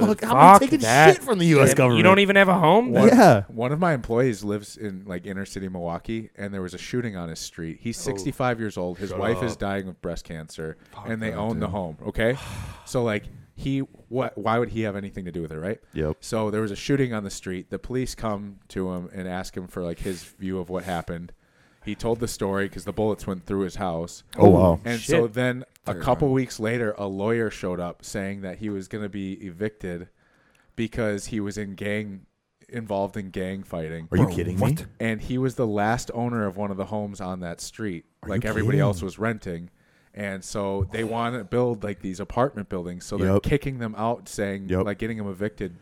Fuck, how am I
Fuck
taking
that.
shit from the U.S.
You-
government?
You don't even have a home?
What? Yeah.
One of my employees lives in like inner city Milwaukee, and there was a shooting on his street. He's
Oh,
65 years old. His wife is dying of breast cancer, and they own the home. Okay, so like he, what? Why would he have anything to do with it, right?
Yep.
So there was a shooting on the street. The police come to him and ask him for like his view of what happened. He told the story because the bullets went through his house.
Oh, wow.
And
Shit.
so then a couple weeks later, a lawyer showed up saying that he was going to be evicted because he was in gang involved in gang fighting.
Are you kidding me?
And he was the last owner of one of the homes on that street. like
you
everybody
kidding?
else was renting. And so they want to build like these apartment buildings. So they're
Yep.
kicking them out, saying
Yep.
like getting them evicted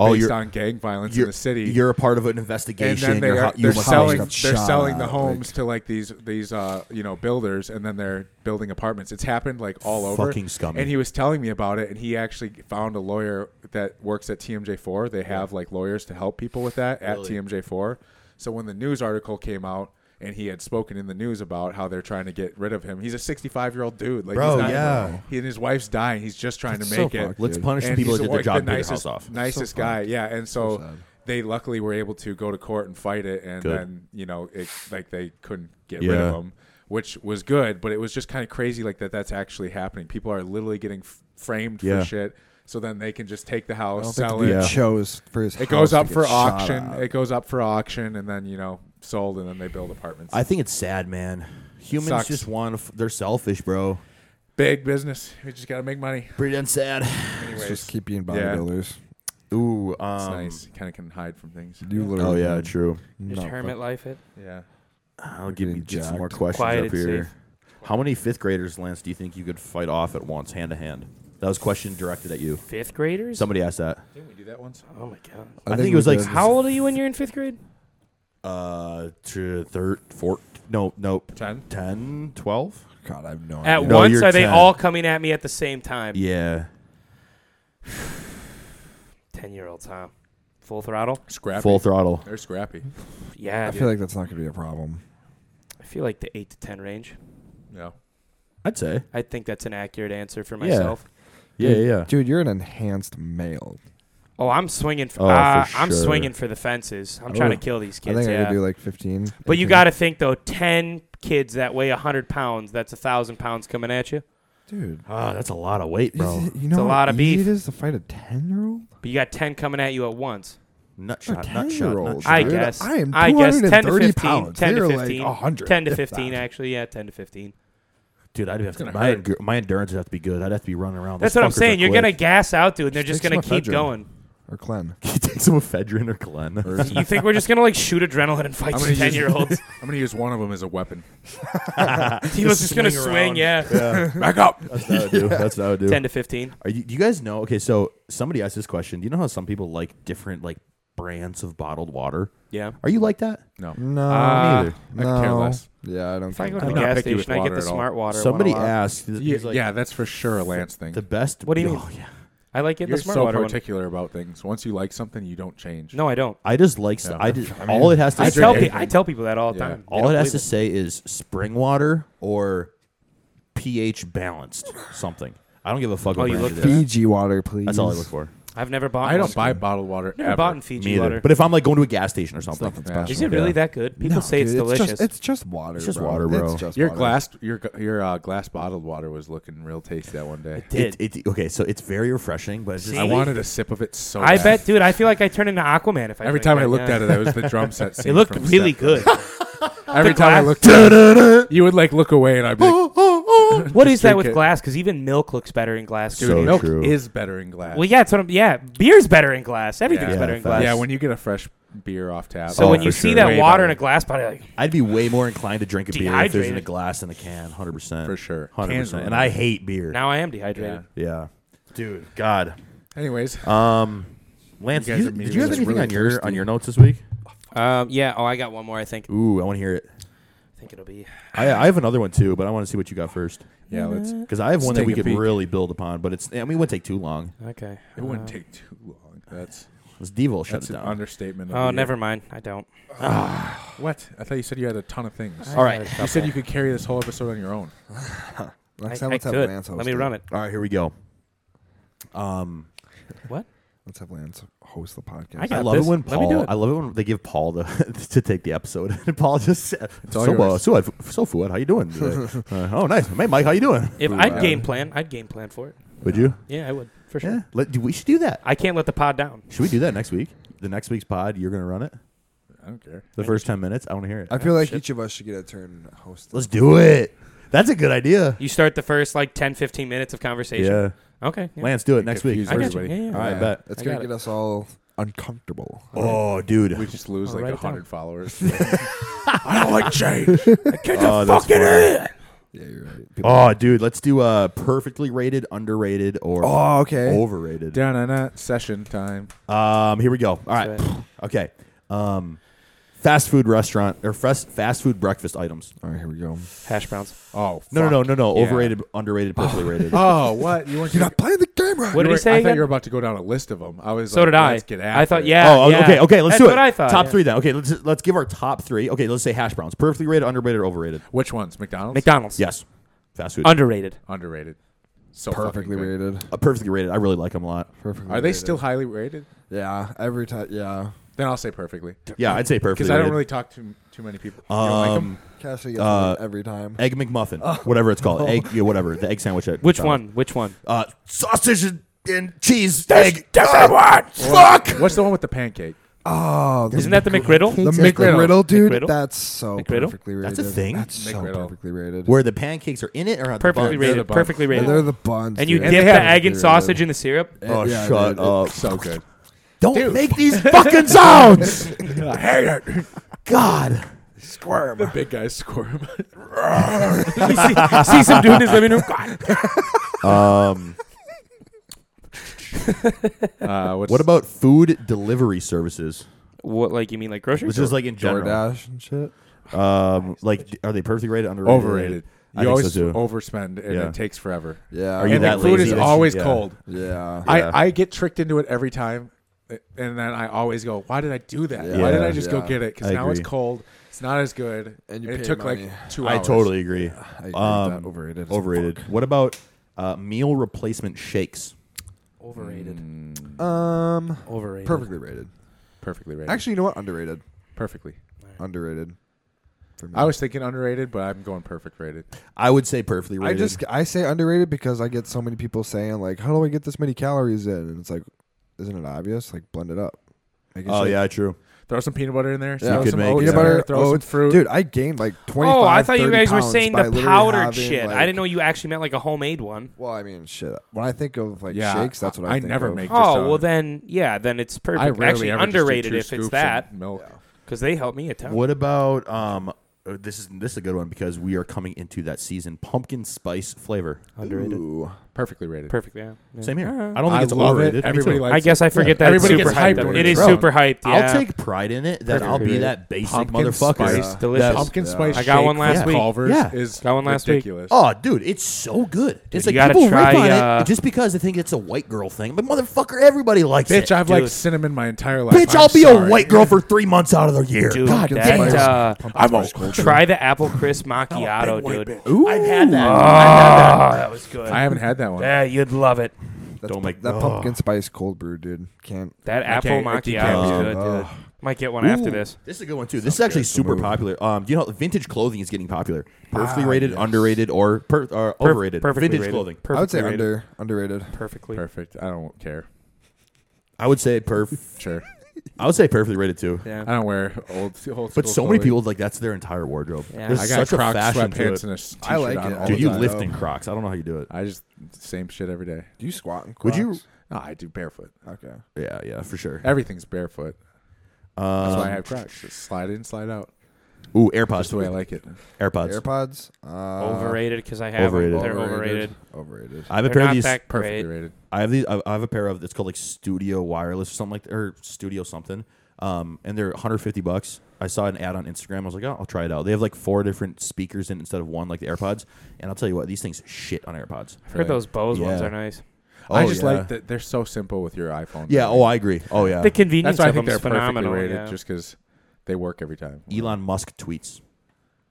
Oh,
based
you're-
on gang violence in
You're,
the city.
you're a part of an
and
investigation.
then they
you're
are,
ho- you
they're
must-
selling
got
they're
shot
selling the
out,
homes to like these these uh you know builders and then they're building apartments. It's happened like all over.
Fucking scummy.
And he was telling me about it and he actually found a lawyer that works at TMJ4. They have like lawyers to help people with that at TMJ4. So when the news article came out and he had spoken in the news about how they're trying to get rid of him. He's a 65 year old dude. Like,
Bro,
he's not,
yeah.
He and his wife's dying. He's just trying
That's
to
so
make it
fucked,
Let's
dude.
punish the
and
people
he's
that did
like
their job
the
and take
nicest,
house off.
nicest
So
guy.
fucked.
Yeah, and so,
sad.
they luckily were able to go to court and fight it, and
Good.
then you know, it, like they couldn't get rid
Yeah.
of him, which was good. But it was just kind of crazy, like that. That's actually happening. People are literally getting f- framed
Yeah.
for shit, so then they can just take the
I don't
house,
think
sell
the
it.
dude
Yeah.
chose for his.
It
house
goes
to
up
get
for
shot
auction.
at.
It goes up for auction, and then you know, sold, and then they build apartments.
I think it's sad, man. Humans
Sucks.
just want. to F- they're selfish, bro.
Big business. We just gotta make money.
Pretty damn sad.
Anyways,
Let's just keep being
Yeah.
bodybuilders.
Ooh, um,
it's nice. You kind of can hide from things.
You
Oh
literally.
yeah, true.
Just hermit life it.
Yeah.
I'll give you
getting
just some more
jacked.
questions
Quiet
up
and
here.
safe.
How many fifth graders, Lance, do you think you could fight off at once, hand to hand? That was a question directed at you.
Fifth graders?
Somebody asked that.
Didn't we do that once?
oh, my God.
I think it was like
How old are you when you're in fifth grade?
Uh, to third, fourth, no, no,
Ten.
10, 12?
God, I have no
At
idea.
No,
once,
you're
are they
10.
all coming at me at the same time?
Yeah.
10 year olds, huh? Full throttle?
Scrappy.
Full throttle.
They're scrappy.
Yeah.
I
dude.
feel like that's not gonna be a problem.
I feel like the 8 to 10 range.
Yeah.
I'd say.
I think that's an accurate answer for
Yeah.
myself.
Yeah, yeah, yeah.
Dude, you're an enhanced male.
Oh, I'm swinging. For,
Oh, for
uh, I'm
sure.
swinging for the fences. I'm trying to
Ooh.
kill these
I
kids.
think I
yeah.
could do like 15.
but you
18.
got to think though, ten kids that weigh hundred pounds. That's thousand pounds coming at you.
dude.
Ah, that's a lot of weight, bro.
Is it- you know
a
how
lot of
easy
beef.
It is to fight a 10 year old.
But you got ten coming at you at once.
Nutshot,
Nutshot,
nutshot,
I
Dude,
nutshot.
guess.
I am
I guess 10 to
230
15.
pounds.
10 to
They're like
15.
100,
ten to
if
fifteen,
that.
actually. Yeah, ten to fifteen.
Dude, I'd have to,
gonna
my,
hurt.
endu- my endurance would have to be good. I'd have to be running around.
Oh,
That's
Those
what I'm
fuckers are
saying. You're
quick.
gonna gas out, dude. And they're
Just
just
take
gonna
some
keep
ephedrine.
going.
or Clen.
Can you take some ephedrine or Glen?
Or
You think we're just gonna like shoot adrenaline and fight
I'm
some
gonna
ten
use-
year olds?
I'm gonna use one of them as a weapon.
He was just gonna
swing
swing,
around.
yeah.
Back up.
That's what I would do. That's what I would do.
Ten to fifteen.
Are you, do you guys know? Okay, so somebody asked this question. Do you know how some people like different like brands of bottled water?
Yeah.
Are you like that?
No,
No,
Uh,
Me
I could care
no.
less.
Yeah, I don't.
If I
Think
go to the
I'm not
gas
picky with
station, I get
water
the
at all.
smart water.
Somebody
one a lot.
asked. he's
Yeah,
like,
yeah, that's for sure a Lance thing.
The best.
What do you mean?
Oh, yeah.
I like getting
You're
the smart
so
water one.
particular about things. Once you like something, you don't change.
No, I don't.
I just like.
Yeah.
I just all it has to.
I
say,
tell pe-
anything.
I tell people that all the
Yeah.
time. They
all
don't
it has
believe
to say is spring water or pH balanced something. I don't give a fuck.
Oh,
what
you
brand
look
it
for
is.
that?
Fiji water, please.
That's all I look for.
I've never bought.
I
one.
don't buy bottled water
Never
ever.
bought in
Me
Fiji
either.
water.
But if I'm like going to a gas station or something,
nothing
Yeah.
special.
Is it really
Yeah.
that good? People
No,
say it's
dude,
delicious.
Just, it's just water.
It's just
bro.
water, bro.
It's just
your
water.
glass, your your uh, glass bottled water was looking real tasty that one day.
Did.
It, it, okay, so it's very refreshing, but it's just,
See?
I wanted a sip of it so.
I
bad.
bet, dude. I feel like I turn into Aquaman if I
Every
drink
time I
that,
looked
yeah.
at it, that was the drum set.
It
scene
looked
from
really
Step.
good.
Every
The
time I
glass-
looked at it, you would like look away, and I'd be like,
What is that
drink
with
it.
glass? Because even milk looks better in glass.
"Dude,
So
milk
true.
is better in glass."
Well, yeah, it's what I'm, yeah. Beer's better in glass. Everything's
Yeah,
better in
facts.
glass.
yeah. When you get a fresh beer off tap,
so
Oh,
when
for
you see
sure.
that
Way
water
better.
in a glass bottle, you're like,
I'd be way more inclined to drink a beer if there's in a
Dehydrated.
glass and a can, hundred percent,
For sure.
hundred
Cans are
percent. And I hate beer.
now I am dehydrated.
yeah, dude, God,
anyways,
um, Lance,
You
you
guys are
did
meeting
you have
just
anything
really
on your on
thirsty.
your notes this week?
Um, yeah. Oh, I got one more. I think.
Ooh, I want to hear it.
I think it'll be.
I, I have another one too, but I want to see what you got first
yeah, let's.
because I have one that
take
we
a
could
peek.
really build upon. But it's I mean, it wouldn't take too long.
Okay.
It wouldn't
Uh,
take too long. That's
Let's Devo shut
that's
it
an
down.
understatement. of the
Oh,
year.
never mind. I don't.
What? I thought you said you had a ton of things.
All right.
You said you could carry this whole episode on your own.
Next
I-
time,
I
let's have
could.
Lance
Let
host.
me run it.
All right, here we go. Um,
Let's have Lance host the podcast.
I
I
got
love
this.
it when
Let me do
Paul.
it.
I love it when they give Paul the, to take the episode, and Paul just so
all
uh,
yours.
so uh, so Fuad, how you doing? today?" uh, oh, nice, hey Mike, how you doing?
If I'd game plan, I'd game plan for it.
Would you?
Yeah, I would for sure.
Yeah, Let, do- we should do that.
I can't let the pod down.
Should we do that next week? The next week's pod, you're gonna run it.
I don't care.
The first ten minutes, I want to hear it.
I feel like each of us should get a turn host.
Let's do it. That's a good idea.
You start the first like 10, 15 minutes of conversation.
Yeah,
Okay. yeah.
Lance, do it next week.
confuse
I got you.
everybody.
Yeah, yeah, yeah.
All right,
Yeah.
bet.
It's
I
gonna
got
get us all uncomfortable.
Oh, dude.
We just lose
I'll
like
write
like
it down.
hundred followers.
I don't like change.
oh, that's funny.
Yeah, you're right. People-
Oh, dude. Let's do uh, perfectly rated, underrated, or
Oh, okay.
overrated.
Down on that session time.
Um, here we go. All right.
That's
Okay. Um, fast food restaurant or fast fast food breakfast items.
All right, here we go.
Hash browns.
Oh
No, no, no, no, no.
Yeah.
Overrated, underrated, perfectly rated.
Oh, what? You weren't.
You're not playing the game right.
What
you
did he
were-
say
I
again?
thought you were about to go down a list of them. I was.
So
like,
did I.
Let's get after
I thought
it.
yeah.
Oh,
yeah.
okay, okay. Let's
That's
do it.
what I thought.
top
yeah.
three then. Okay, let's let's give our top three. Okay, let's say hash browns. Perfectly rated, underrated, or overrated.
Which ones? McDonald's.
McDonald's.
Yes, fast food.
Underrated.
Underrated. So fucking
Perfectly
good.
rated.
Uh, perfectly rated. I really like them a lot.
Perfectly.
Are they
rated.
still highly rated?
Yeah. Every time. Yeah.
Then I'll say perfectly
Yeah, I'd say perfectly.
because I don't really
rated.
talk to too many people. you don't like Oh. 'em?
Um,
Cassie gets
Uh,
one every time.
egg McMuffin, whatever it's called, egg, yeah, whatever the egg sandwich. at
Which
McDonald's.
one? Which one?
Uh, sausage and, and cheese. egg. Ah!
Fuck. What's the one with the pancake?
Oh,
Isn't that the McGriddle?
the
Cakes are-
McRiddle, dude?
McGriddle?
That's so
McGriddle?
perfectly rated.
That's a thing?
That's so
McGriddle.
perfectly rated.
Where the pancakes are in it or at the
Perfectly
bun?
they're the
rated.
bun.
Perfectly
And
rated.
they're the buns.
And you
dude.
dip
have
the egg and
Perfectly
sausage
rated.
in the syrup.
And-
Oh,
yeah,
shut
dude, it-
up!
So good.
Don't
Dude.
make these fucking sounds.
I hate it.
God.
The big guys squirm.
you see, see some dude in his living room. God.
Um,
uh, what's,
what about food delivery services?
What? Like you mean like grocery?
It's just like in general.
DoorDash and shit.
Um, like, d- are they perfectly rated? Underrated?
overrated?
I
You
think
always
so too.
overspend, and
Yeah.
it takes forever.
Yeah.
Are you
and
that
the food
lazy
is
that you-
always
yeah.
cold.
Yeah.
Yeah.
I, I get tricked into it every time, uh, and then I always go, "Why did I do that? Why did
Yeah.
I just go
Yeah.
get it? Because
I
now it's
agree.
cold. It's not as good,
And you
it
pay
took
money.
like two
I
hours.
totally agree.
I agree
Um,
with that. Overrated. as
Overrated. What about uh, meal replacement shakes?
Overrated.
fuck. Um,
Overrated.
perfectly rated.
Mm, perfectly rated.
Actually, you know what? Underrated.
perfectly.
Underrated. For me.
I was thinking underrated, but I'm going perfect rated.
I would say perfectly
I
rated.
just I say underrated because I get so many people saying like, "How do I get this many calories in?" And it's like, isn't it obvious? Like, blend it up. Make it
Oh
shake.
yeah, true.
Throw some peanut butter in there.
Yeah.
Throw
You could
some
make
oats
peanut
in there,
butter,
Throw
oats.
some fruit.
Dude, I gained like 25
Oh, I thought you
30
guys were
pounds
saying
by
the
literally
powdered
having,
shit. I
like-
didn't know you actually meant like a homemade one.
Well, I mean, shit. When I think of like
Yeah,
shakes, that's what I,
I
think
never
of.
make- Just,
Oh,
uh,
well then, yeah, then it's perfect.
I rarely
actually
ever just do
underrated
two
if
scoops
it's
of
that
milk.
because they helped me a ton.
What about um? uh, This is this is a good one because we are coming into that season. Pumpkin spice flavor, underrated.
Ooh.
Perfectly rated.
Perfect, yeah. yeah.
Same here.
Uh,
I don't think
I
it's
love it.
overrated. Me
Everybody
too.
likes
I guess I forget that.
Everybody
super
gets
hyped.
hyped
up.
when
It
it's
is
grown.
super hyped. Yeah.
I'll take pride in it that
Perfect.
I'll be that basic
Pumpkin
motherfucker.
spice.
That's-
Delicious.
Pumpkin spice.
I got
shake
one last
from
week.
Culver's
Yeah.
is
Got one last week.
ridiculous.
Oh, dude, it's so good. It's
you
like
gotta
people
try,
rip on
uh,
it just because they think it's a white girl thing. But motherfucker, everybody likes
Bitch,
it.
I've liked
Dude.
cinnamon my entire life.
Bitch,
i
I'll be a white girl for three months out of the year.
Dude,
God
that,
damn.
uh,
I'm a
Try the apple crisp macchiato, dude.
Ooh. I've had that. I've had that.
That was good.
I haven't had that one.
Yeah, you'd love it.
That's
Don't make-
that
Ugh.
pumpkin spice cold brew, dude. Can't.
That apple
can't- I can't
macchiato
do
is
it.
good, dude.
Ugh.
Might get one after
Ooh,
this.
This is a good one too. This is actually super popular. Um, you know, vintage clothing is getting popular. Perfectly
Ah,
rated,
yes.
underrated, or per, or
Perf-
overrated.
Perfectly
vintage
rated.
clothing.
Perfectly
I would say
rated.
under underrated.
Perfectly.
Perfect. I don't care.
I would say perf.
Sure.
I would say perfectly rated too.
Yeah.
I don't wear old. old
But so
school
many
clothing.
people like that's their entire wardrobe.
Yeah.
There's
I got
such
Crocs,
a fashion to
sweatpants,
it.
and a s- t-shirt
I like
on
it.
all
Dude,
the
you
time.
time.
lift in Crocs. I don't know how you do it.
I just same shit every day.
Do you squat? In
Would you-
Crocs?
No, I do barefoot.
Okay.
Yeah, yeah, for sure.
Everything's barefoot. That's why I
Um, Uh,
have Crocs. Just slide in, slide out.
ooh,
That's
AirPods.
the way I like it.
AirPods.
AirPods. Uh,
Overrated because I have
Overrated.
them. They're overrated.
Overrated.
I have a
They're
pair of
not
these.
that
Perfectly
great.
rated.
I have these. I I have a pair of. It's called like Studio Wireless or something like that, or Studio something. Um, and they're 150 bucks. I saw an ad on Instagram. I was like, oh, I'll try it out. They have like four different speakers in instead of one, like the AirPods. And I'll tell you what, these things shit on AirPods.
I've heard those Bose ones
Yeah.
are nice.
I
Oh,
just
yeah.
like that they're so simple with your iPhone.
Yeah. Oh, I agree. Oh yeah.
The convenience
that's why I
of
think
them
they're
is phenomenal.
perfectly rated,
yeah.
just because they work every time.
Elon Musk tweets.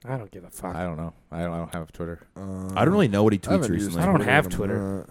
I don't give a fuck.
I don't know. I don't, I don't have Twitter.
I don't really know what he
Um, I haven't
tweets
used
recently.
I
I,
don't have
in a
Twitter.
minute.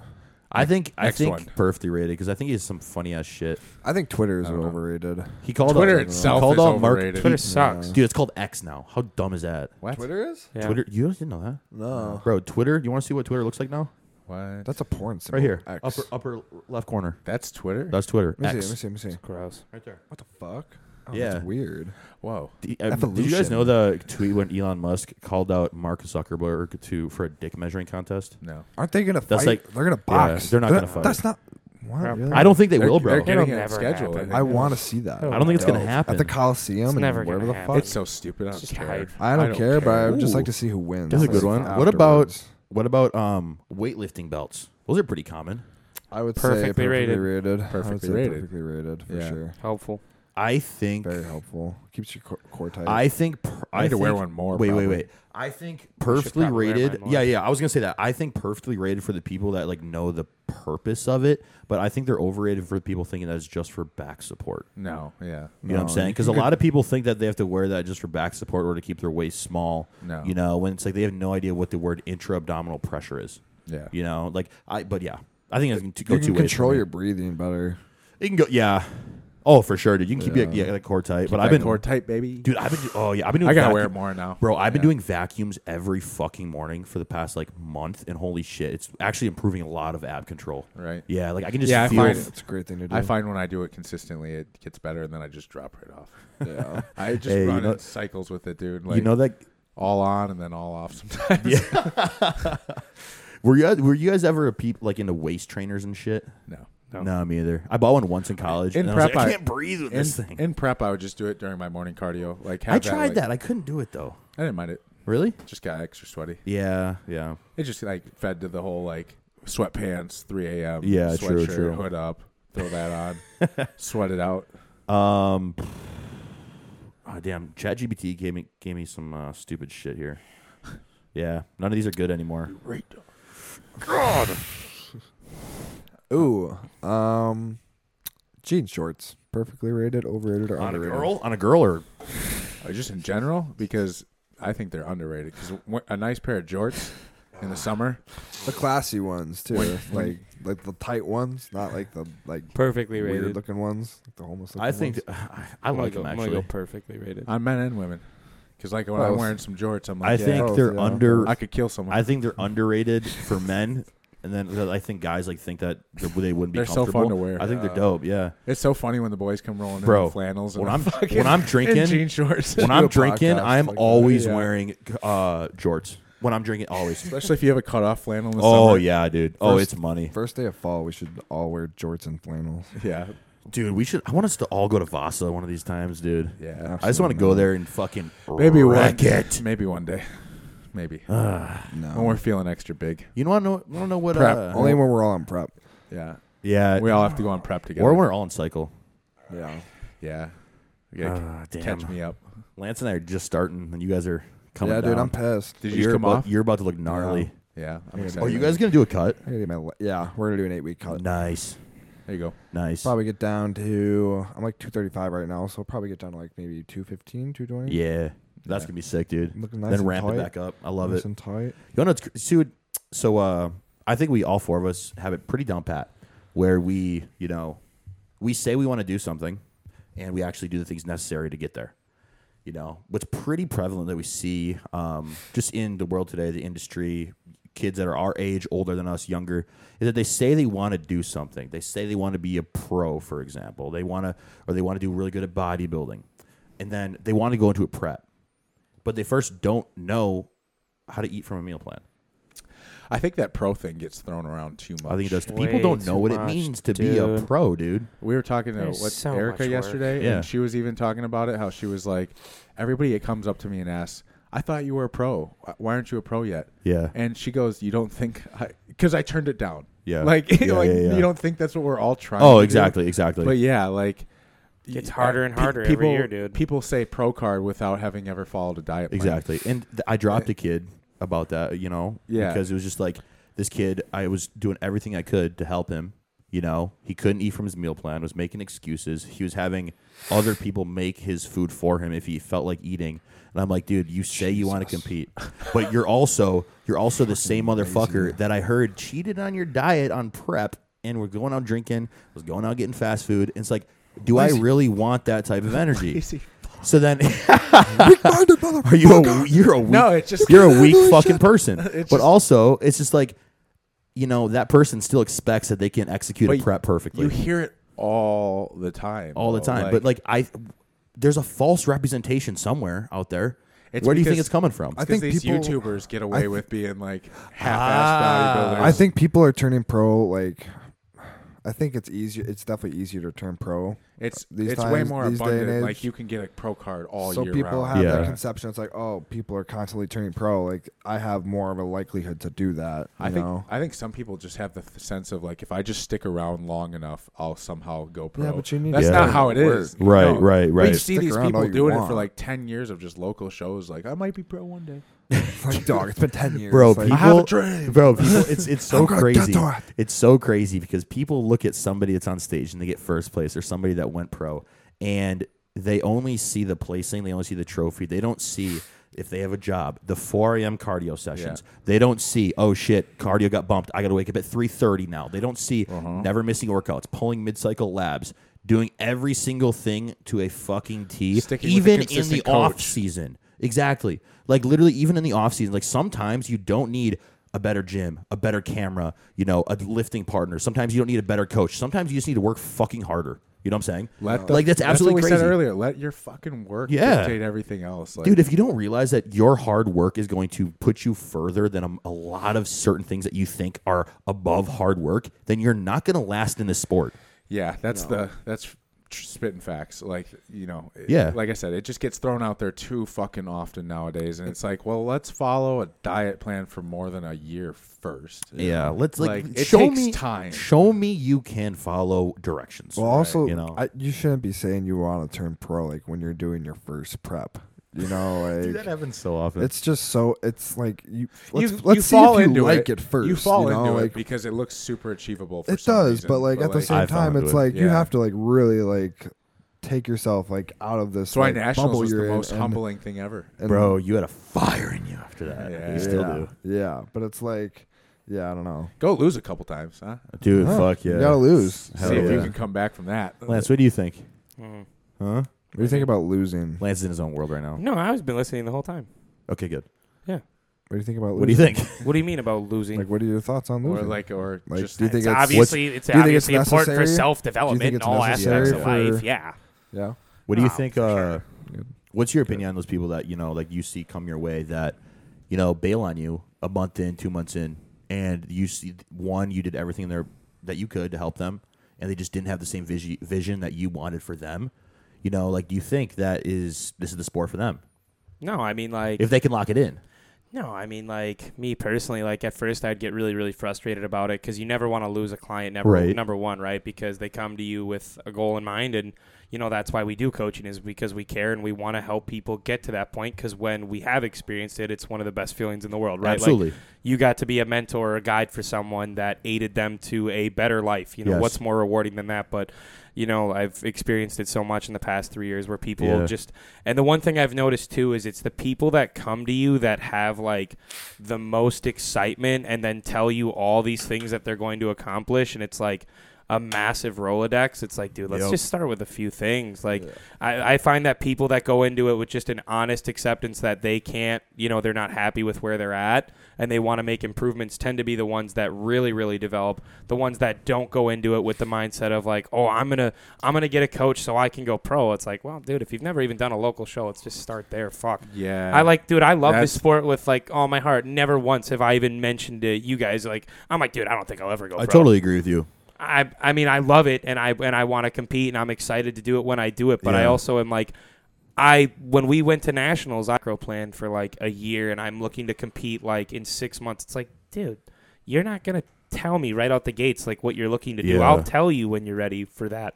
think I
Next
think
one.
perfectly rated because I think he has some funny ass shit.
I think Twitter is
I don't know.
overrated.
He called
Twitter
out,
itself
he called
is
out Mark
overrated.
Twitter
Keaton.
uh,
sucks.
Dude, it's called X now. How dumb is that?
What?
Twitter is?
Yeah.
Twitter. You guys didn't know that,
No.
bro. Twitter. You want to see what Twitter looks like now?
What? That's,
That's a porn symbol.
Right here,
X.
upper upper left corner.
Twitter.
That's Twitter.
Let me
X.
see. Let me see. Let me see.
Gross.
Right there.
What the fuck? Oh,
Yeah.
That's weird.
Whoa.
D- uh, Did you guys
Evolution.
know the tweet when Elon Musk called out Mark Zuckerberg to for a dick measuring contest?
No.
Aren't they gonna
That's
fight?
like-
they're gonna
yeah,
box.
they're not
That-
gonna fight.
That's not. What,
Yeah.
really?
I don't think they
They're-
will, bro.
They're getting
It'll
it
never
scheduled. I
happen.
think.
I want to see that.
I don't think it's gonna
No.
happen.
At the Coliseum
It's
and
never
wherever
gonna
the
happen.
fuck.
It's so stupid. I don't
Just
care.
hide.
I don't, care, but I would just
Ooh.
like to see who wins.
That's a good one.
like,
What about-
afterwards.
what about um weightlifting belts? Those are pretty common.
I would say
Perfectly
perfectly
rated.
rated. rated. I would
Perfectly
say
rated.
Perfectly rated for
Yeah.
sure.
Helpful.
I think.
Very helpful. Keeps your core, core tight.
I think. Per-
I need to
think-
wear one more.
Wait,
probably.
wait, wait. I think perfectly
probably wear
rated.
mine more.
Yeah, yeah. I was gonna say that. I think perfectly rated for the people that like know the purpose of it, but I think they're overrated for the people thinking that it's just for back support.
No. Yeah.
You know what I'm saying? Because a lot of people think that they have to wear that just for back support or to keep their waist small.
No.
You know, when it's like they have no idea what the word intra abdominal pressure is.
Yeah.
You know, like I, but yeah, I think it can t- go
you
two
can
ways.
control
for me.
your breathing better.
It can go, yeah. Oh, for sure, dude. You can keep your yeah, like core tight. but I've
I've
been,
core tight, baby.
dude. I've been, do- oh yeah, I've been doing.
I gotta
vacu-
wear it more now,
Bro, I've been
Yeah.
doing vacuums every fucking morning for the past like month, and holy shit, it's actually improving a lot of ab control.
Right.
Yeah, like I can just
Yeah, I
feel.
find-
It's a great thing to do.
I find when I do it consistently, it gets better, and then I just drop right off.
yeah.
I just
Hey, you
run
know-
in cycles with it, dude. Like
you know that.
all on and then all off sometimes.
Were you guys, were you guys ever a peep like into waist trainers and shit?
no.
No, me either. I bought one once in college.
In
and I, was
prep,
like, I
I-
can't breathe with
In,
this thing.
in prep, I would just do it during my morning cardio. Like have
I tried
like-
that. I couldn't do it though.
I didn't mind it.
Really?
Just got extra sweaty.
Yeah, yeah.
It just like fed to the whole like sweatpants, 3 a.m.
Yeah,
sweatshirt,
true, true.
hood up, throw that on, sweat it out.
Um. Oh, damn, ChatGPT gave me gave me some uh, stupid shit here. Yeah, none of these are good anymore.
Ooh. Um, jean shorts. Perfectly rated, overrated, or
On a
underrated.
girl? On a girl or
Uh, just in general, because I think they're underrated. Because a nice pair of jorts in the summer,
The classy ones too, like like the tight ones, not like the like
Perfectly
weird
rated.
looking ones, like the homeless. Looking
I think
ones.
I, I like them
I'm
actually.
gonna go perfectly rated.
on men and women. Because like when I'm
Both.
wearing some jorts, I'm
I
like, yeah,
think
both,
they're
yeah.
under.
I could kill someone.
I think they're underrated for men. And then I think guys like think that they wouldn't be
They're so
comfortable.
fun to wear.
I think they're dope. Yeah,
It's so funny when the boys come rolling in
Bro,
in flannels and
when I'm-
fucking,
when I'm
and
drinking-
jean shorts.
when
do
I'm
a
drinking,
podcast
I'm
like that.
always
Yeah.
wearing uh, jorts. When I'm drinking, always.
Especially if you have a cut off flannel in the
oh
summer.
yeah, dude. oh,
First-
it's money,
First day of fall, we should all wear jorts and flannels.
yeah,
dude. We should. I want us to all go to Vasa one of these times, dude.
yeah.
I just want to go there and fucking
Maybe
wreck
one,
it.
maybe one day, maybe when
No,
we're feeling extra big.
You know, I know. I don't know what.
Prep.
Uh,
only when we're all on prep.
Yeah,
yeah,
we all have to go on prep together.
Uh, or we're all in cycle.
Yeah,
yeah, you gotta
Ah,
c- catch
damn.
me up.
Lance and I are just starting, and you guys are coming.
yeah,
down.
dude, I'm pissed.
Did you
you're
just come
about,
off?
You're about to look gnarly.
Yeah.
Yeah, I'm
Yeah,
excited.
Oh, you guys gonna do a cut?
I gotta get my le- yeah, we're gonna do an eight week cut.
Nice,
There you go.
nice.
Probably get down to I'm like 235 right now, so I'll probably get down to like maybe 215, 220.
Yeah, that's
Yeah.
gonna be sick, dude.
looking nice.
then
and
ramp
tight.
it back up. I love
nice
it.
and tight.
You know, it's cr- see what- so uh, I think we all four of us have it pretty down pat, where we you know we say we want to do something, and we actually do the things necessary to get there. You know, what's pretty prevalent that we see um, just in the world today, the industry, kids that are our age, older than us, younger, is that they say they want to do something. They say they want to be a pro, for example. They want to, or they want to do really good at bodybuilding, and then they want to go into a prep, but they first don't know how to eat from a meal plan.
I think that pro thing gets thrown around too much.
I think it does. People
Way
don't know
too
what it
much,
means to be a
dude.
pro, dude.
We were talking to
There's
what's
so much
Erica
work.
yesterday,
Yeah.
and she was even talking about it. How she was like, everybody that comes up to me and asks, "I thought you were a pro. Wh- Why aren't you a pro yet?"
Yeah.
And she goes, "You don't think I? Because I turned it down.
Yeah.
Like,
Yeah,
like
yeah, yeah.
you don't think that's what we're all trying. to
Oh,
do?
exactly, exactly.
But yeah, like."
Gets
y- uh,
harder and
pe-
harder every
people,
year, dude.
People say pro card without having ever followed a diet. plan.
exactly. And th- I dropped a kid about that, you know,
Yeah.
because it was just like this kid. I was doing everything I could to help him. You know, he couldn't eat from his meal plan. Was making excuses. He was having other people make his food for him if he felt like eating. And I'm like, dude, you say you want to compete, but you're also you're also the same motherfucker that I heard cheated on your diet on prep, and we're going out drinking, was going out getting fast food. And it's like, do I really want that type of energy? So then, are you a, you're a weak,
No, it's just-
you're a weak fucking person. But also, it's just like you know that person still expects that they can execute a
But
prep perfectly
You hear it all the time.
all the
though.
time. but like I, there's a false representation somewhere out there.
It's
Where do you think
because-
it's coming from?
I
Because
think
these
people-
YouTubers get away
I th-
with being like half-assed
Ah.
bodybuilders.
I think people are turning pro. Like, I think it's easier. It's definitely easier to turn pro.
it's
these
it's way
times,
more
these day and
abundant. Like
age.
you can get a pro card all
so
year
people
round.
have
Yeah.
that conception. It's like, oh, people are constantly turning pro. Like, I have more of a likelihood to do that. You
I think
know?
I think some people just have the th- sense of like if I just stick around long enough, I'll somehow go pro.
but you need
That's
to
not
put
how it
in
is,
work. Right,
No.
right,
But
right.
you see
Stick
these
around all
people
you
doing it for
want.
like ten years of just local shows. Like I might be pro one day.
like, dog, it's been ten years,
bro,
Like,
people,
have a dream.
bro, people, it's it's so
I'm gonna get
crazy.
to it.
It's so crazy because people look at somebody that's on stage and they get first place or somebody that went pro, and they only see the placing, they only see the trophy. They don't see if they have a job, the 4 a.m. cardio sessions. They don't see, oh shit, cardio got bumped. I got to wake up at 3:30 now. They don't see
Uh-huh.
never missing workouts, pulling mid-cycle labs. Doing every single thing to a fucking T,
Sticking with a
even in the
consistent
off
coach.
season. Exactly. Like literally, even in the off season, like sometimes you don't need a better gym, a better camera, you know, a lifting partner. Sometimes you don't need a better coach. Sometimes you just need to work fucking harder. You know what I'm saying?
Let
like that's absolutely
what we
crazy.
said earlier. Let your fucking work
Yeah.
dictate everything else. Like,
Dude, if you don't realize that your hard work is going to put you further than a, a lot of certain things that you think are above hard work, then you're not going to last in this sport.
Yeah, that's the that's tr- spitting facts. Like you know, it-
Yeah.
Like I said, it just gets thrown out there too fucking often nowadays, and it's like, well, let's follow a diet plan for more than a year first.
Yeah, let's like,
Like, it
show
takes
me
time.
Show me you can follow directions.
Well, also,
you know.
I, you shouldn't be saying you want to turn pro like when you're doing your first prep. You know, like
happens so often.
it's just so it's like you. Let's,
you,
let's
you
see
fall
if you
into
like it,
it,
first.
You fall
know?
into
like,
it because it looks super achievable. For
It
some
does,
reason,
but like at the same
I fell
time,
into
it's
it.
like you
Yeah.
have to like really like take yourself like out of this.
that's why
like,
nationals
bubble
was the
you're in
most
and-
humbling thing ever.
and-
Bro, you had a fire in you after that.
Yeah.
you still do.
Yeah, but it's like, yeah, I don't know.
Go lose a couple times, huh?
Dude,
Huh,
fuck yeah.
you gotta lose.
Hell
See if you
yeah.
can come back from that.
Lance, what do you think?
Mm.
Huh?
What do you think about losing?
Lance is in his own world right now.
No, I've been listening the whole time.
Okay, good.
Yeah.
What do you think about? Losing?
What do you think?
What do you mean about losing?
Like, what are your thoughts on
or
losing?
like or
Like,
just
do you think
it's
it's
obviously it's
do you think it's
obviously important for
necessary?
self
Do you
development
think
in
it's
all aspects of
necessary
life.
for-
Yeah.
yeah,
What do you
Oh,
think?
for
Uh,
sure.
What's your opinion on those people that you know, like you see come your way that you know bail on you a month in, two months in, and you see one, you did everything there that you could to help them, and they just didn't have the same visi- vision that you wanted for them. You know, like do you think that is this is the sport for them
No, I mean like
if they can lock it in?
No, I mean, like me personally, like at first I'd get really, really frustrated about it because you never want to lose a client, never,
Right.
number one, right? Because they come to you with a goal in mind. And, you know, that's why we do coaching is because we care and we want to help people get to that point because when we have experienced it, it's one of the best feelings in the world, right?
Absolutely.
Like, you got to be a mentor or a guide for someone that aided them to a better life. You know,
Yes.
what's more rewarding than that? But, you know, I've experienced it so much in the past three years where people
Yeah.
just, and the one thing I've noticed too is it's the people that come to you that have like the most excitement and then tell you all these things that they're going to accomplish. And it's like, a massive Rolodex. It's like, dude, let's
Yep.
just start with a few things. Like, I, I find that people that go into it with just an honest acceptance that they can't, you know, they're not happy with where they're at and they want to make improvements tend to be the ones that really, really develop. The ones that don't go into it with the mindset of like, oh, I'm gonna, I'm gonna get a coach so I can go pro. It's like, well, dude, if you've never even done a local show, let's just start there. Fuck.
yeah
I like, dude, I love
That's-
this sport with like all my heart. Never once have I even mentioned to you guys like, I'm like, dude, I don't think I'll ever go.
I
pro.
totally agree with you.
I I mean I love it and I and I want to compete and I'm excited to do it when I do it, but I
Yeah.
also am like I when we went to nationals, I micro planned for like a year and I'm looking to compete like in 6 months. It's like, dude, you're not going to tell me right out the gates like what you're looking to do.
Yeah.
I'll tell you when you're ready for that.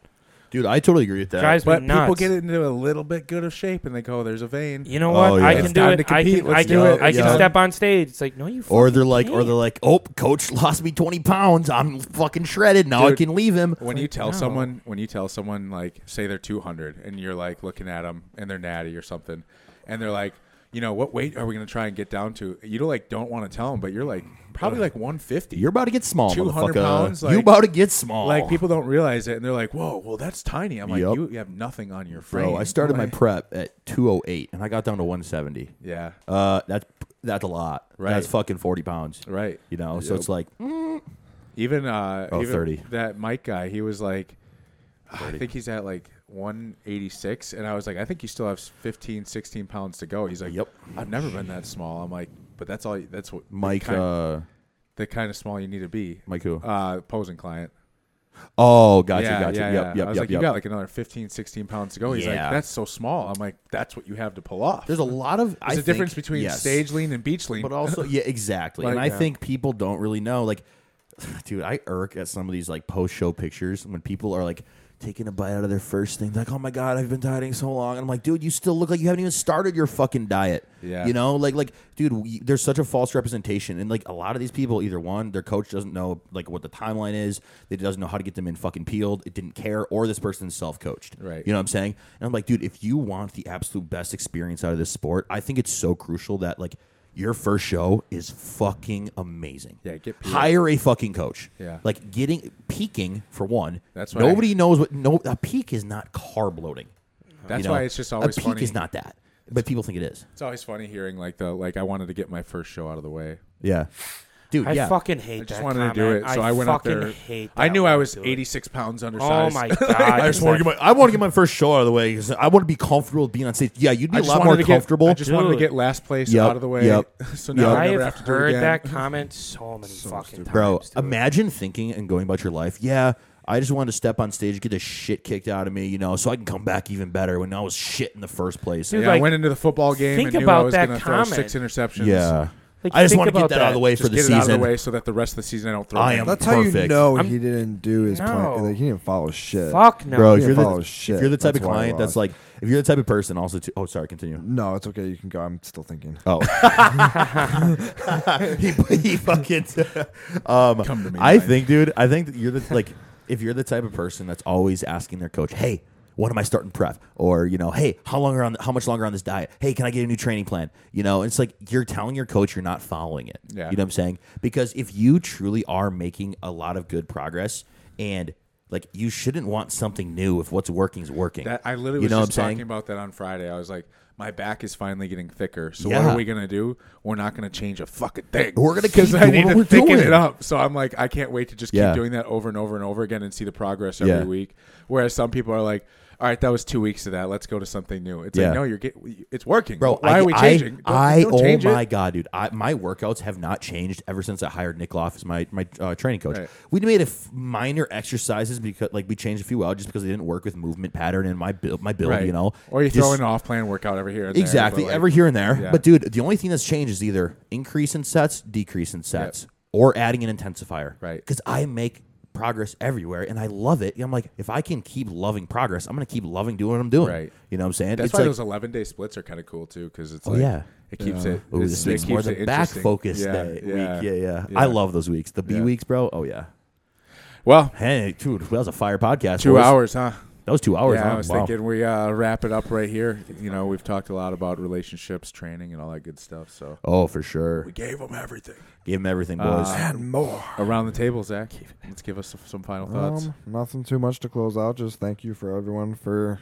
Dude, I totally agree with that.
Drives
but
me nuts.
people get into a little bit good of shape and they go there's a vein
You know what?
Oh,
I
yeah.
can
It's
do
time
it.
to
I
compete.
can, I
Let's
can,
do it.
I can
Yeah.
step on stage. It's like, no, you.
or
fucking
they're like, or
can't.
they're like, oh, coach lost me twenty pounds. I'm fucking shredded now. I
Dude,
can leave him.
when you tell
no.
someone when you tell someone like say they're 200 and you're like looking at them and they're natty or something and they're like you know what weight are we going to try and get down to you don't like don't want to tell them but you're like probably like 150
You're about to get small,
200
motherfucker.
pounds,
you
like-
about to get small.
like people don't realize it and they're like whoa well that's tiny i'm like
Yup.
you have nothing on your frame
Bro, I started my
Like-
prep at 208 and I got down to 170.
yeah
Uh, that's that's a lot.
Right.
That's fucking 40 pounds.
right Mm.
You know, so it's like
Even uh,
Oh,
even
30.
that Mike guy, he was like, "Ah, I think he's at like 186, and I was like, I think you still have 15, 16 pounds to go. He's like,
Yep.
I've never been that small. I'm like, but that's all. That's what
Mike.
the kind,
Uh,
the kind of small you need to be.
Mike who?
Uh, posing client.
oh, gotcha,
yeah,
gotcha. yep,
yeah, yeah.
yep,
I was
yep,
like,
yep.
you got like another 15, 16 pounds to go. He's
Yeah.
like, that's so small. I'm like, that's what you have to pull off.
There's a lot of. I
There's a
think-
difference between
yes.
stage lean and beach lean.
but also yeah, exactly. and I think people don't really know. Like, dude, I irk at some of these like post show pictures when people are like taking a bite out of their first thing. Like, oh my god, I've been dieting so long, and I'm like, dude, you still look like you haven't even started your fucking diet.
Yeah.
you know, like like dude, we, there's such a false representation, and like a lot of these people, either one, their coach doesn't know like what the timeline is, they doesn't know how to get them in fucking peeled, it didn't care, or this person's self coached.
Right.
You know what I'm saying? And I'm like, dude, if you want the absolute best experience out of this sport, I think it's so crucial that like your first show is fucking amazing.
Yeah, get peeled.
hire a fucking coach.
Yeah.
like getting peaking for one.
That's why-
nobody knows what no a peak is not carb loading. you
that's
know?
why it's just always
a peak
funny.
is not that, but people think it is.
it's always funny hearing like the like I wanted to get my first show out of the way.
Yeah, dude.
I
yeah,
fucking hate
I just
that
wanted
comment.
to do it, so I, went up
fucking
there.
Hate
I
that
knew
when
I was
do it.
86 pounds
Oh
undersized.
my god! I
I just want to get my I want to get my first show out of the way because I want to be comfortable with being on stage. Yeah, you'd be
I
a
just
lot
wanted
more
to get-
comfortable.
I just wanted to
Dude.
get last place
Yep,
out of the way.
yep.
so now I
I
never
have
have to do it
heard
again.
that comment so many fucking times.
Bro,
dude.
imagine thinking and going about your life. Yeah, I just wanted to step on stage, get the shit kicked out of me, you know, so I can come back even better when I was shit in the first place.
Dude,
Yeah, I
like,
went into the football game
think
and knew I
about
was
that
going to throw
comment.
six interceptions.
yeah.
Like,
I just
think
want to get
about
that, out of the
that.
way
Just
for the
get it
season.
out of the way so that the rest of the season I don't throw.
I
them.
am-
that's how you
Perfect.
know
I'm-
he didn't do his
No.
plan. Like, he didn't follow shit.
Fuck no.
Bro, if
Yeah,
you're,
follow
Oh,
the,
shit.
if you're the type
That's
of
why I
client that's
lost.
like, if you're the type of person also to, oh, sorry, continue.
No, it's okay. You can go. I'm still thinking.
Oh. he, he fucking. um,
Come to me,
I
Ryan.
think, dude, I think that you're the, like, if you're the type of person that's always asking their coach, hey, when am I starting prep? Or, you know, hey, how long are on, how much longer on this diet? Hey, can I get a new training plan? You know, it's like you're telling your coach you're not following it.
Yeah.
You know what I'm saying? Because if you truly are making a lot of good progress and Like you shouldn't want something new if what's working is working.
That I literally
you
was
know
just
what I'm
talking
saying?
about that on Friday. I was like, my back is finally getting thicker. So what
Yeah.
are we gonna do? We're not gonna change a fucking thing.
We're gonna
because
keep
I
doing
need
what
to
we're
thicken
doing.
it up. So I'm like, I can't wait to just
Yeah.
keep doing that over and over and over again and see the progress every
Yeah.
week. Whereas some people are like. All right, that was two weeks of that. Let's go to something new. It's
Yeah.
like no, you're get, it's working,
Bro,
Why
I,
are we
I-
changing? Don't-
I,
don't change
oh
it.
my god, dude! I, my workouts have not changed ever since I hired Nick Loff as my my uh, training coach.
Right.
We made a f- minor exercises because like we changed a few out just because they didn't work with movement pattern and my build my build.
Right.
You know,
or you
Just-
throw in an off-plan workout every here, and there,
exactly
but, like,
every here and there.
yeah.
But dude, the only thing that's changed is either increase in sets, decrease in sets, or adding an intensifier.
Right.
Because I make progress everywhere and I love it. I'm like, if I can keep loving progress, I'm gonna keep loving doing what I'm doing.
Right.
You know what I'm saying?
That's
it's
why
like,
those eleven day splits are kind of cool too, because it's
Oh,
like
yeah.
it keeps it.
Ooh,
it's-
this
it
week's more
keeps
the
it
back
interesting.
focus
yeah,
day
Yeah,
week. Yeah, yeah,
yeah.
I love those weeks. The B
Yeah.
weeks, bro. Oh yeah.
Well,
Hey, dude, that was a fire podcast.
two
boys.
hours, huh?
That was two hours.
yeah,
huh?
I was
Wow.
thinking we uh, wrap it up right here. You know, we've talked a lot about relationships, training, and all that good stuff. So
Oh, for sure.
we gave them everything.
Give him everything,
Uh,
boys.
and more.
Around the table, Zach. Let's give us some- some final thoughts.
Um, nothing too much to close out. Just thank you for everyone for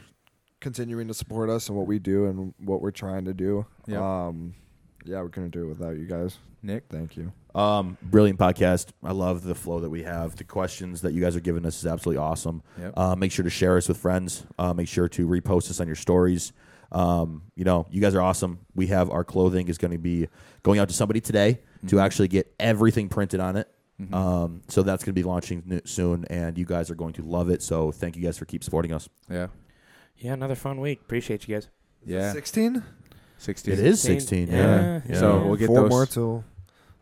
continuing to support us and what we do and what we're trying to do.
Yep.
Um, yeah, we couldn't do it without you guys.
Nick,
Thank you.
Um, brilliant podcast. I love the flow that we have. The questions that you guys are giving us is absolutely awesome.
Yep.
Uh, make sure to share us with friends. Uh, make sure to repost us on your stories. Um, you know, you guys are awesome. We have our clothing is going to be going out to somebody today
Mm-hmm.
to actually get everything printed on it. Um, so that's going to be launching n- soon, and you guys are going to love it. So thank you guys for keep supporting us.
yeah,
Yeah, another fun week. Appreciate you guys.
yeah,
Sixteen.
sixteen.
It is
16,
16,
yeah.
yeah.
Yeah.
So we'll get
Four
those.
more till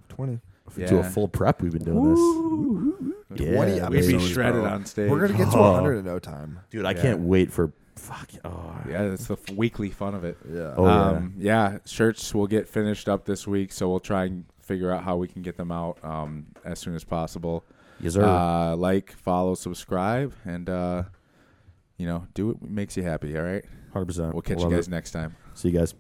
twenty.
F- To a
Yeah.
full prep, we've been doing this. Yeah,
20
baby.
We'd be
episodes,
shredded
bro.
on stage.
We're gonna get to
Oh.
hundred in no time.
dude. I
Yeah.
can't wait for fuck. Oh,
yeah, that's the f- weekly fun of it.
Yeah.
Oh, yeah.
um, yeah. shirts will get finished up this week, so we'll try and figure out how we can get them out um, as soon as possible.
yes, sir.
Uh, like, follow, subscribe, and uh, you know, do what makes you happy. All right,
Hundred percent.
we'll catch
Love
you guys
it.
next time.
See you guys.